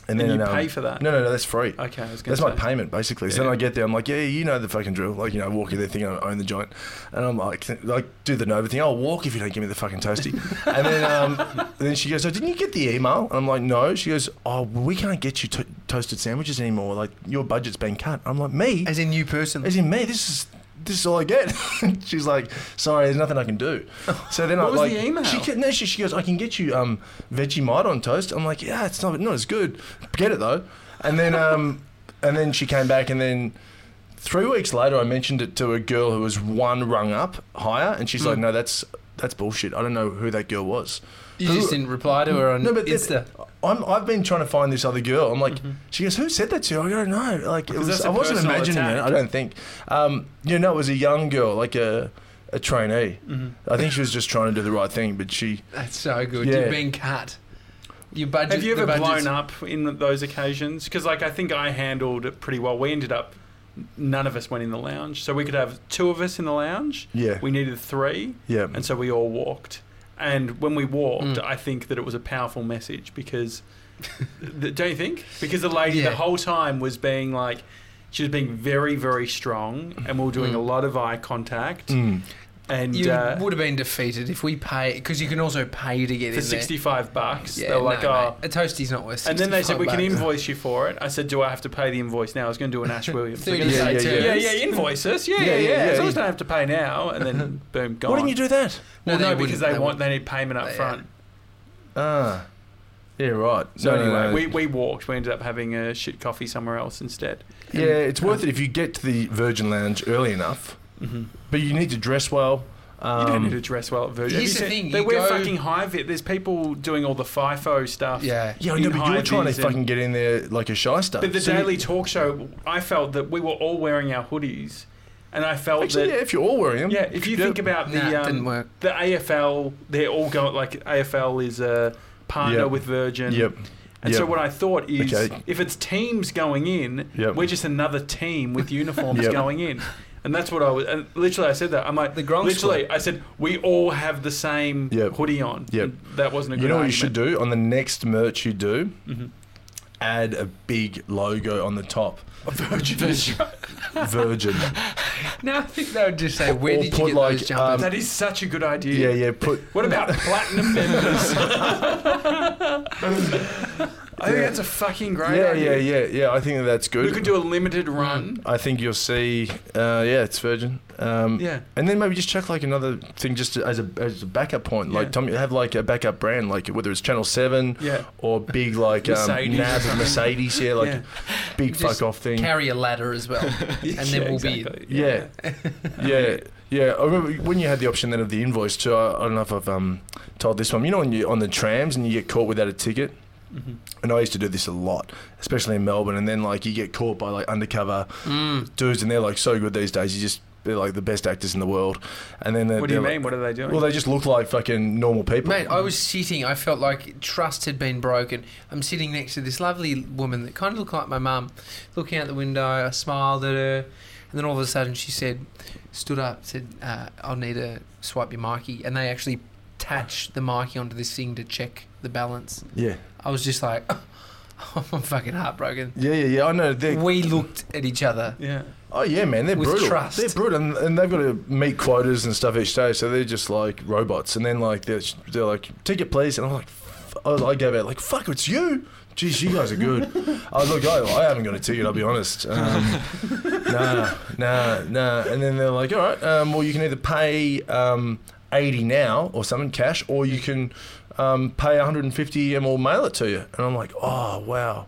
Speaker 1: And, you
Speaker 3: um,
Speaker 1: pay for that.
Speaker 3: No, no, no, that's free.
Speaker 1: Okay, I was going
Speaker 3: That's
Speaker 1: to
Speaker 3: my
Speaker 1: say.
Speaker 3: payment basically. So
Speaker 1: Yeah.
Speaker 3: then I get there, I'm like, yeah, you know the fucking drill. Like, you know, walk in there thinking I own the joint, and I'm like, like do the Nova thing. I'll walk if you don't give me the fucking toasty. and then, um, then she goes, oh, didn't you get the email? And I'm like, no. She goes, oh, we can't get you to- toasted sandwiches anymore. Like your budget's been cut. I'm like, me.
Speaker 2: as in you
Speaker 1: Mm.
Speaker 2: personally,
Speaker 3: As in me, this is this is all I get. *laughs* She's like, sorry, there's nothing I
Speaker 1: *laughs*
Speaker 3: can do. So then
Speaker 1: What
Speaker 3: I
Speaker 1: was
Speaker 3: like,
Speaker 1: the email?
Speaker 3: She, ca- no, she, she goes, I can get you um, Vegemite on toast. I'm like, yeah, it's not not as good. Get it though.
Speaker 1: *laughs*
Speaker 3: And then um, and then she came back, and then three weeks later, I mentioned it to a girl who was one rung up higher, and she's
Speaker 1: Mm.
Speaker 3: like, no, that's that's bullshit. I don't know who that girl was.
Speaker 2: you
Speaker 3: who-
Speaker 2: just didn't reply to her on
Speaker 3: No, but
Speaker 2: Insta.
Speaker 3: that- I'm, I've been trying to find this other girl. I'm like,
Speaker 1: Mm-hmm,
Speaker 3: she goes, who said that to you? I don't know. Like, it
Speaker 1: Because
Speaker 3: was,
Speaker 1: that's a
Speaker 3: I wasn't
Speaker 1: personal
Speaker 3: imagining it.
Speaker 1: attack.
Speaker 3: I don't think. Um, you know, it was a young girl, like a, a trainee.
Speaker 1: Mhm.
Speaker 3: I think she was just trying to do the right thing, but she.
Speaker 2: That's so good.
Speaker 3: Yeah.
Speaker 2: You've been cut. Your budget.
Speaker 1: Have you
Speaker 2: the
Speaker 1: ever
Speaker 2: budget's-
Speaker 1: blown up in those occasions? Because like I think I handled it pretty well. We ended up none of us went in the lounge, so we could have two of us in the lounge.
Speaker 3: Yeah.
Speaker 1: We needed three,
Speaker 3: Yeah.
Speaker 1: and so we all walked. And when we walked,
Speaker 2: Mm.
Speaker 1: I think that it was a powerful message because, *laughs* th- don't you think? Because the lady
Speaker 2: Yeah.
Speaker 1: the whole time was being like, she was being very, very strong, and we were doing
Speaker 2: Mm.
Speaker 1: a lot of eye contact.
Speaker 3: Mm.
Speaker 1: and
Speaker 2: You
Speaker 1: uh,
Speaker 2: would have been defeated if we pay because you can also pay to get
Speaker 1: for
Speaker 2: in there.
Speaker 1: sixty-five bucks,
Speaker 2: Yeah,
Speaker 1: they're like,
Speaker 2: no,
Speaker 1: "Oh."
Speaker 2: mate, a toastie's not worth.
Speaker 1: And then they
Speaker 2: 65
Speaker 1: said we can
Speaker 2: bucks."
Speaker 1: invoice you for it. I said, do I have to pay the invoice now? I was going to do an
Speaker 2: *laughs*
Speaker 1: Ash Williams. They're
Speaker 2: Thirty
Speaker 1: gonna
Speaker 3: Yeah,
Speaker 1: say,
Speaker 2: cents.
Speaker 3: yeah,
Speaker 1: yeah, yeah, invoice us.
Speaker 2: *laughs*
Speaker 1: Yeah, yeah, yeah. As long as I don't have to pay now, and then boom, gone.
Speaker 3: Why didn't you do that?
Speaker 1: Well,
Speaker 2: No,
Speaker 1: no,
Speaker 2: they
Speaker 1: because
Speaker 2: wouldn't.
Speaker 1: they,
Speaker 2: They
Speaker 1: want they need payment up
Speaker 2: Yeah.
Speaker 1: front.
Speaker 3: Ah. Yeah, right.
Speaker 1: So
Speaker 3: No, no,
Speaker 1: anyway,
Speaker 3: no.
Speaker 1: we we walked. We ended up having a shit coffee somewhere else instead.
Speaker 3: yeah, it's worth it if you get to the Virgin Lounge early enough,
Speaker 1: Mm-hmm.
Speaker 3: but you need to dress well. Um,
Speaker 1: you don't need to dress well at Virgin.
Speaker 2: Here's
Speaker 1: Have
Speaker 2: the
Speaker 1: you seen-
Speaker 2: thing,
Speaker 1: they
Speaker 2: you
Speaker 1: wear
Speaker 2: go-
Speaker 1: fucking high vis. There's people doing all the FIFO stuff.
Speaker 2: Yeah.
Speaker 3: Yeah, I know,
Speaker 1: in
Speaker 3: but you're
Speaker 1: high
Speaker 3: trying to
Speaker 1: vis and-
Speaker 3: fucking get in there like a shyster.
Speaker 1: But the
Speaker 3: So you-
Speaker 1: Daily Talk Show, I felt that we were all wearing our hoodies, and I felt
Speaker 3: Actually,
Speaker 1: that
Speaker 3: yeah, if you're all wearing them.
Speaker 1: Yeah, if you
Speaker 3: Yeah.
Speaker 1: think about the
Speaker 2: Nah, it didn't
Speaker 1: um,
Speaker 2: work.
Speaker 1: the AFL, they're all going like AFL is a partner
Speaker 3: Yep.
Speaker 1: with Virgin.
Speaker 3: Yep.
Speaker 1: And so
Speaker 3: Yep.
Speaker 1: what I thought is,
Speaker 3: Okay.
Speaker 1: if it's teams going in,
Speaker 3: Yep.
Speaker 1: we're just another team with uniforms
Speaker 3: Yep.
Speaker 1: going in. And that's what I was. And literally, I said that. I'm like,
Speaker 2: The Gronk
Speaker 1: literally, I said we all have the same
Speaker 3: Yep.
Speaker 1: hoodie on.
Speaker 3: Yep.
Speaker 1: And That wasn't a good. Mm-hmm.
Speaker 3: You know what you should do on the next merch you do? Add a big logo on
Speaker 1: *laughs*
Speaker 3: the top.
Speaker 1: Virgin.
Speaker 3: Virgin.
Speaker 2: *laughs* No, I think they would just say, "Where
Speaker 3: Or
Speaker 2: did
Speaker 3: put
Speaker 2: you get
Speaker 3: like,
Speaker 1: uh,
Speaker 2: those jumpers?"
Speaker 1: that is such a good idea.
Speaker 3: Um, yeah, yeah. Put
Speaker 1: What about platinum
Speaker 3: *laughs*
Speaker 1: members? I think that's a fucking great
Speaker 3: yeah,
Speaker 1: idea.
Speaker 3: yeah, yeah, yeah. I think that that's good.
Speaker 1: We could do a limited run.
Speaker 3: I think you'll see. Uh, yeah, it's Virgin.
Speaker 2: Mm.
Speaker 3: Um,
Speaker 1: Yeah.
Speaker 3: And then maybe just check like another thing, just to- as a as a backup point.
Speaker 1: Yeah.
Speaker 3: Like Tommy, have like a backup brand, like whether it's Channel Seven
Speaker 1: Yeah.
Speaker 3: or
Speaker 1: *laughs*
Speaker 3: big like um,
Speaker 1: Mercedes or
Speaker 3: NAB
Speaker 1: something.
Speaker 3: and Mercedes. Yeah, like
Speaker 1: Yeah.
Speaker 3: big
Speaker 2: Just
Speaker 3: fuck off thing.
Speaker 2: Carry a ladder as
Speaker 3: *laughs*
Speaker 2: well, and then we'll be.
Speaker 3: yeah, yeah, yeah. I remember when you had the option then of the invoice too. I, I don't know if I've um, told this one. You know, when you on the trams and you get caught without a ticket.
Speaker 1: Mm-hmm.
Speaker 3: And I used to do this a lot, especially in Melbourne. And then like you get caught by like undercover
Speaker 2: Mm.
Speaker 3: dudes, and they're like so good these days. You just they're like the best actors in the world. And then they're,
Speaker 1: What do you
Speaker 3: they're
Speaker 1: mean? What are they
Speaker 3: Like,
Speaker 1: doing?
Speaker 3: well, they just look like fucking normal people.
Speaker 2: Mate, I was sitting. I felt like trust had been broken. I'm sitting next to this lovely woman that kind of looked like my mum, looking out the window. I smiled at her, and then all of a sudden she said, stood up, said, uh, "I'll need to swipe your Mikey," and they actually attached the Mikey onto this thing to check the balance.
Speaker 3: yeah,
Speaker 2: I was just like, *laughs* I'm fucking heartbroken.
Speaker 3: yeah, yeah, yeah. I know. They're,
Speaker 2: We looked at each other.
Speaker 1: yeah.
Speaker 3: oh yeah, man, they're
Speaker 2: With
Speaker 3: brutal.
Speaker 2: trust.
Speaker 3: They're brutal, and, and they've got to meet quotas and stuff each day. So they're just like robots. And then like they're, they're like ticket please, and I'm like, f- I, was- I gave out like fuck, it's you. Geez, you guys are good.
Speaker 2: *laughs*
Speaker 3: I was like, oh, I haven't got a ticket. I'll be honest. Um, nah, nah, nah. And then they're like, all right, um, well, you can either pay um, 80 now or something cash, or you can um, pay 150 and we'll mail it to you. And I'm like, oh, wow.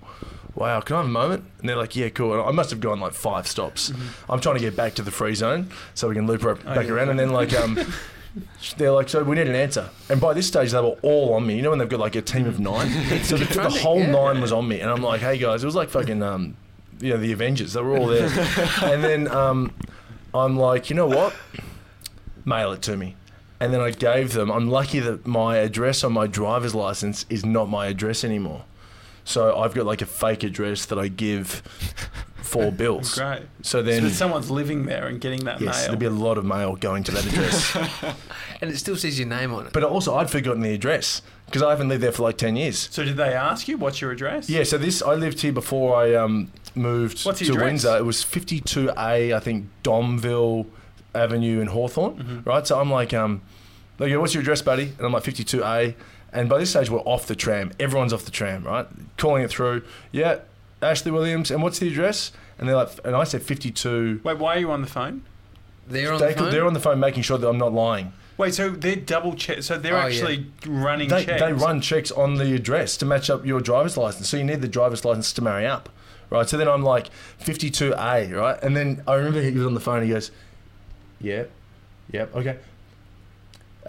Speaker 3: Wow, can I have a moment? And they're like, yeah, cool. And I must have gone like five stops. I'm trying to get back to the free zone so we can loop her
Speaker 1: Mm-hmm. Oh,
Speaker 3: back
Speaker 1: yeah.
Speaker 3: around. And then,
Speaker 1: *laughs*
Speaker 3: like, um, they're like, so we need an answer. And by this stage, they were all on me. You know when they've got like a team
Speaker 1: Mm.
Speaker 3: of
Speaker 1: *laughs*
Speaker 3: nine? so the, the whole nine was on me. And I'm like, hey guys, it was like fucking, um, you know, the Avengers. They were all there.
Speaker 1: *laughs*
Speaker 3: and then um, I'm like, you know what? Mail it to me. And then I gave them, I'm lucky that my address on my driver's license is not my address anymore. So I've got like a fake address that I give
Speaker 1: *laughs*
Speaker 3: for bills.
Speaker 1: Great.
Speaker 3: So
Speaker 1: So
Speaker 3: then,
Speaker 1: that someone's living there and getting that
Speaker 3: yes,
Speaker 1: mail.
Speaker 3: there'd be a lot of mail going to
Speaker 1: *laughs*
Speaker 3: that address.
Speaker 2: And it still says your name on it.
Speaker 3: But also, I'd forgotten the address because I haven't lived there for like 10 years.
Speaker 1: so did they ask you what's your address?
Speaker 3: Yeah, so this, I lived here before I um, moved
Speaker 1: What's the
Speaker 3: to
Speaker 1: address?
Speaker 3: Windsor. It was 52A, I think, Domville Avenue in Hawthorne,
Speaker 1: Mm-hmm.
Speaker 3: right? So I'm like, um, they go, what's your address, buddy? And I'm like, 52A. And by this stage, we're off the tram. Everyone's off the tram, right? Calling it through. Yeah, Ashley Williams. And what's the address? And they're like, and I said 52.
Speaker 1: Wait, why are you on the phone?
Speaker 2: They're on
Speaker 3: They
Speaker 2: the phone.
Speaker 3: could, they're on the phone making sure that I'm not lying.
Speaker 1: Wait, so they're double check. So they're
Speaker 2: Oh, yeah.
Speaker 1: actually running
Speaker 3: they,
Speaker 1: checks.
Speaker 3: they run checks on the address to match up your driver's license. So you need the driver's license to marry up, right? So then I'm like 52A, right? And then I remember he was on the phone. He goes, "Yeah, yep, okay.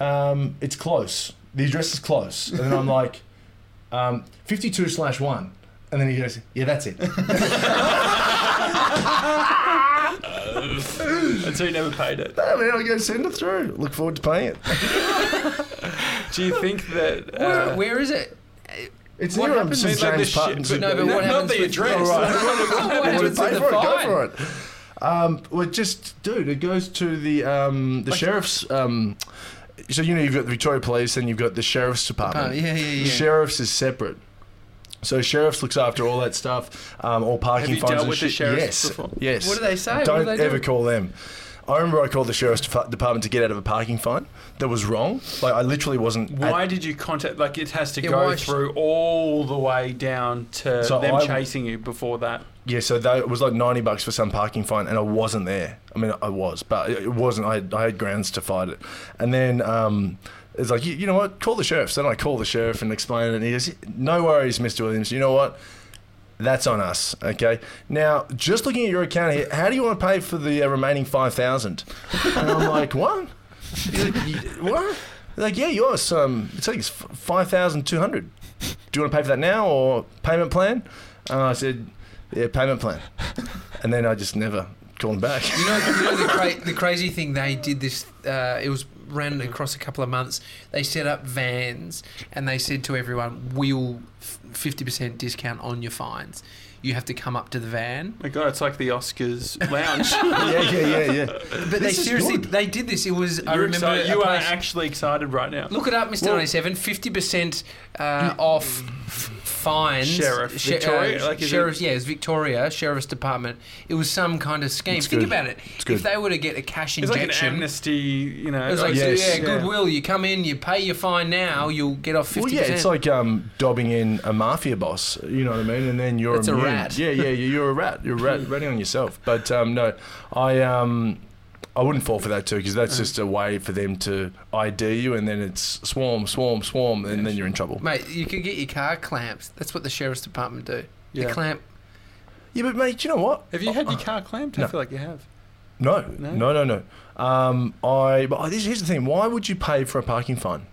Speaker 3: Um, it's close. The address is close." And then I'm *laughs* like, um, "52 slash one." And then he goes, "Yeah, that's it."
Speaker 1: *laughs*
Speaker 3: *laughs*
Speaker 1: and so you never paid it.
Speaker 3: I mean, I go send it through. Look forward to paying it.
Speaker 1: Do you think
Speaker 2: *laughs*
Speaker 1: that?
Speaker 2: Where,
Speaker 1: Uh,
Speaker 2: where is
Speaker 3: *laughs*
Speaker 2: it?
Speaker 3: It's
Speaker 2: What
Speaker 3: near um,
Speaker 2: happens
Speaker 3: St
Speaker 1: with, like,
Speaker 3: James
Speaker 1: the
Speaker 3: Park.
Speaker 1: shit-
Speaker 3: St-
Speaker 2: No, but
Speaker 1: not,
Speaker 2: what
Speaker 1: not
Speaker 2: happens
Speaker 1: the
Speaker 2: with-
Speaker 1: address.
Speaker 3: All right.
Speaker 2: What
Speaker 3: Well,
Speaker 2: happens
Speaker 3: pay
Speaker 2: to the
Speaker 3: for it,
Speaker 2: fine?
Speaker 3: go for it. Um, well, just dude, it goes to the um, the sheriff's. Um, so you know you've got the Victoria Police, then you've got the sheriff's department.
Speaker 2: Oh, yeah, yeah, yeah.
Speaker 3: Sheriff's is separate. So sheriff's looks after all that stuff, um, all parking
Speaker 1: Have you
Speaker 3: fines
Speaker 1: dealt
Speaker 3: and
Speaker 1: with the
Speaker 3: shit.
Speaker 1: sheriffs
Speaker 3: yes,
Speaker 1: before?
Speaker 3: yes.
Speaker 2: What do they say? What do
Speaker 3: Don't
Speaker 2: they do?
Speaker 3: ever call them. I remember I called the sheriff's depa- department to get out of a parking fine that was wrong. Like I literally wasn't. at-
Speaker 1: Why did you contact? Like it has to
Speaker 2: Yeah,
Speaker 1: go
Speaker 2: why sh-
Speaker 1: through all the way down to
Speaker 3: So
Speaker 1: them
Speaker 3: I-
Speaker 1: chasing you before that.
Speaker 3: yeah, so that, it was like ninety bucks for some parking fine, and I wasn't there. I mean, I was, but it it wasn't. I had, I had grounds to fight it, and then. Um, it's like, you, you know what? Call the sheriff. So then I call the sheriff and explain it. And he goes, No worries, Mr. Williams. You know what? That's on us, okay? Now, just looking at your account here, how do you want to pay for the uh, remaining 5000 And I'm like, what? He's like, "You- what? They're like, yeah, yours. Um, it's like it's 5200 Do you want to pay for that now or payment plan? And I said, yeah, payment
Speaker 1: *laughs*
Speaker 3: plan. And then I just never called him back.
Speaker 2: You know, you know the, cra- the crazy thing they did this. Uh, it was ran across a couple of months. They set up vans and they said to everyone, "We'll fifty percent discount on your fines. You have to come up to
Speaker 1: *laughs*
Speaker 2: the van."
Speaker 1: My God, it's like the *laughs* Oscars lounge.
Speaker 3: yeah, yeah, yeah, yeah.
Speaker 2: But
Speaker 3: This
Speaker 2: they
Speaker 3: is
Speaker 2: seriously,
Speaker 3: good.
Speaker 2: they did this. It was. I
Speaker 1: You're
Speaker 2: remember
Speaker 1: excited-
Speaker 2: a
Speaker 1: you are
Speaker 2: place-
Speaker 1: actually excited right now.
Speaker 2: Look it up, Mr.
Speaker 3: Well-
Speaker 2: 97. 50% uh, off f- fines.
Speaker 1: Sheriff,
Speaker 2: She- uh,
Speaker 1: Victoria, like, is it-
Speaker 2: sheriff's, yeah, it's Victoria, Sheriff's Department. It was some kind of scheme.
Speaker 3: It's
Speaker 2: Think
Speaker 3: good.
Speaker 2: about it.
Speaker 3: good.
Speaker 2: If they were to get a cash
Speaker 1: It's like an
Speaker 2: injection.
Speaker 1: amnesty, you know.
Speaker 2: it was like,
Speaker 3: Yes.
Speaker 2: yeah, goodwill. You come in, you pay your fine now, you'll get off 50%.
Speaker 3: Well, yeah, it's like um, dobbing in a mafia boss. You know what I mean? And then you're
Speaker 2: It's a
Speaker 3: immune.
Speaker 2: rat.
Speaker 3: Yeah, yeah, you- you're a rat. You're a rat,
Speaker 1: *laughs*
Speaker 3: ratting on yourself. But um, no, I um, I wouldn't fall for that too because
Speaker 1: Uh-huh.
Speaker 3: that's just a way for them to ID you, and then it's swarm, swarm, swarm, and then you're in trouble.
Speaker 2: Mate, you could get your car clamps. That's what the Sheriff's Department do.
Speaker 1: Yeah.
Speaker 2: The clamp.
Speaker 3: Yeah, but mate, you know what?
Speaker 1: Have you had your car clamped?
Speaker 3: No.
Speaker 1: I feel like you have.
Speaker 3: No,
Speaker 1: No?
Speaker 3: no, no, no. Um, I. But I- this, here's the thing. Why would you pay for a parking fine?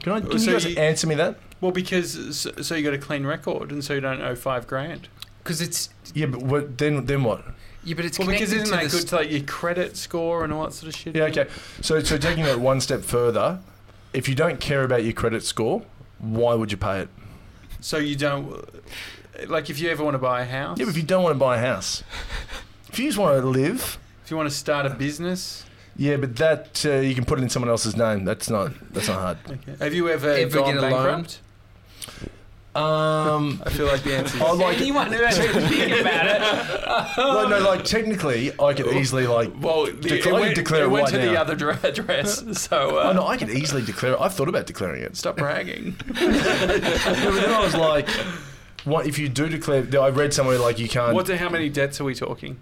Speaker 3: Can, I, can
Speaker 1: So
Speaker 3: you guys
Speaker 1: you-
Speaker 3: answer me that?
Speaker 1: Well, because so, so you got a clean record, and so you don't owe five grand.
Speaker 2: Because it's.
Speaker 3: Yeah, but what, then then what?
Speaker 2: Yeah, but it's
Speaker 1: Well,
Speaker 2: connected
Speaker 1: because isn't
Speaker 2: to
Speaker 1: that
Speaker 2: the
Speaker 1: good to like your credit score and all that sort of shit?
Speaker 3: Yeah, okay. So, so taking it one step further, if you don't care about your credit score, why would you pay it?
Speaker 1: So you don't like if you ever want to buy a house.
Speaker 3: Yeah, but if you don't want to buy a house, if you just want to live,
Speaker 1: if you want to start a business,
Speaker 3: yeah, but that uh, you can put it in someone else's name. That's not that's not
Speaker 1: okay. have you ever,
Speaker 2: Ever
Speaker 1: gone
Speaker 2: get a loan?
Speaker 1: bankrupt?
Speaker 3: hard. Um,
Speaker 1: I feel like the answer.
Speaker 3: *laughs* I
Speaker 1: Is, *laughs*
Speaker 3: like.
Speaker 2: Anyone who actually think about it.
Speaker 3: *laughs* Well, no, like technically, I could easily like.
Speaker 1: well, the,
Speaker 3: Dec- I
Speaker 1: it
Speaker 3: would
Speaker 1: went,
Speaker 3: declare
Speaker 1: it
Speaker 3: it
Speaker 1: went
Speaker 3: right
Speaker 1: to the
Speaker 3: now.
Speaker 1: other dra- address. *laughs* So uh,
Speaker 3: Oh no, I could easily declare it. I've thought about declaring it. *laughs*
Speaker 1: stop bragging. *laughs*
Speaker 3: But then I was like, what if you do declare? I read somewhere like you can't.
Speaker 1: What? the- How many debts are we talking?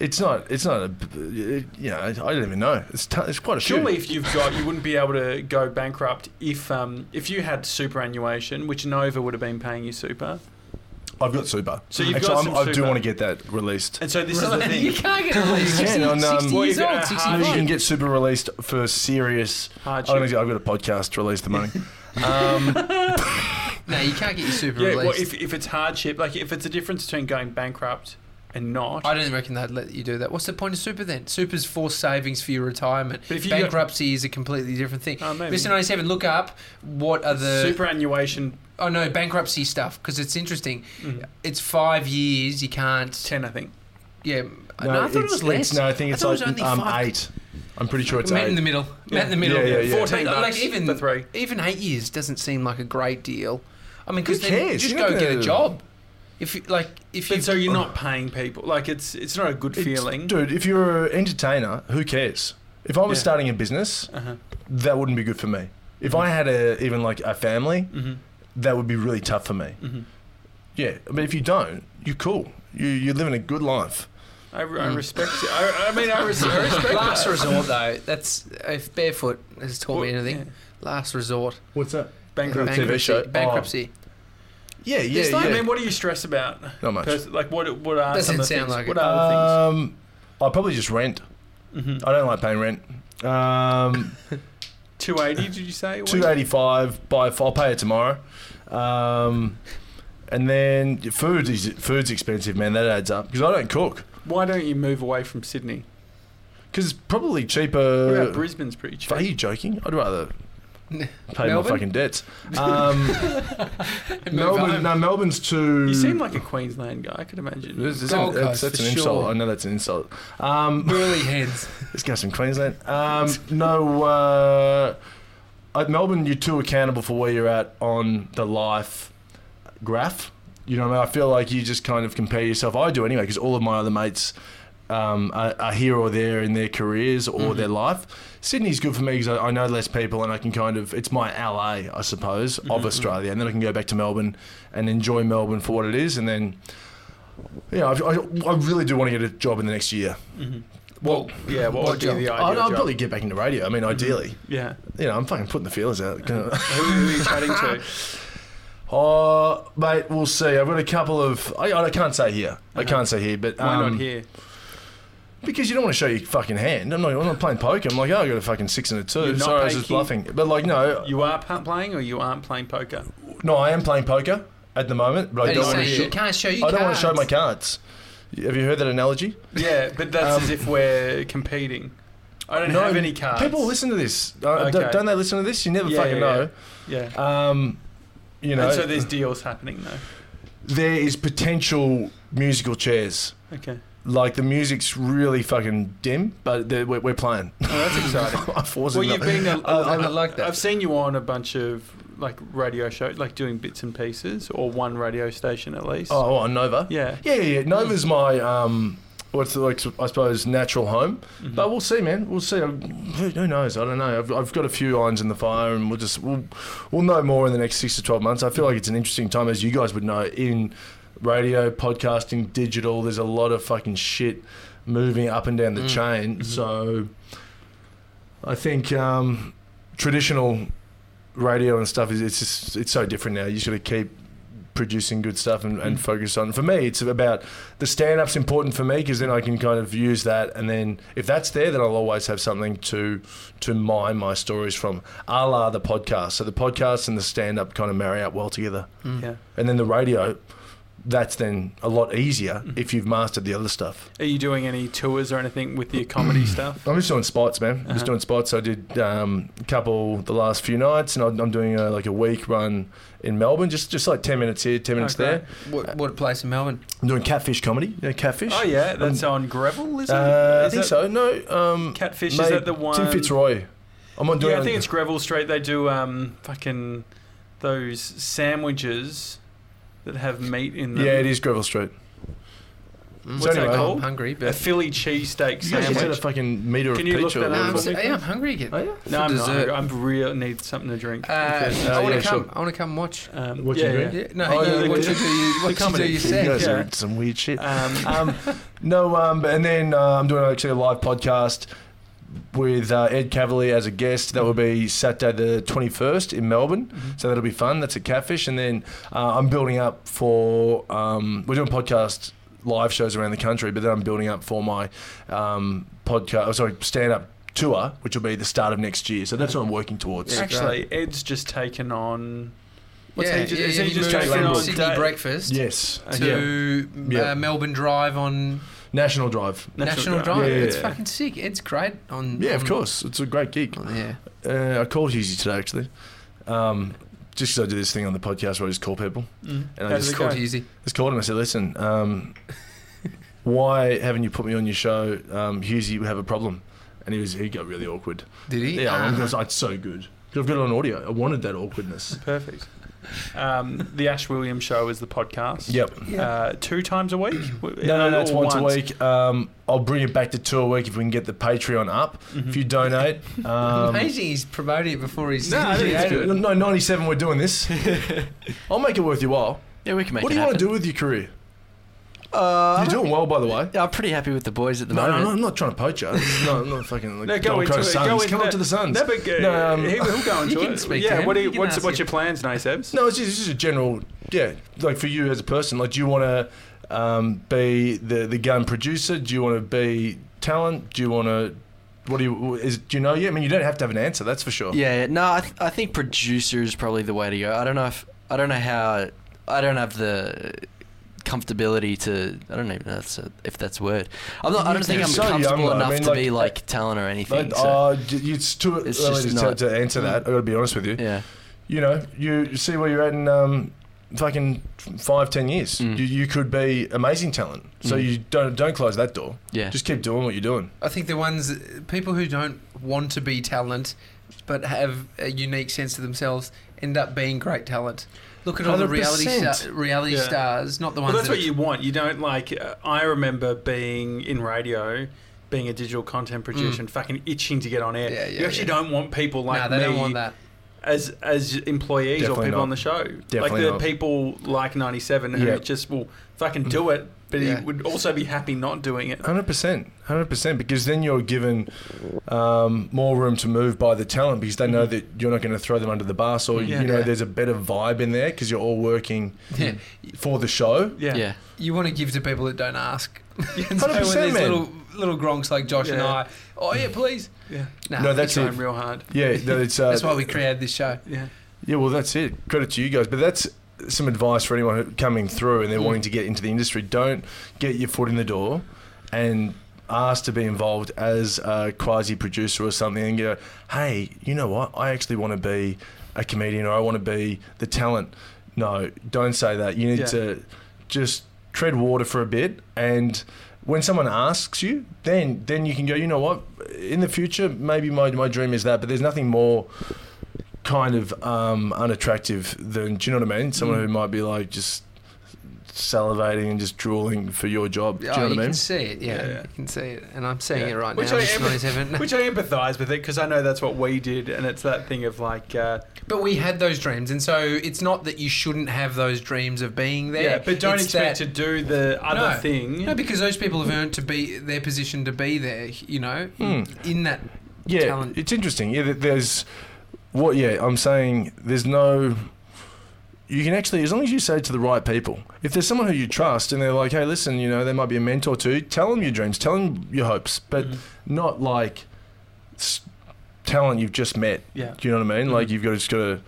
Speaker 3: It's not. It's not a. It, you know, I don't even know. It's t- it's quite a few.
Speaker 1: Surely, if you've got, you wouldn't be able to go bankrupt if um, if you had superannuation, which Nova would have been paying you super.
Speaker 3: I've got super.
Speaker 1: So you've
Speaker 3: Actually,
Speaker 1: got
Speaker 3: I'm-
Speaker 1: some
Speaker 3: I do
Speaker 1: super.
Speaker 3: want to get that released.
Speaker 1: And so this is the thing.
Speaker 2: *laughs* You can't
Speaker 3: *laughs*
Speaker 2: get a lease.
Speaker 3: You can
Speaker 2: 60,
Speaker 3: on, um,
Speaker 1: Well,
Speaker 2: 60
Speaker 1: you
Speaker 2: years
Speaker 1: can
Speaker 2: old,
Speaker 1: have
Speaker 2: 65.
Speaker 1: hard-
Speaker 3: you can get super released for serious. I
Speaker 1: hardship.
Speaker 3: don't know, I've got a podcast. Release
Speaker 1: *laughs*
Speaker 3: the money. Um,
Speaker 2: *laughs* No, you can't get your super
Speaker 1: yeah,
Speaker 2: released.
Speaker 1: well, if, if it's hardship, like if it's a difference between going bankrupt and not,
Speaker 2: I don't reckon they'd let you do that. What's the point of super then? Super's forced savings for your retirement.
Speaker 1: But if you
Speaker 2: Bankruptcy is a completely different thing.
Speaker 1: Oh, maybe.
Speaker 2: Mr. 97, look up what are uh, the.
Speaker 1: superannuation
Speaker 2: oh, no, bankruptcy stuff, because it's interesting.
Speaker 1: Mhm.
Speaker 2: It's five years, you can't.
Speaker 1: ten, I think.
Speaker 2: Yeah. No, I thought it
Speaker 3: it's-
Speaker 2: was
Speaker 3: it's-
Speaker 2: less.
Speaker 3: No, I think
Speaker 2: I
Speaker 3: it's
Speaker 2: thought it
Speaker 3: like
Speaker 2: was only
Speaker 3: um,
Speaker 2: five.
Speaker 3: eight. I'm pretty sure it's
Speaker 2: Met in
Speaker 3: eight.
Speaker 2: the middle.
Speaker 1: Yeah.
Speaker 2: Met in the middle.
Speaker 3: Yeah, yeah, yeah.
Speaker 1: Fourteen
Speaker 2: Like,
Speaker 1: bucks
Speaker 2: even,
Speaker 1: for three.
Speaker 2: Even eight years doesn't seem like a great deal. I mean, because
Speaker 3: Who
Speaker 2: then
Speaker 3: cares?
Speaker 2: just
Speaker 3: You're not
Speaker 2: go get a
Speaker 3: gonna-
Speaker 2: job. If you, like, if you Oh.
Speaker 1: But so you're not paying people. Like it's it's not a good
Speaker 3: It's-
Speaker 1: feeling.
Speaker 3: dude. If you're an entertainer, who cares? If I was
Speaker 1: Yeah.
Speaker 3: starting a business,
Speaker 1: Uh-huh.
Speaker 3: that wouldn't be good for me. If I had a even like a family,
Speaker 1: hmm
Speaker 3: that would be really tough for me.
Speaker 1: hmm
Speaker 3: Yeah, but if you don't, you're cool. You you're living a good life.
Speaker 1: I, re- I
Speaker 2: Mm.
Speaker 1: respect you. I, I mean, I, res-
Speaker 2: *laughs*
Speaker 1: I respect
Speaker 2: *laughs*
Speaker 3: *laughs*
Speaker 2: Last
Speaker 1: that.
Speaker 2: resort, though. That's if barefoot has taught me anything. Last resort.
Speaker 3: What's that?
Speaker 1: Bankrupt.
Speaker 3: Bankruptcy. Oh. TV show.
Speaker 2: Bankruptcy.
Speaker 3: Yeah, yeah,
Speaker 1: It's
Speaker 3: yeah.
Speaker 1: like- I mean, what do you stress about?
Speaker 3: Not much.
Speaker 1: Pers- like what? What are
Speaker 2: Doesn't
Speaker 1: some of the
Speaker 2: sound
Speaker 1: things?
Speaker 2: like
Speaker 1: what
Speaker 2: it.
Speaker 1: are
Speaker 3: um, I probably just rent.
Speaker 1: the things? Mm-hmm.
Speaker 3: I don't like paying rent.
Speaker 2: *laughs*
Speaker 3: Um,
Speaker 1: Two eighty? Did you say?
Speaker 3: two eighty five by I'll pay it tomorrow. Um, and then food is food's expensive, man. That adds up because I don't cook.
Speaker 1: Why don't you move away from Sydney?
Speaker 3: Because it's probably
Speaker 1: What about
Speaker 3: cheaper.
Speaker 1: Brisbane's pretty cheap.
Speaker 3: Are you joking?
Speaker 2: *laughs*
Speaker 3: I'd rather pay
Speaker 2: Melbourne?
Speaker 3: my
Speaker 2: *laughs*
Speaker 3: fucking debts. Um, Melbourne, *laughs* no, Melbourne's too.
Speaker 1: You seem like a Queensland guy. I could imagine.
Speaker 3: This is-
Speaker 2: Gold
Speaker 3: that's,
Speaker 2: Coast,
Speaker 3: that's
Speaker 2: for
Speaker 3: an
Speaker 2: sure.
Speaker 3: insult. I know that's an insult. Um,
Speaker 2: Burley heads.
Speaker 3: Let's go some Queensland. Um, no, uh, at Melbourne, you're too accountable for where you're at on the life graph. You know, what I mean, I feel like you just kind of compare yourself. I do anyway, because all of my other mates um, are, are here or there in their careers or their life. Sydney's good for me because I, I know less people and I can kind of, it's my LA, I suppose, of Australia. And then I can go back to Melbourne and enjoy Melbourne for what it is. And then, yeah, I, I, I really do want to get a job in the next year.
Speaker 1: Mm-hmm. Well, yeah. What,
Speaker 2: what
Speaker 1: would be
Speaker 2: job?
Speaker 1: the ideal
Speaker 3: I'd, I'd
Speaker 1: job? Mm-hmm.
Speaker 3: probably get back into radio. I mean, ideally.
Speaker 1: Yeah.
Speaker 3: You know, I'm fucking putting the feelers out.
Speaker 1: Who are you chatting *laughs* to?
Speaker 3: Oh, mate, we'll see. I've got a couple of. I, I can't say here. I can't say here, but. Um,
Speaker 1: Uh-huh. Why not here?
Speaker 3: Because you don't want to show your fucking hand. I'm not, I'm not playing poker. I'm like, oh, I got a fucking six and a 2
Speaker 1: You're not
Speaker 3: Sorry, I was just
Speaker 1: taking-
Speaker 3: bluffing. But, like, no,
Speaker 1: You are pa- playing or you aren't playing poker?
Speaker 3: no, I am playing poker at the moment, *laughs* but I
Speaker 2: And
Speaker 3: don't
Speaker 2: you
Speaker 3: want to
Speaker 2: say,
Speaker 3: show,
Speaker 2: you can't show you
Speaker 3: I don't want to show my
Speaker 2: cards."
Speaker 3: cards. Have you heard that analogy?
Speaker 1: Yeah, but that's as if we're competing. I don't have any cards.
Speaker 3: People listen to this. Uh,
Speaker 1: Okay.
Speaker 3: don't, don't they listen to this? You never
Speaker 1: Yeah,
Speaker 3: fucking
Speaker 1: yeah,
Speaker 3: know.
Speaker 1: Yeah.
Speaker 3: Um, you know,
Speaker 1: and so there's deals happening
Speaker 3: *laughs*
Speaker 1: though.
Speaker 3: there is potential musical chairs.
Speaker 1: Okay.
Speaker 3: Like the music's really fucking dim, but the- we're,
Speaker 1: *laughs*
Speaker 3: we're playing. *laughs*
Speaker 1: Oh, that's exciting.
Speaker 3: I forced
Speaker 1: well,
Speaker 3: it
Speaker 1: you've
Speaker 3: up.
Speaker 1: been.
Speaker 3: *laughs*
Speaker 1: A,
Speaker 2: I- I like
Speaker 1: *laughs*
Speaker 2: that.
Speaker 1: I've seen you on a bunch of like radio shows, like doing bits and pieces, or one radio station at least.
Speaker 3: Oh, on Nova.
Speaker 1: Yeah.
Speaker 3: Yeah, yeah, yeah. Nova's my um, what's the, like I suppose natural home,
Speaker 1: Mm-hmm.
Speaker 3: but we'll see, man. We'll see. Who, who knows? I don't know. I've, I've got a few irons in the fire, and we'll just we'll, we'll know more in the next six to twelve months. I feel like it's an interesting time, as you guys would know, in radio, podcasting, digital. There's a lot of fucking shit moving up and down the chain. So I think um, traditional radio and stuff is it's just it's so different now. You just got to keep producing good stuff and, and focus on. For me, it's about the stand up's important for me because then I can kind of use that, and then if that's there, then I'll always have something to to mine my stories from, a la the podcast. So the podcast and the stand up kind of marry up well together,
Speaker 1: Yeah.
Speaker 3: and then the radio. That's then a lot easier
Speaker 1: Mm-hmm.
Speaker 3: if you've mastered the other stuff.
Speaker 1: Are you doing any tours or anything with your
Speaker 3: *clears throat*
Speaker 1: comedy stuff?
Speaker 3: I'm just doing spots, man. I'm
Speaker 1: Uh-huh.
Speaker 3: Just doing spots. I did um, a couple the last few nights, and I'm- I'm doing a, like a week run in Melbourne, just just like ten minutes here, ten minutes
Speaker 1: Okay.
Speaker 3: there.
Speaker 2: What, what a place in Melbourne?
Speaker 3: I'm doing catfish comedy. Yeah, catfish.
Speaker 1: Oh Oh, yeah, that's on Greville, is it?
Speaker 3: Um, Uh, I
Speaker 1: Is
Speaker 3: think
Speaker 1: that-
Speaker 3: so. No, um,
Speaker 1: Catfish is
Speaker 3: mate,
Speaker 1: that the one?
Speaker 3: Tim Fitzroy. I'm on doing.
Speaker 1: Yeah, I think it's Greville Street. They do um fucking those sandwiches that have meat in them.
Speaker 3: Yeah, it is Greville Street.
Speaker 2: Mm.
Speaker 1: What's
Speaker 3: So anyway,
Speaker 1: that
Speaker 2: I'm
Speaker 1: called?
Speaker 2: hungry,
Speaker 1: A
Speaker 2: but
Speaker 1: Philly cheesesteak
Speaker 3: You guys just had a
Speaker 1: sandwich.
Speaker 3: fucking meter
Speaker 1: Can
Speaker 3: of
Speaker 1: you look
Speaker 3: pizza.
Speaker 1: that
Speaker 3: or
Speaker 2: no, I'm,
Speaker 1: up?
Speaker 2: s- yeah, I'm hungry again.
Speaker 3: whatever. Oh,
Speaker 1: No, I'm not.
Speaker 2: dessert.
Speaker 1: hungry. I'm real. Need something to drink.
Speaker 2: Uh,
Speaker 3: Okay.
Speaker 2: I
Speaker 3: Oh,
Speaker 2: want to
Speaker 3: yeah,
Speaker 2: come.
Speaker 3: sure.
Speaker 2: I want to come watch.
Speaker 1: Um,
Speaker 3: What you
Speaker 1: yeah,
Speaker 3: drink?
Speaker 1: yeah.
Speaker 2: Yeah, no,
Speaker 3: Oh,
Speaker 2: you-
Speaker 3: yeah,
Speaker 2: what
Speaker 3: yeah.
Speaker 2: you do, you, what
Speaker 1: The
Speaker 2: you do
Speaker 1: comedy.
Speaker 3: yeah.
Speaker 2: yourself.
Speaker 3: You guys
Speaker 1: Yeah.
Speaker 3: are into some weird shit. *laughs*
Speaker 1: Um,
Speaker 3: Um, no, um, but- and then uh, I'm doing actually a live podcast with uh, Ed Cavalier as a guest. That will be Saturday the 21st in Melbourne. So that'll be fun. That's a catfish. And then uh, I'm building up for, um, we're doing podcast live shows around the country, but then I'm building up for my um, podcast, oh, sorry, stand up tour, which will be the start of next year. So that's what I'm working towards.
Speaker 2: Yeah.
Speaker 1: actually, Ed's just taken on. What's
Speaker 2: yeah,
Speaker 1: he just,
Speaker 2: yeah,
Speaker 1: is
Speaker 2: yeah,
Speaker 1: he just
Speaker 2: moved
Speaker 3: taking
Speaker 1: taken
Speaker 2: from
Speaker 1: on Uh,
Speaker 3: on
Speaker 2: Sydney
Speaker 1: da-
Speaker 2: breakfast
Speaker 3: Yes. Yeah.
Speaker 2: to
Speaker 3: Yeah.
Speaker 2: Uh, Melbourne Drive on
Speaker 3: National Drive.
Speaker 2: National,
Speaker 1: National
Speaker 2: Drive.
Speaker 1: Drive.
Speaker 3: Yeah, yeah,
Speaker 2: It's
Speaker 3: yeah.
Speaker 2: fucking sick. It's great on.
Speaker 3: Yeah, of
Speaker 2: on-
Speaker 3: course. It's a great gig.
Speaker 2: on- yeah.
Speaker 3: Uh, I called Husey today actually. Um, just 'cause I do this thing on the podcast where I just call people.
Speaker 1: Mm.
Speaker 3: And I
Speaker 1: How's
Speaker 3: just
Speaker 1: it
Speaker 2: It's
Speaker 1: go?
Speaker 2: called easy.
Speaker 3: Just called him. I said, "Listen, um, why haven't you put me on your show? Um, Husey, we have a problem." And he was he got really awkward.
Speaker 2: Did he?
Speaker 3: Yeah,
Speaker 2: Ah.
Speaker 3: I'm just, it's so good. 'Cause I've got it on audio. I wanted that awkwardness.
Speaker 1: Perfect. Um, the Ash Williams Show is the podcast.
Speaker 3: Yep.
Speaker 1: Uh, two times a
Speaker 3: *clears throat*
Speaker 1: week?
Speaker 3: No, no, no. It's
Speaker 1: Or
Speaker 3: once, a week. Um, I'll bring it back to two a week if we can get the Patreon up.
Speaker 1: Mm-hmm.
Speaker 3: If you donate,
Speaker 2: *laughs*
Speaker 3: um,
Speaker 2: Amazing. He's promoting it before he's.
Speaker 1: No, I think it's
Speaker 3: yeah,
Speaker 1: good.
Speaker 3: no, 97. We're doing this. I'll make it worth your while.
Speaker 4: *laughs* Yeah, we can make
Speaker 3: what
Speaker 4: it
Speaker 3: do you
Speaker 4: happen.
Speaker 3: want to do with your career?
Speaker 4: Uh,
Speaker 3: You're doing well, by the way.
Speaker 4: I'm pretty happy with the boys at the
Speaker 3: No, no,
Speaker 4: moment.
Speaker 3: no, I'm not trying to poach you. No, I'm not fucking. Like,
Speaker 1: No, go
Speaker 3: Gold
Speaker 1: into
Speaker 3: Coast
Speaker 1: it.
Speaker 3: Suns.
Speaker 1: Go into
Speaker 3: Come up
Speaker 1: that.
Speaker 3: to the Suns.
Speaker 1: No, but, uh,
Speaker 3: No, um,
Speaker 1: he, will
Speaker 3: *laughs*
Speaker 1: go into
Speaker 2: You
Speaker 1: it.
Speaker 2: can speak to
Speaker 1: yeah,
Speaker 2: him.
Speaker 1: what do
Speaker 2: You
Speaker 1: you,
Speaker 2: can
Speaker 1: what's,
Speaker 2: ask
Speaker 1: what's
Speaker 2: him.
Speaker 1: your plans, Nice Evs?
Speaker 3: No, it's just, it's just a general, yeah. Like for you as a person, like, do you want to um, be the the gun producer? Do you want to be talent? Do you want to? What do you? Is, do you know? Yeah, I mean, you don't have to have an answer. That's for sure.
Speaker 4: Yeah, no, I, th- I think producer is probably the way to go. I don't know if I don't know how I don't have the comfortability to I don't even know if that's a, if that's a word. I'm not. I don't think I'm
Speaker 3: So young,
Speaker 4: comfortable
Speaker 3: though. I
Speaker 4: enough
Speaker 3: mean,
Speaker 4: to
Speaker 3: like-
Speaker 4: be like talent or anything.
Speaker 3: But,
Speaker 4: so,
Speaker 3: uh, j- it's too early
Speaker 4: It's
Speaker 3: to,
Speaker 4: just
Speaker 3: tell-
Speaker 4: not-
Speaker 3: to answer that. I got to be honest with you.
Speaker 4: yeah,
Speaker 3: you know, you see where you're at in um, fucking five, ten years.
Speaker 4: Mm.
Speaker 3: You, you could be amazing talent. So
Speaker 4: Mm.
Speaker 3: you don't don't close that door.
Speaker 4: yeah.
Speaker 3: Just keep doing what you're doing.
Speaker 2: I think the ones people who don't want to be talent, but have a unique sense to themselves, end up being great talent. Look at all the reality
Speaker 3: 100%.
Speaker 2: sta- reality
Speaker 1: Yeah.
Speaker 2: stars, not the ones.
Speaker 1: Well, that's
Speaker 2: that
Speaker 1: what you want. You don't like. Uh, I remember being in radio, being a digital content producer, and fucking itching to get on air.
Speaker 2: Mm. Yeah, yeah,
Speaker 1: you actually
Speaker 2: yeah.
Speaker 1: don't want people like
Speaker 2: nah, they
Speaker 1: me
Speaker 2: don't want that.
Speaker 1: as as employees or
Speaker 3: Definitely
Speaker 1: people
Speaker 3: not.
Speaker 1: on the show. like
Speaker 3: Definitely
Speaker 1: the
Speaker 3: not.
Speaker 1: people like ninety seven who
Speaker 3: Yeah.
Speaker 1: just will fucking do it, but
Speaker 2: Yeah.
Speaker 1: he would also be happy not doing it.
Speaker 3: Hundred percent, hundred percent. Because then you're given um, more room to move by the talent because they know that you're not going to throw them under the bus, or
Speaker 1: Yeah.
Speaker 3: you know
Speaker 2: Yeah.
Speaker 3: there's a better vibe in there because you're all working
Speaker 1: Hmm.
Speaker 2: Yeah.
Speaker 3: for the show.
Speaker 4: *laughs*
Speaker 1: Yeah.
Speaker 4: yeah.
Speaker 2: You want to give to people that don't ask. *laughs* and so when
Speaker 3: 100%,
Speaker 2: there's
Speaker 3: man.
Speaker 2: little little gronks like Josh and
Speaker 1: Yeah.
Speaker 2: I, oh yeah, please.
Speaker 1: yeah.
Speaker 2: Nah,
Speaker 3: No, that's
Speaker 1: That's
Speaker 3: it.
Speaker 1: real hard.
Speaker 3: Yeah, no,
Speaker 2: *laughs*
Speaker 3: it's uh,
Speaker 2: that's why we created this show.
Speaker 1: Yeah.
Speaker 3: yeah. Well, that's it. Credit to you guys, but that's some advice for anyone who- coming through and they're
Speaker 2: Mm.
Speaker 3: wanting to get into the industry. Don't get your foot in the door and ask to be involved as a quasi producer or something and go, hey, you know what? I actually want to be a comedian or I want to be the talent. No, don't say that. You need
Speaker 1: Yeah.
Speaker 3: to just tread water for a bit and when someone asks you, then then you can go, you know what? In the future, maybe my, my dream is that, but there's nothing more kind of um, unattractive than, do you know what I mean? Someone
Speaker 1: Mm.
Speaker 3: who might be like just salivating and just drooling for your job. Do you
Speaker 2: Oh,
Speaker 3: know what I
Speaker 2: you
Speaker 3: mean?
Speaker 2: can see it, yeah,
Speaker 1: Yeah, yeah.
Speaker 2: You can see it, and I'm seeing
Speaker 1: Yeah.
Speaker 2: it right
Speaker 1: Which
Speaker 2: now.
Speaker 1: I
Speaker 2: Mr.
Speaker 1: am-
Speaker 2: 97.
Speaker 1: Which I empathise with it because I know that's what we did, and it's that thing of like, uh,
Speaker 2: *laughs* But we had those dreams, and so it's not that you shouldn't have those dreams of being there.
Speaker 1: yeah, but don't
Speaker 2: It's
Speaker 1: expect
Speaker 2: that-
Speaker 1: to do the other
Speaker 2: No.
Speaker 1: thing.
Speaker 2: No, because those people have earned to be their position to be there. You know, in, in that.
Speaker 3: yeah,
Speaker 2: talent.
Speaker 3: it's interesting. Yeah, that there's what. Yeah, I'm saying there's no. You can actually, as long as you say it to the right people. If there's someone who you trust and they're like, "Hey, listen, you know, they might be a mentor to. Tell them your dreams, tell them your hopes, but
Speaker 1: Mm.
Speaker 2: Mm-hmm.
Speaker 3: not like s- talent you've just met.
Speaker 1: Yeah.
Speaker 3: Do you know what I
Speaker 2: Mm-hmm.
Speaker 3: mean? Like you've got to just got to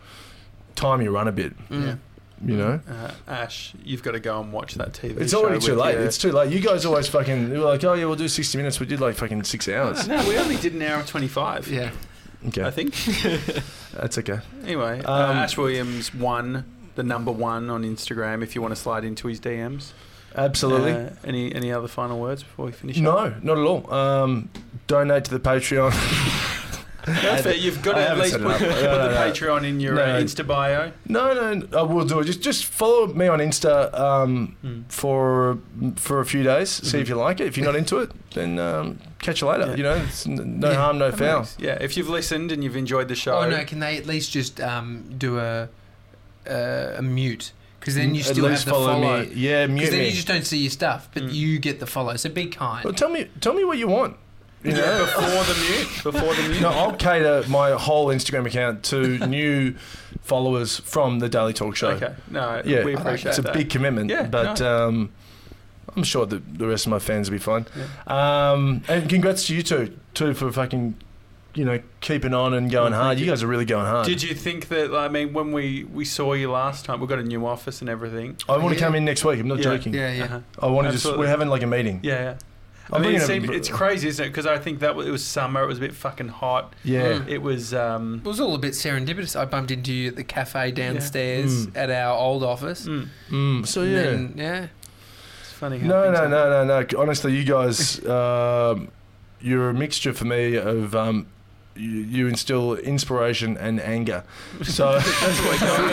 Speaker 3: time your run a bit.
Speaker 2: Mm.
Speaker 3: You know,
Speaker 1: Uh, Ash, you've got to go and watch that TV.
Speaker 3: it's
Speaker 1: show
Speaker 3: already too
Speaker 1: with
Speaker 3: late.
Speaker 2: uh,
Speaker 1: your-
Speaker 3: It's too late. You guys always fucking they were like, "Oh yeah, we'll do 60 minutes." We did like fucking six hours.
Speaker 2: *laughs*
Speaker 1: no, we only did an hour twenty-five.
Speaker 2: Yeah.
Speaker 1: I
Speaker 3: Okay,
Speaker 1: think.
Speaker 3: that's okay.
Speaker 1: Anyway, uh,
Speaker 3: Um,
Speaker 1: Ash Williams won the number one on Instagram. If you want to slide into his DMs,
Speaker 3: Absolutely.
Speaker 1: Uh, any any other final words before we finish? up?
Speaker 3: No, not at all. Um, donate to the Patreon. *laughs*
Speaker 1: That's fair. You've got
Speaker 3: I
Speaker 1: to at
Speaker 3: haven't
Speaker 1: least
Speaker 3: set it
Speaker 1: put,
Speaker 3: up.
Speaker 1: put
Speaker 3: No, no,
Speaker 1: the
Speaker 3: no.
Speaker 1: Patreon in your
Speaker 3: No.
Speaker 1: uh, Insta bio.
Speaker 3: no, no, no, I will do it. Just, just follow me on Insta um, for for a few days.
Speaker 2: Mm-hmm.
Speaker 3: See if you like it. If you're not into it, then um, catch you later.
Speaker 1: Yeah.
Speaker 3: You know, it's n- no
Speaker 2: Yeah.
Speaker 3: harm, no foul.
Speaker 1: Yeah, if you've listened and you've enjoyed the show,
Speaker 2: Oh no! Can they at least just um, do a uh, a mute? Because then you
Speaker 3: Mm, At
Speaker 2: still have
Speaker 3: least
Speaker 2: the follow.
Speaker 3: me. Yeah, mute
Speaker 2: Because then
Speaker 3: me.
Speaker 2: you just don't see your stuff, but
Speaker 1: Mm.
Speaker 2: you get the follow. So be
Speaker 3: Well,
Speaker 2: kind.
Speaker 3: tell me, tell me what you want. You
Speaker 1: Yeah,
Speaker 3: know,
Speaker 1: before the mute, before the mute.
Speaker 3: no, I'll cater my whole Instagram account
Speaker 1: *laughs*
Speaker 3: to new followers from the Daily Talk Show.
Speaker 1: okay, no,
Speaker 3: Yeah,
Speaker 1: we appreciate
Speaker 3: it's a
Speaker 1: that.
Speaker 3: big commitment.
Speaker 1: Yeah,
Speaker 3: but um, I'm sure that the rest of my fans will be fine. Um, and congrats to you two, too, for fucking, you know, keeping on and going
Speaker 1: Oh, thank
Speaker 3: hard. You
Speaker 1: you.
Speaker 3: guys are really going hard.
Speaker 1: Did you think that? I mean, when we we saw you last time, we got a new office and everything.
Speaker 3: I want to
Speaker 2: Yeah.
Speaker 3: come in next week. I'm not
Speaker 1: Yeah.
Speaker 3: joking.
Speaker 2: Yeah, yeah.
Speaker 1: Uh-huh.
Speaker 3: I want to just.
Speaker 1: Absolutely.
Speaker 3: We're having like a meeting.
Speaker 1: Yeah, yeah. I
Speaker 3: I'm
Speaker 1: mean, it
Speaker 3: bringing a-
Speaker 1: seemed, it's crazy, isn't it? Because I think that was, it was summer. It was a bit fucking hot.
Speaker 3: Yeah.
Speaker 1: It was. Um,
Speaker 2: It was all a bit serendipitous. I bumped into you at the cafe downstairs
Speaker 3: Mm.
Speaker 2: at our old office.
Speaker 1: mm,
Speaker 3: Mm, so
Speaker 2: And
Speaker 3: yeah.
Speaker 2: then- yeah.
Speaker 1: it's funny. How
Speaker 3: No,
Speaker 1: things
Speaker 3: no,
Speaker 1: happen. *laughs*
Speaker 3: no, no, no. Honestly, you guys, um, you're a mixture for me of um, you, you instill inspiration and anger. So.
Speaker 2: *laughs* that's a good combo.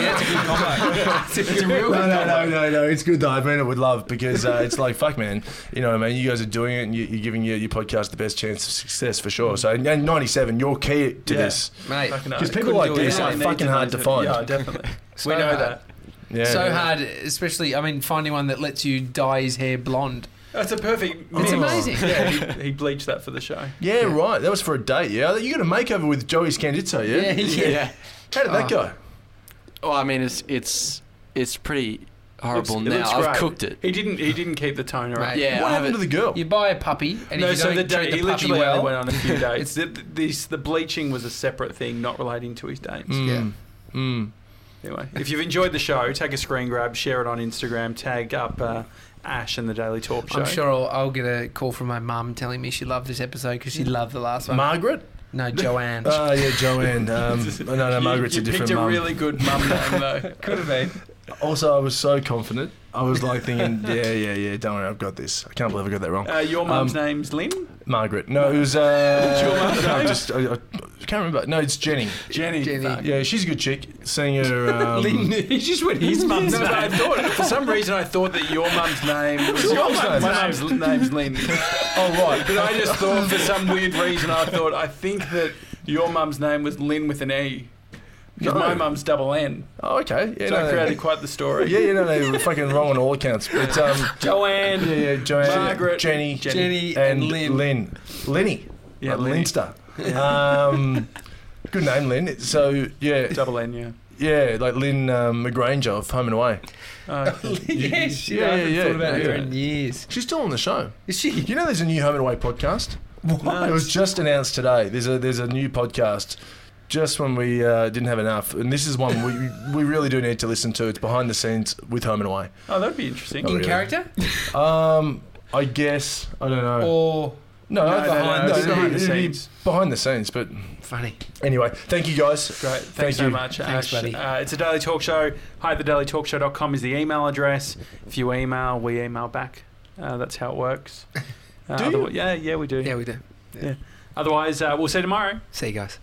Speaker 2: *laughs*
Speaker 3: *laughs*
Speaker 2: That's a real
Speaker 3: No,
Speaker 2: good
Speaker 3: no,
Speaker 2: combo.
Speaker 3: no, no, no. It's good though. I mean it with love because uh, it's like fuck, man. You know what I mean? You guys are doing it, and you, you're giving your, your podcast the best chance of success for sure. So, and and 97, you're key to
Speaker 1: Yeah.
Speaker 3: this.
Speaker 2: Mate,
Speaker 1: Fucking
Speaker 3: Because
Speaker 1: hell.
Speaker 3: people
Speaker 2: couldn't
Speaker 3: like
Speaker 2: do it
Speaker 3: this
Speaker 2: without
Speaker 3: are
Speaker 2: it.
Speaker 1: They
Speaker 3: fucking
Speaker 1: need
Speaker 3: hard to
Speaker 1: know
Speaker 3: find. uh,
Speaker 1: that. Yeah,
Speaker 3: *laughs*
Speaker 1: definitely.
Speaker 2: So
Speaker 1: we know
Speaker 2: hard.
Speaker 1: that.
Speaker 3: Yeah.
Speaker 2: So hard, especially, I mean, finding one that lets you dye his hair blonde.
Speaker 1: That's a perfect. mix.
Speaker 2: It's amazing.
Speaker 1: Yeah, he, he bleached that for the show.
Speaker 3: yeah, right. That was for a date. Yeah, you got a makeover with Joey Scandizzo. Yeah.
Speaker 2: yeah.
Speaker 3: How did that
Speaker 2: Oh.
Speaker 3: go?
Speaker 4: Well, I mean, it's it's it's pretty horrible
Speaker 1: Looks- it
Speaker 4: now.
Speaker 1: looks
Speaker 4: I've
Speaker 1: great.
Speaker 4: cooked it.
Speaker 1: He didn't. He didn't keep the toner up.
Speaker 2: Mate.
Speaker 4: Yeah,
Speaker 3: what
Speaker 4: I have
Speaker 3: happened
Speaker 4: it.
Speaker 3: to the girl?
Speaker 2: You buy a puppy, and
Speaker 1: No,
Speaker 2: if you
Speaker 1: so
Speaker 2: don't
Speaker 1: the
Speaker 2: treat
Speaker 1: date he
Speaker 2: the puppy
Speaker 1: literally only
Speaker 2: well,
Speaker 1: went on a few dates. the, the, these- the bleaching was a separate thing, not relating to his dates.
Speaker 3: Mm. Mm.
Speaker 1: Anyway, if you've enjoyed the show, take a screen grab, share it on Instagram, tag up uh, Ash and the Daily Talk Show.
Speaker 2: I'm sure I'll, I'll get a call from my mum telling me she loved this episode because she loved the last one.
Speaker 3: Margaret? *laughs*
Speaker 1: *laughs*
Speaker 2: no, Joanne.
Speaker 1: Uh,
Speaker 3: Oh, yeah, *laughs* Joanne. Um, no,
Speaker 1: *laughs*
Speaker 3: no,
Speaker 1: You-
Speaker 3: Margaret's
Speaker 1: you
Speaker 3: a different
Speaker 1: picked
Speaker 3: mum.
Speaker 1: a really good mum name, though.
Speaker 2: Could have been.
Speaker 3: Also, I was so confident. I was
Speaker 1: *laughs*
Speaker 3: like thinking, yeah, yeah, yeah, don't worry, I've got this. I can't believe I got that wrong.
Speaker 1: Uh, your mum's name's Lynn.
Speaker 3: Margaret. No, it was. Uh,
Speaker 1: What's your mum's
Speaker 3: I
Speaker 1: name?
Speaker 3: just I, I can't remember. No, it's Jenny.
Speaker 1: Jenny.
Speaker 2: Jenny.
Speaker 1: fuck.
Speaker 2: *laughs*
Speaker 3: Yeah, she's a good chick. Seeing
Speaker 1: *laughs*
Speaker 3: her. Um,
Speaker 2: Lynn, he just went his mum's
Speaker 1: No, but I
Speaker 2: name.
Speaker 1: thought for some reason I thought that your mum's name was
Speaker 3: Your mum's
Speaker 1: My name's, name's Lynn. *laughs*
Speaker 3: oh right,
Speaker 1: But I just thought for some weird reason I thought I think that your mum's name was Lynn with an E. Because
Speaker 3: No.
Speaker 1: my mum's double N.
Speaker 3: Oh, okay. Yeah,
Speaker 1: So
Speaker 3: no,
Speaker 1: I
Speaker 3: no.
Speaker 1: created quite the story.
Speaker 3: Yeah, yeah, no, they were fucking wrong on all accounts. But
Speaker 1: *laughs*
Speaker 3: um,
Speaker 1: Joanne.
Speaker 3: yeah, yeah, Joanne,
Speaker 1: Margaret,
Speaker 3: Jenny,
Speaker 1: Jenny,
Speaker 2: Jenny
Speaker 3: and
Speaker 2: and Lynn.
Speaker 3: Lynn, Lenny,
Speaker 1: Yeah,
Speaker 3: like
Speaker 1: Lenny.
Speaker 3: Linster. Um, *laughs* good name, Lynn. So yeah,
Speaker 1: Double N, yeah.
Speaker 3: yeah, like Lynn um, McGranger of Home and Away.
Speaker 1: Okay.
Speaker 2: yeah, shit,
Speaker 3: Yeah,
Speaker 2: I haven't
Speaker 3: yeah,
Speaker 2: thought about her
Speaker 1: yeah.
Speaker 2: in years.
Speaker 3: She's still on the show.
Speaker 2: Is she?
Speaker 3: You know, there's a new Home and Away podcast.
Speaker 1: Nice.
Speaker 3: It was just announced today. There's a there's a new podcast. Just when we uh, didn't have enough, and this is one we we really do need to listen to. It's behind the scenes with Home and Away.
Speaker 1: Oh, that'd be interesting.
Speaker 3: Oh,
Speaker 2: In
Speaker 3: really?
Speaker 2: character?
Speaker 3: Um, I guess I don't know.
Speaker 2: Or
Speaker 3: No,
Speaker 1: No,
Speaker 3: no,
Speaker 1: no,
Speaker 3: behind,
Speaker 1: no,
Speaker 3: no,
Speaker 1: it's behind the
Speaker 3: it'd be
Speaker 1: scenes.
Speaker 3: behind the scenes. But
Speaker 2: funny.
Speaker 3: anyway, thank you guys.
Speaker 1: Great. Thanks
Speaker 3: Thank
Speaker 1: so
Speaker 3: you.
Speaker 1: much, Ash.
Speaker 2: Thanks, buddy.
Speaker 1: Uh, it's a daily talk show. Hi at thedailytalkshow.com is the email address. If you email, we email back. Uh, that's how it works. Uh,
Speaker 3: *laughs* Do
Speaker 1: otherwi-
Speaker 3: you?
Speaker 1: Yeah, yeah, we do.
Speaker 2: Yeah, we do.
Speaker 1: Otherwise, uh, we'll see you tomorrow.
Speaker 2: See you guys.